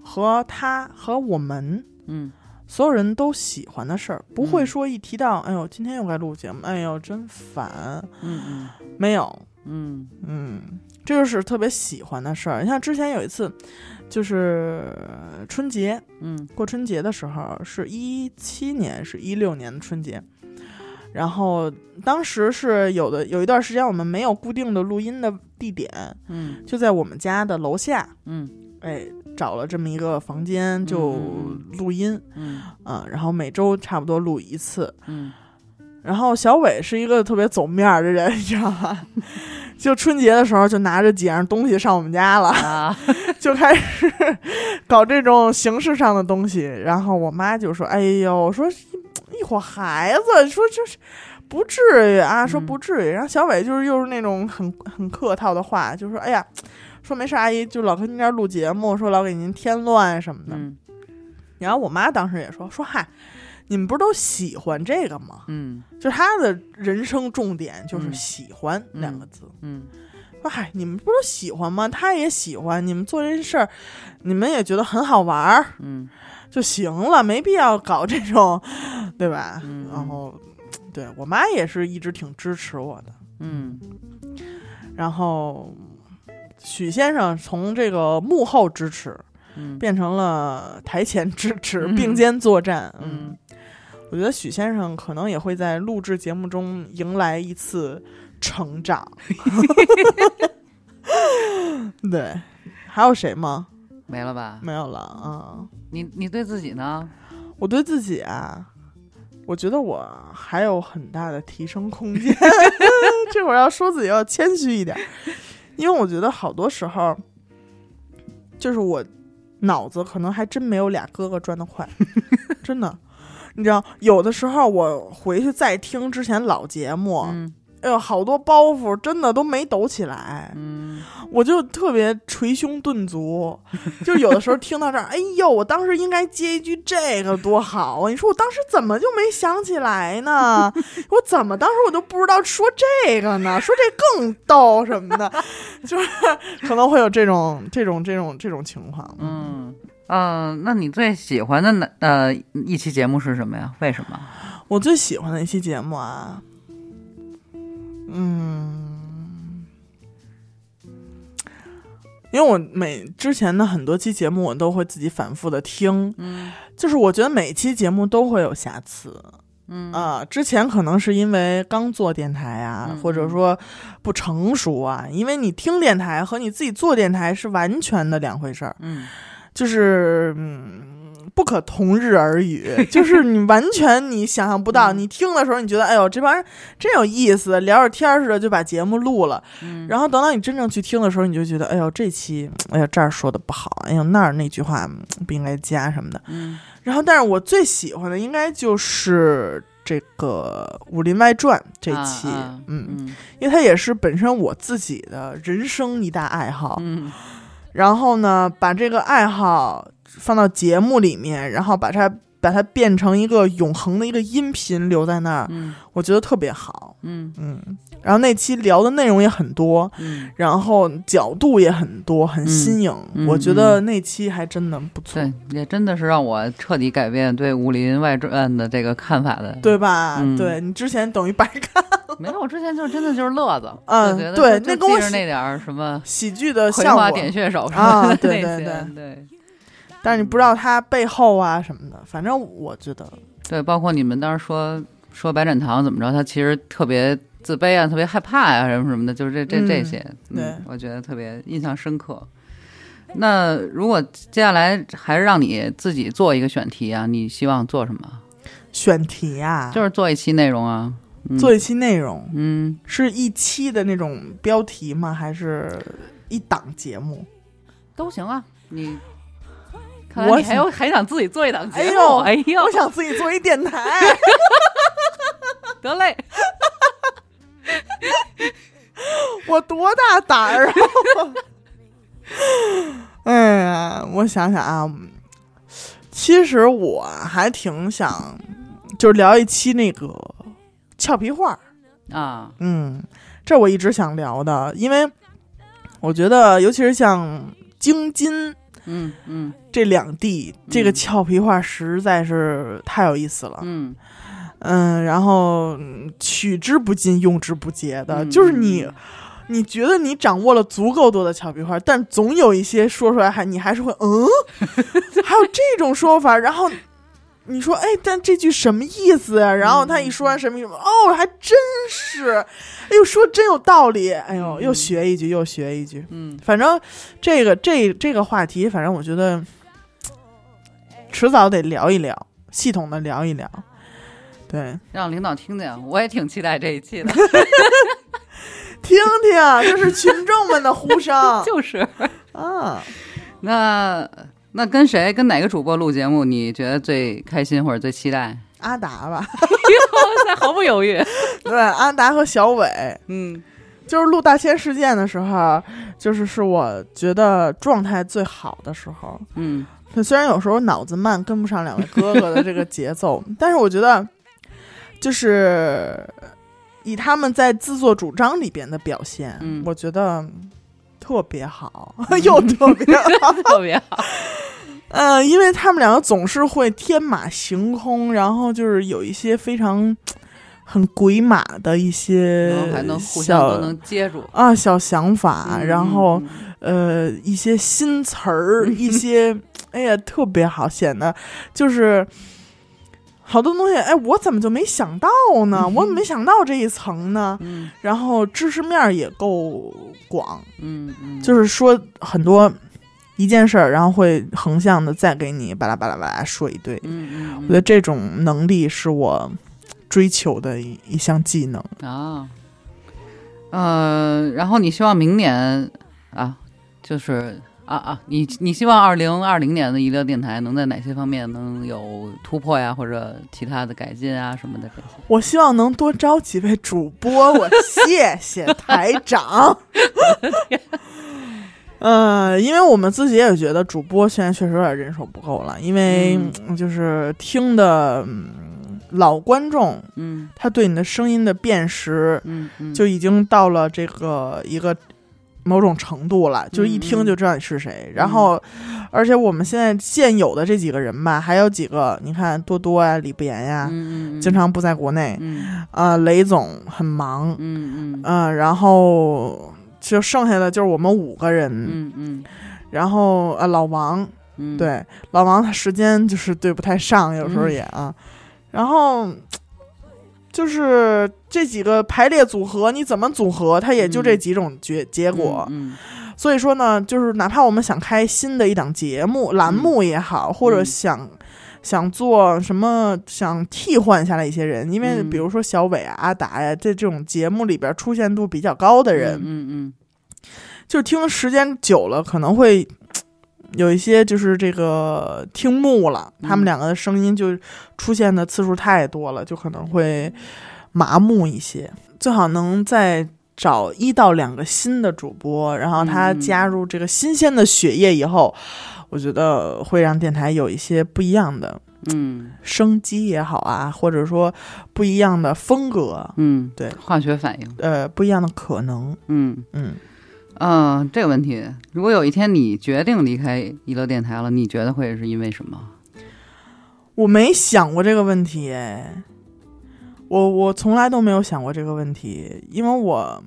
和他和我们嗯所有人都喜欢的事儿，不会嗯说一提到，哎呦，今天又该录节目，哎呦，真烦。嗯没有，嗯嗯，这就是特别喜欢的事儿。你像之前有一次，就是呃春节嗯过春节的时候，是一七年，是一六年的春节。然后当时是有的有一段时间我们没有固定的录音的地点，嗯就在我们家的楼下，嗯哎，找了这么一个房间就嗯录音，嗯啊，然后每周差不多录一次。嗯然后小伟是一个特别走面儿的人，你知道吗？ <laughs> 就春节的时候就拿着几样东西上我们家了，啊，就开始 <laughs> 搞这种形式上的东西。然后我妈就说：“哎呦，说一伙孩子，说这是不至于啊，说嗯不至于。然后小伟就是又是那种很很客套的话，就说：“哎呀，说没事，阿姨就老跟您这儿录节目，说老给您添乱什么的。嗯然后我妈当时也说说嗨，你们不是都喜欢这个吗？嗯就是她的人生重点就是嗯喜欢两个字。嗯说嗨，你们不都喜欢吗？她也喜欢，你们做这事儿，你们也觉得很好玩儿嗯就行了，没必要搞这种，对吧？嗯然后，对我妈也是一直挺支持我的。嗯然后，许先生从这个幕后支持嗯变成了台前支持、嗯并肩作战。嗯，嗯我觉得许先生可能也会在录制节目中迎来一次成长。对，还有谁吗？没了吧？没有了啊、你你对自己呢？我对自己啊，我觉得我还有很大的提升空间。这会儿要说自己要谦虚一点儿，因为我觉得好多时候，就是我脑子可能还真没有俩哥哥转得快，真的。你知道，有的时候我回去再听之前老节目，嗯哎呦，好多包袱真的都没抖起来，嗯我就特别捶胸顿足， <laughs> 就有的时候听到这儿，哎呦，我当时应该接一句这个多好啊！你说我当时怎么就没想起来呢？我怎么当时我都不知道说这个呢？说这更逗什么的， <laughs> 就是可能会有这种这种这种这种情况。嗯呃，那你最喜欢的哪呃一期节目是什么呀？为什么？我最喜欢的一期节目啊，嗯，因为我每之前的很多期节目我都会自己反复的听，嗯就是我觉得每期节目都会有瑕疵。嗯啊、之前可能是因为刚做电台啊，嗯或者说不成熟啊，因为你听电台和你自己做电台是完全的两回事儿。嗯就是嗯，不可同日 <laughs> 而语，就是你完全你想象不到，嗯你听的时候你觉得哎呦这帮人真有意思，聊着天儿似的就把节目录了，嗯然后等到你真正去听的时候，你就觉得哎呦这期哎呀这儿说的不好，哎呦那儿那句话嗯不应该加什么的。嗯然后，但是我最喜欢的应该就是。这个《武林外传》这啊期，啊嗯，嗯因为它也是本身我自己的人生一大爱好，嗯然后呢，把这个爱好放到节目里面，然后把它把它变成一个永恒的一个音频留在那儿，嗯我觉得特别好。嗯嗯，然后那期聊的内容也很多，嗯，然后角度也很多，很新颖。嗯我觉得那期还真的不错，对，也真的是让我彻底改变对《武林外传》嗯的这个看法的。对吧？嗯对你之前等于白看没有，我之前就真的就是乐子，嗯就觉得对就那就跟我记着喜那点儿什么喜剧的葵效花果，点穴手什啊么的对那对些对但是你不知道它背后啊什么的。反正我觉得，对，包括你们当时说说白展堂怎么着，他其实特别自卑啊，特别害怕呀、什么什么的，就是这这嗯这些，对嗯，我觉得特别印象深刻。那如果接下来还是让你自己做一个选题啊，你希望做什么？选题啊，就是做一期内容啊，嗯做一期内容，嗯，是一期的那种标题吗？还是一档节目？都行啊，你。看来我你还有还想自己做一档节哎目？呦哎呦， <laughs> 我想自己做一电台，得嘞， <laughs> 我多大胆儿啊！ <laughs> 哎呀，我想想啊，其实我还挺想，就是聊一期那个俏皮话儿。啊，嗯，这我一直想聊的，因为我觉得，尤其是像京津嗯嗯这两地，这个嗯俏皮话实在是太有意思了。嗯，嗯，然后嗯取之不尽，用之不竭的，嗯呃就是你，你觉得你掌握了足够多的俏皮话，但总有一些说出来还你还是会嗯， <laughs> 还有这种说法，然后你说哎，但这句什么意思啊？然后他一说嗯完什么意思，哦，还真是，哎呦，说真有道理，哎呦，又嗯学一句，又学一句，嗯反正这个这这个话题，反正我觉得迟早得聊一聊，系统的聊一聊。对，让领导听见，我也挺期待这一期 <laughs> 的，听听，这是群众们的呼声就是。啊！那那跟谁跟哪个主播录节目，你觉得最开心或者最期 <laughs> 待？阿达吧， <laughs> 哇塞，毫不犹豫。对，阿达和小伟，嗯就是录大千世界的时候，就是是我觉得状态最好的时候。嗯对虽然有时候脑子慢，跟不上两位哥哥的这个节奏， <laughs> 但是我觉得，就是以他们在自作主张里边的表现，嗯我觉得特别好， <laughs> 又特别好。 <laughs> 特别好。嗯，因为他们两个总是会天马行空，然后就是有一些非常很鬼马的一些然后还能互相呃小都能接住。啊小想法，嗯然后嗯呃一些新词 <laughs> 儿，一些哎呀特别好，显得就是好多东西，哎，我怎么就没想到呢？我 <laughs> 怎么没想到这一层呢？嗯然后知识面儿也够广，嗯嗯，就是说很多一件事儿，然后会横向的再给你巴拉巴拉巴拉说一堆。嗯我嗯觉得这种能力是我追求的一一项技能。嗯啊，呃，然后你希望明年啊，就是啊啊，你你希望二零二零年的娱乐电台能在哪些方面能有突破呀，或者其他的改进啊什么的改进？我希望能多招几位主播，我谢谢台 <laughs> 长。呃，因为我们自己也觉得主播现在确实有点人手不够了，因为、嗯就是听的、嗯老观众，嗯他对你的声音的辨识嗯嗯，就已经到了这个一个某种程度嗯了，就是一听就知道你是谁。然后，而且我们现在现有的这几个人吧，还有几个，你看多多呀、李不言呀，嗯嗯嗯经常不在国内。嗯啊，雷总很忙，嗯嗯嗯、然后就剩下的就是我们五个人，嗯嗯然后啊，老王，嗯，对，老王他时间就是对不太上，有时候也啊，然后就是这几个排列组合，你怎么组合，它也就这嗯几种结结结果，嗯所以说呢，就是哪怕我们想开新的一档节目栏目也好，或者嗯想、想做什么，想替换下来一些人，因为嗯比如说小伟啊、阿达呀、这这种节目里边出现度比较高的人，嗯就是听时间久了可能会。嘖有一些就是这个听木了，嗯他们两个的声音就出现的次数太多了，就可能会麻木一些。最好能再找一到两个新的主播，然后他嗯加入这个新鲜的血液以后，我觉得会让电台有一些不一样的嗯生机也好啊，或者说不一样的风格，嗯，对化学反应，呃，不一样的可能。嗯嗯，嗯、这个问题，如果有一天你决定离开娱乐电台了，你觉得会是因为什么？我没想过这个问题，哎，我我从来都没有想过这个问题，因为我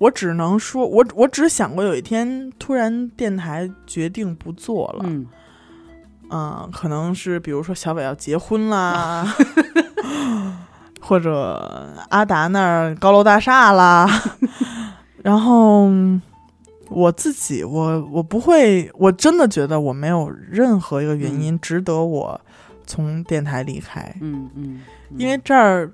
我只能说，我我只想过有一天突然电台决定不做了，嗯嗯，可能是比如说小伟要结婚啦，或者阿达那儿高楼大厦啦，然后我自己，我我不会，我真的觉得我没有任何一个原因值得我从电台离开，嗯嗯，嗯因为这儿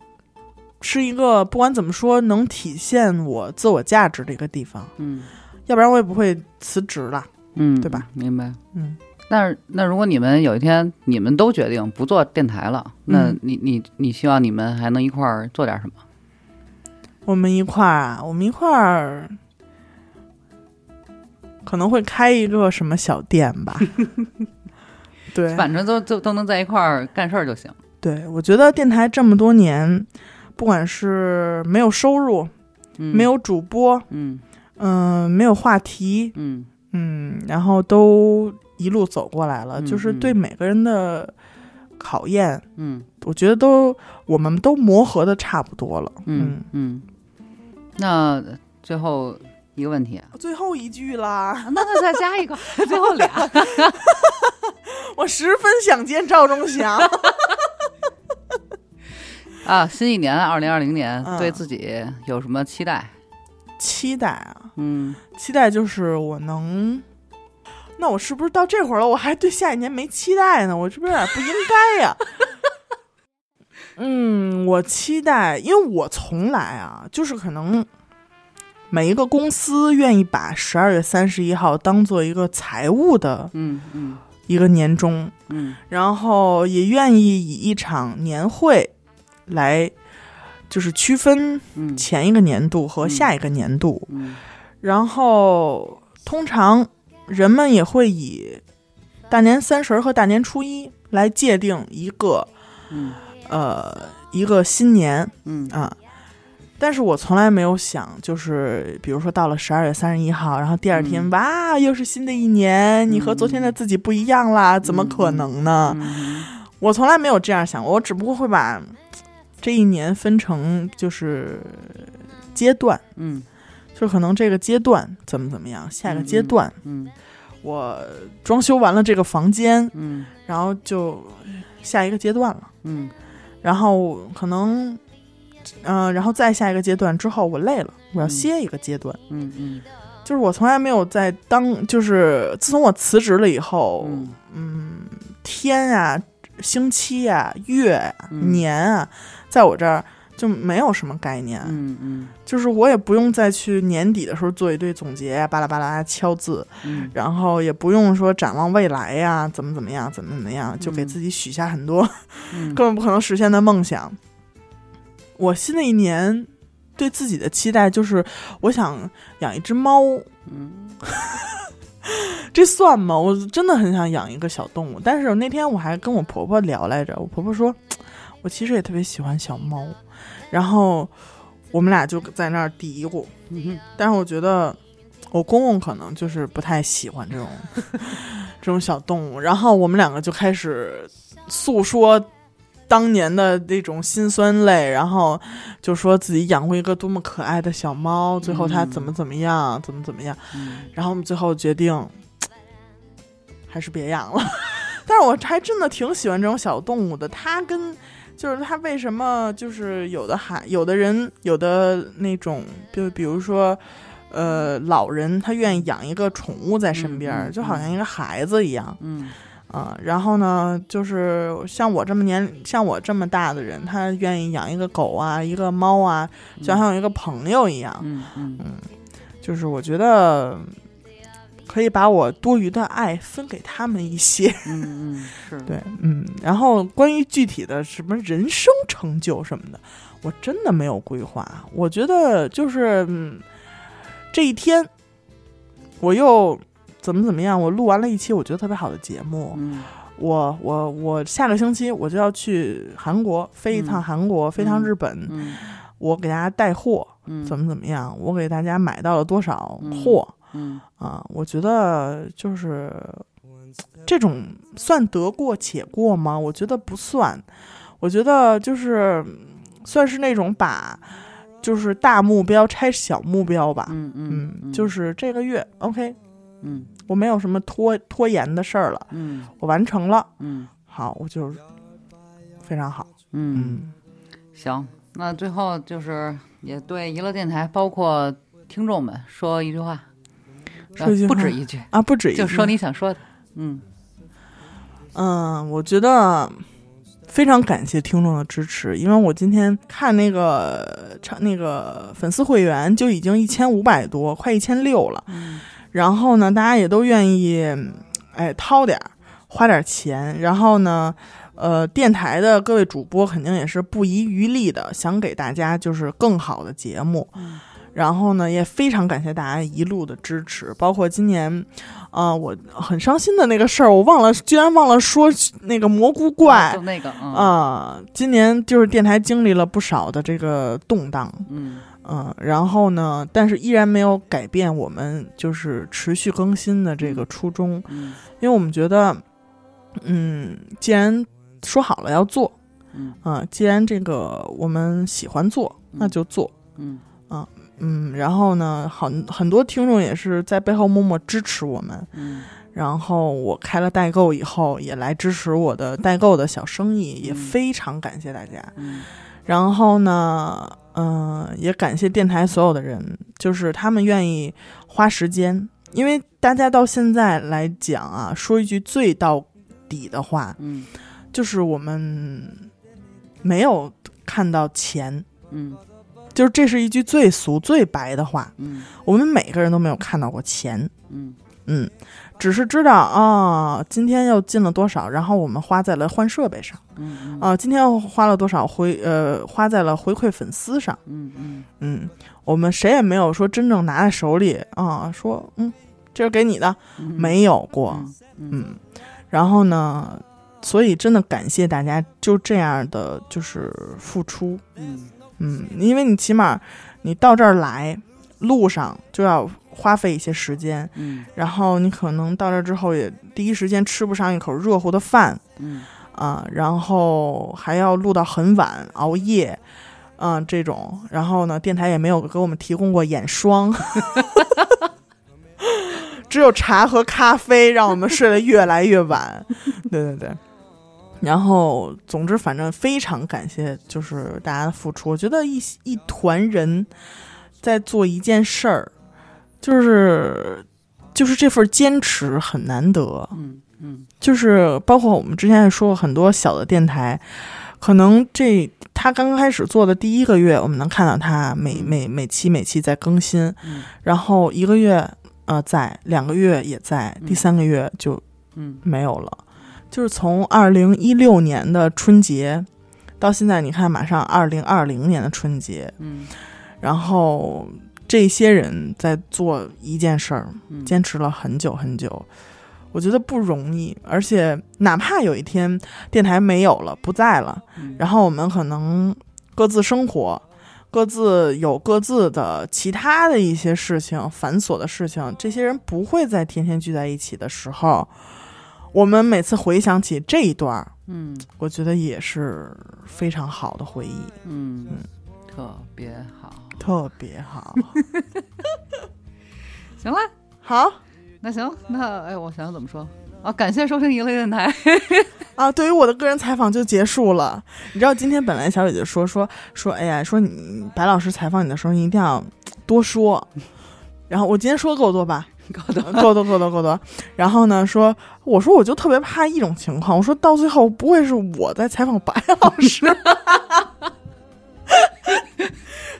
是一个不管怎么说能体现我自我价值的一个地方，嗯要不然我也不会辞职啦。嗯，对吧？明白。嗯，那那如果你们有一天你们都决定不做电台了，那嗯你你你希望你们还能一块儿做点什么？我们一块儿啊，我们一块儿可能会开一个什么小店 <laughs> 吧。对反正都都都能在一块儿干事儿就行。对，我觉得电台这么多年，不管是没有收入、嗯，没有主播，嗯嗯、没有话题，嗯嗯，然后都一路走过来了，嗯就是嗯对每个人的考验，嗯我觉得都我们都磨合的差不多了。嗯嗯。那最后一个问题啊，最后一句啦， <laughs> 那那再加一个，最后俩。我十分想见赵忠祥。 <laughs> 啊，新一年二零二零年，嗯对自己有什么期待？期待啊，嗯期待就是我能。那我是不是到这会儿了，我还对下一年没期待呢？我是不是有点不应该呀、嗯，我期待，因为我从来啊，就是可能每一个公司愿意把十二月三十一号当做一个财务的嗯嗯一个年终，嗯然后也愿意以一场年会来，就是区分嗯前一个年度和下一个年度。嗯然后通常人们也会以大年三十儿和大年初一来界定一个嗯呃一个新年嗯啊。但是我从来没有想，就是比如说到了十二月三十一号，然后第二天、嗯哇，又是新的一年，你和昨天的自己不一样啦，怎么可能呢？嗯我从来没有这样想过，我只不过会把这一年分成就是阶段，嗯就可能这个阶段怎么怎么样，下个阶段、嗯我装修完了这个房间，嗯然后就下一个阶段了。嗯然后可能，嗯、然后再下一个阶段之后，我累了，我要嗯歇一个阶段。嗯嗯就是我从来没有在当，就是自从我辞职了以后，嗯嗯，天啊，星期啊，月啊，嗯年啊，在我这儿就没有什么概念，嗯嗯就是我也不用再去年底的时候做一堆总结，巴拉巴拉敲字，嗯，然后也不用说展望未来呀、怎么怎么样，怎么怎么样，就给嗯自己许下很多嗯根本不可能实现的梦想。我新的一年对自己的期待就是，我想养一只猫。嗯这算吗？我真的很想养一个小动物，但是那天我还跟我婆婆聊来着，我婆婆说，我其实也特别喜欢小猫，然后我们俩就在那儿嘀咕，嗯但是我觉得我公公可能就是不太喜欢这种这种小动物，然后我们两个就开始诉说。当年的那种辛酸泪，然后就说自己养过一个多么可爱的小猫，最后它嗯怎么怎么样，怎么怎么样，嗯然后我们最后决定还是别养了。 <laughs> 但是我还真的挺喜欢这种小动物的，它跟就是它为什么就是有的还有的人有的那种就比如说。呃，老人他愿意养一个宠物在身边儿，嗯嗯就好像一个孩子一样嗯啊、然后呢，就是像我这么年，像我这么大的人，他愿意养一个狗啊，一个猫啊，就好像有一个朋友一样。嗯嗯就是我觉得可以把我多余的爱分给他们一些。 <laughs> 嗯嗯是，对，嗯，然后关于具体的什么人生成就什么的，我真的没有规划。啊我觉得就是、嗯、这一天，我又怎么怎么样，我录完了一期我觉得特别好的节目，嗯我我我下个星期我就要去韩国，飞一趟嗯韩国，飞一嗯趟日本，嗯我给大家带货，嗯怎么么怎么样，我给大家买到了多少嗯货。嗯啊，我觉得就是这种算得过且过吗？我觉得不算，我觉得就是嗯算是那种把就是大目标拆小目标吧。嗯嗯，嗯就是这个月 OK，嗯我没有什么拖拖延的事儿了，嗯我完成了，嗯好，我就非常好。嗯。行，那最后就是也对娱乐电台，包括听众们说一句话，说一句呃不话止一句，啊，不止一就说句你想说的。嗯嗯，我觉得非常感谢听众的支持，因为我今天看那个唱那个粉丝会员就已经一千五百多，快一千六了。嗯然后呢，大家也都愿意嗯哎掏点儿，花点儿钱。然后呢，呃，电台的各位主播肯定也是不遗余力的，想给大家就是更好的节目。嗯然后呢，也非常感谢大家一路的支持，包括今年，啊、我很伤心的那个事儿，我忘了，居然忘了说那个蘑菇啊怪就那个，嗯啊、今年就是电台经历了不少的这个动荡，嗯嗯、然后呢，但是依然没有改变我们就是持续更新的这个初衷，嗯因为我们觉得，嗯，既然说好了要做，嗯啊、既然这个我们喜欢做，那就做。嗯嗯，然后呢，很很多听众也是在背后默默支持我们。嗯然后我开了代购以后，也来支持我的代购的小生意，也嗯非常感谢大家。嗯然后呢，嗯、也感谢电台所有的人，就是他们愿意花时间，因为大家到现在来讲啊，说一句最到底的话，嗯就是我们没有看到钱，嗯就是这是一句最俗最白的话。嗯我们每个人都没有看到过钱，嗯嗯，只是知道啊、今天又进了多少，然后我们花在了换设备上，嗯啊、今天又花了多少回呃，花在了回馈粉丝上，嗯嗯嗯，我们谁也没有说真正拿在手里啊、说嗯，这是给你的，嗯，没有过，嗯嗯，然后呢，所以真的感谢大家就这样的就是付出，嗯嗯，因为你起码你到这儿来路上就要花费一些时间，嗯然后你可能到这儿之后也第一时间吃不上一口热乎的饭嗯呃啊，然后还要录到很晚熬夜，嗯、这种。然后呢，电台也没有给我们提供过眼霜， <laughs> 只有茶和咖啡，让我们睡得越来越晚。对对对。然后，总之，反正非常感谢，就是大家的付出。我觉得一一团人在做一件事儿，就是就是这份坚持很难得。嗯嗯就是包括我们之前也说过很多小的电台，可能这他刚开始做的第一个月，我们能看到他每每每期每期在更新，嗯然后一个月呃在，两个月也在，第三个月就嗯没有了。就是从二零一六年的春节到现在，你看马上二零二零年的春节，嗯然后这些人在做一件事儿，嗯，坚持了很久很久，我觉得不容易。而且哪怕有一天电台没有了，不在了，嗯然后我们可能各自生活，各自有各自的其他的一些事情、繁琐的事情，这些人不会再天天聚在一起的时候，我们每次回想起这一段儿，嗯我觉得也是非常好的回忆，嗯，特别好。特别好。行了，好那行，那哎，我想想怎么说啊？感谢收听一类电台。啊，对于我的个人采访就结束了。你知道今天本来小姐姐说说说，哎呀，说你白老师采访你的时候，你一定要多说。然后我今天说够多吧？搞得 <laughs> 够多够多够多。然后呢，说我说我就特别怕一种情况，我说到最后不会是我在采访白老师。 <laughs>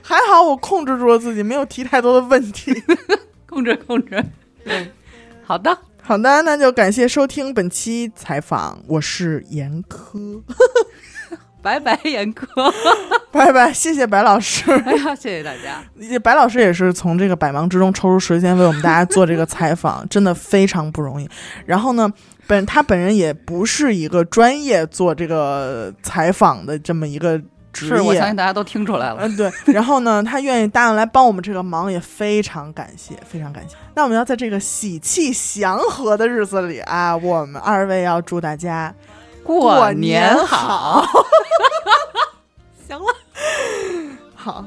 还好我控制住了自己，没有提太多的问题。 <laughs> 控制控制。 <laughs> 好的，好的，那就感谢收听本期采访，我是严科，拜拜，严哥。 <laughs> 拜拜，谢谢白老师。 <laughs> <laughs> 哎呀，谢谢大家。也白老师也是从这个百忙之中抽出时间为我们大家做这个采访，真的非常不容易。然后呢，本他本人也不是一个专业做这个采访的这么一个职是，我相信业。大家都听出来了。嗯，对。然后呢，他愿意答应来帮我们这个忙，也非常感谢，非常感谢。那我们要在这个喜气祥和的日子里啊，我们二位要祝大家过年年好。 <laughs> 行了，好。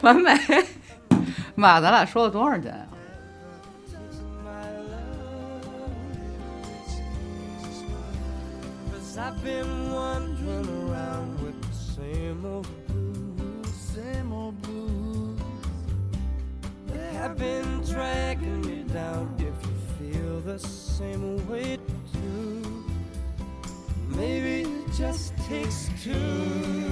完美。 <laughs> 妈，咱俩说了多少年啊？ Cause I've been wandering around with the same old blues, same old blues. They have been dragging me down if you feel the same way too. Maybe it just takes two.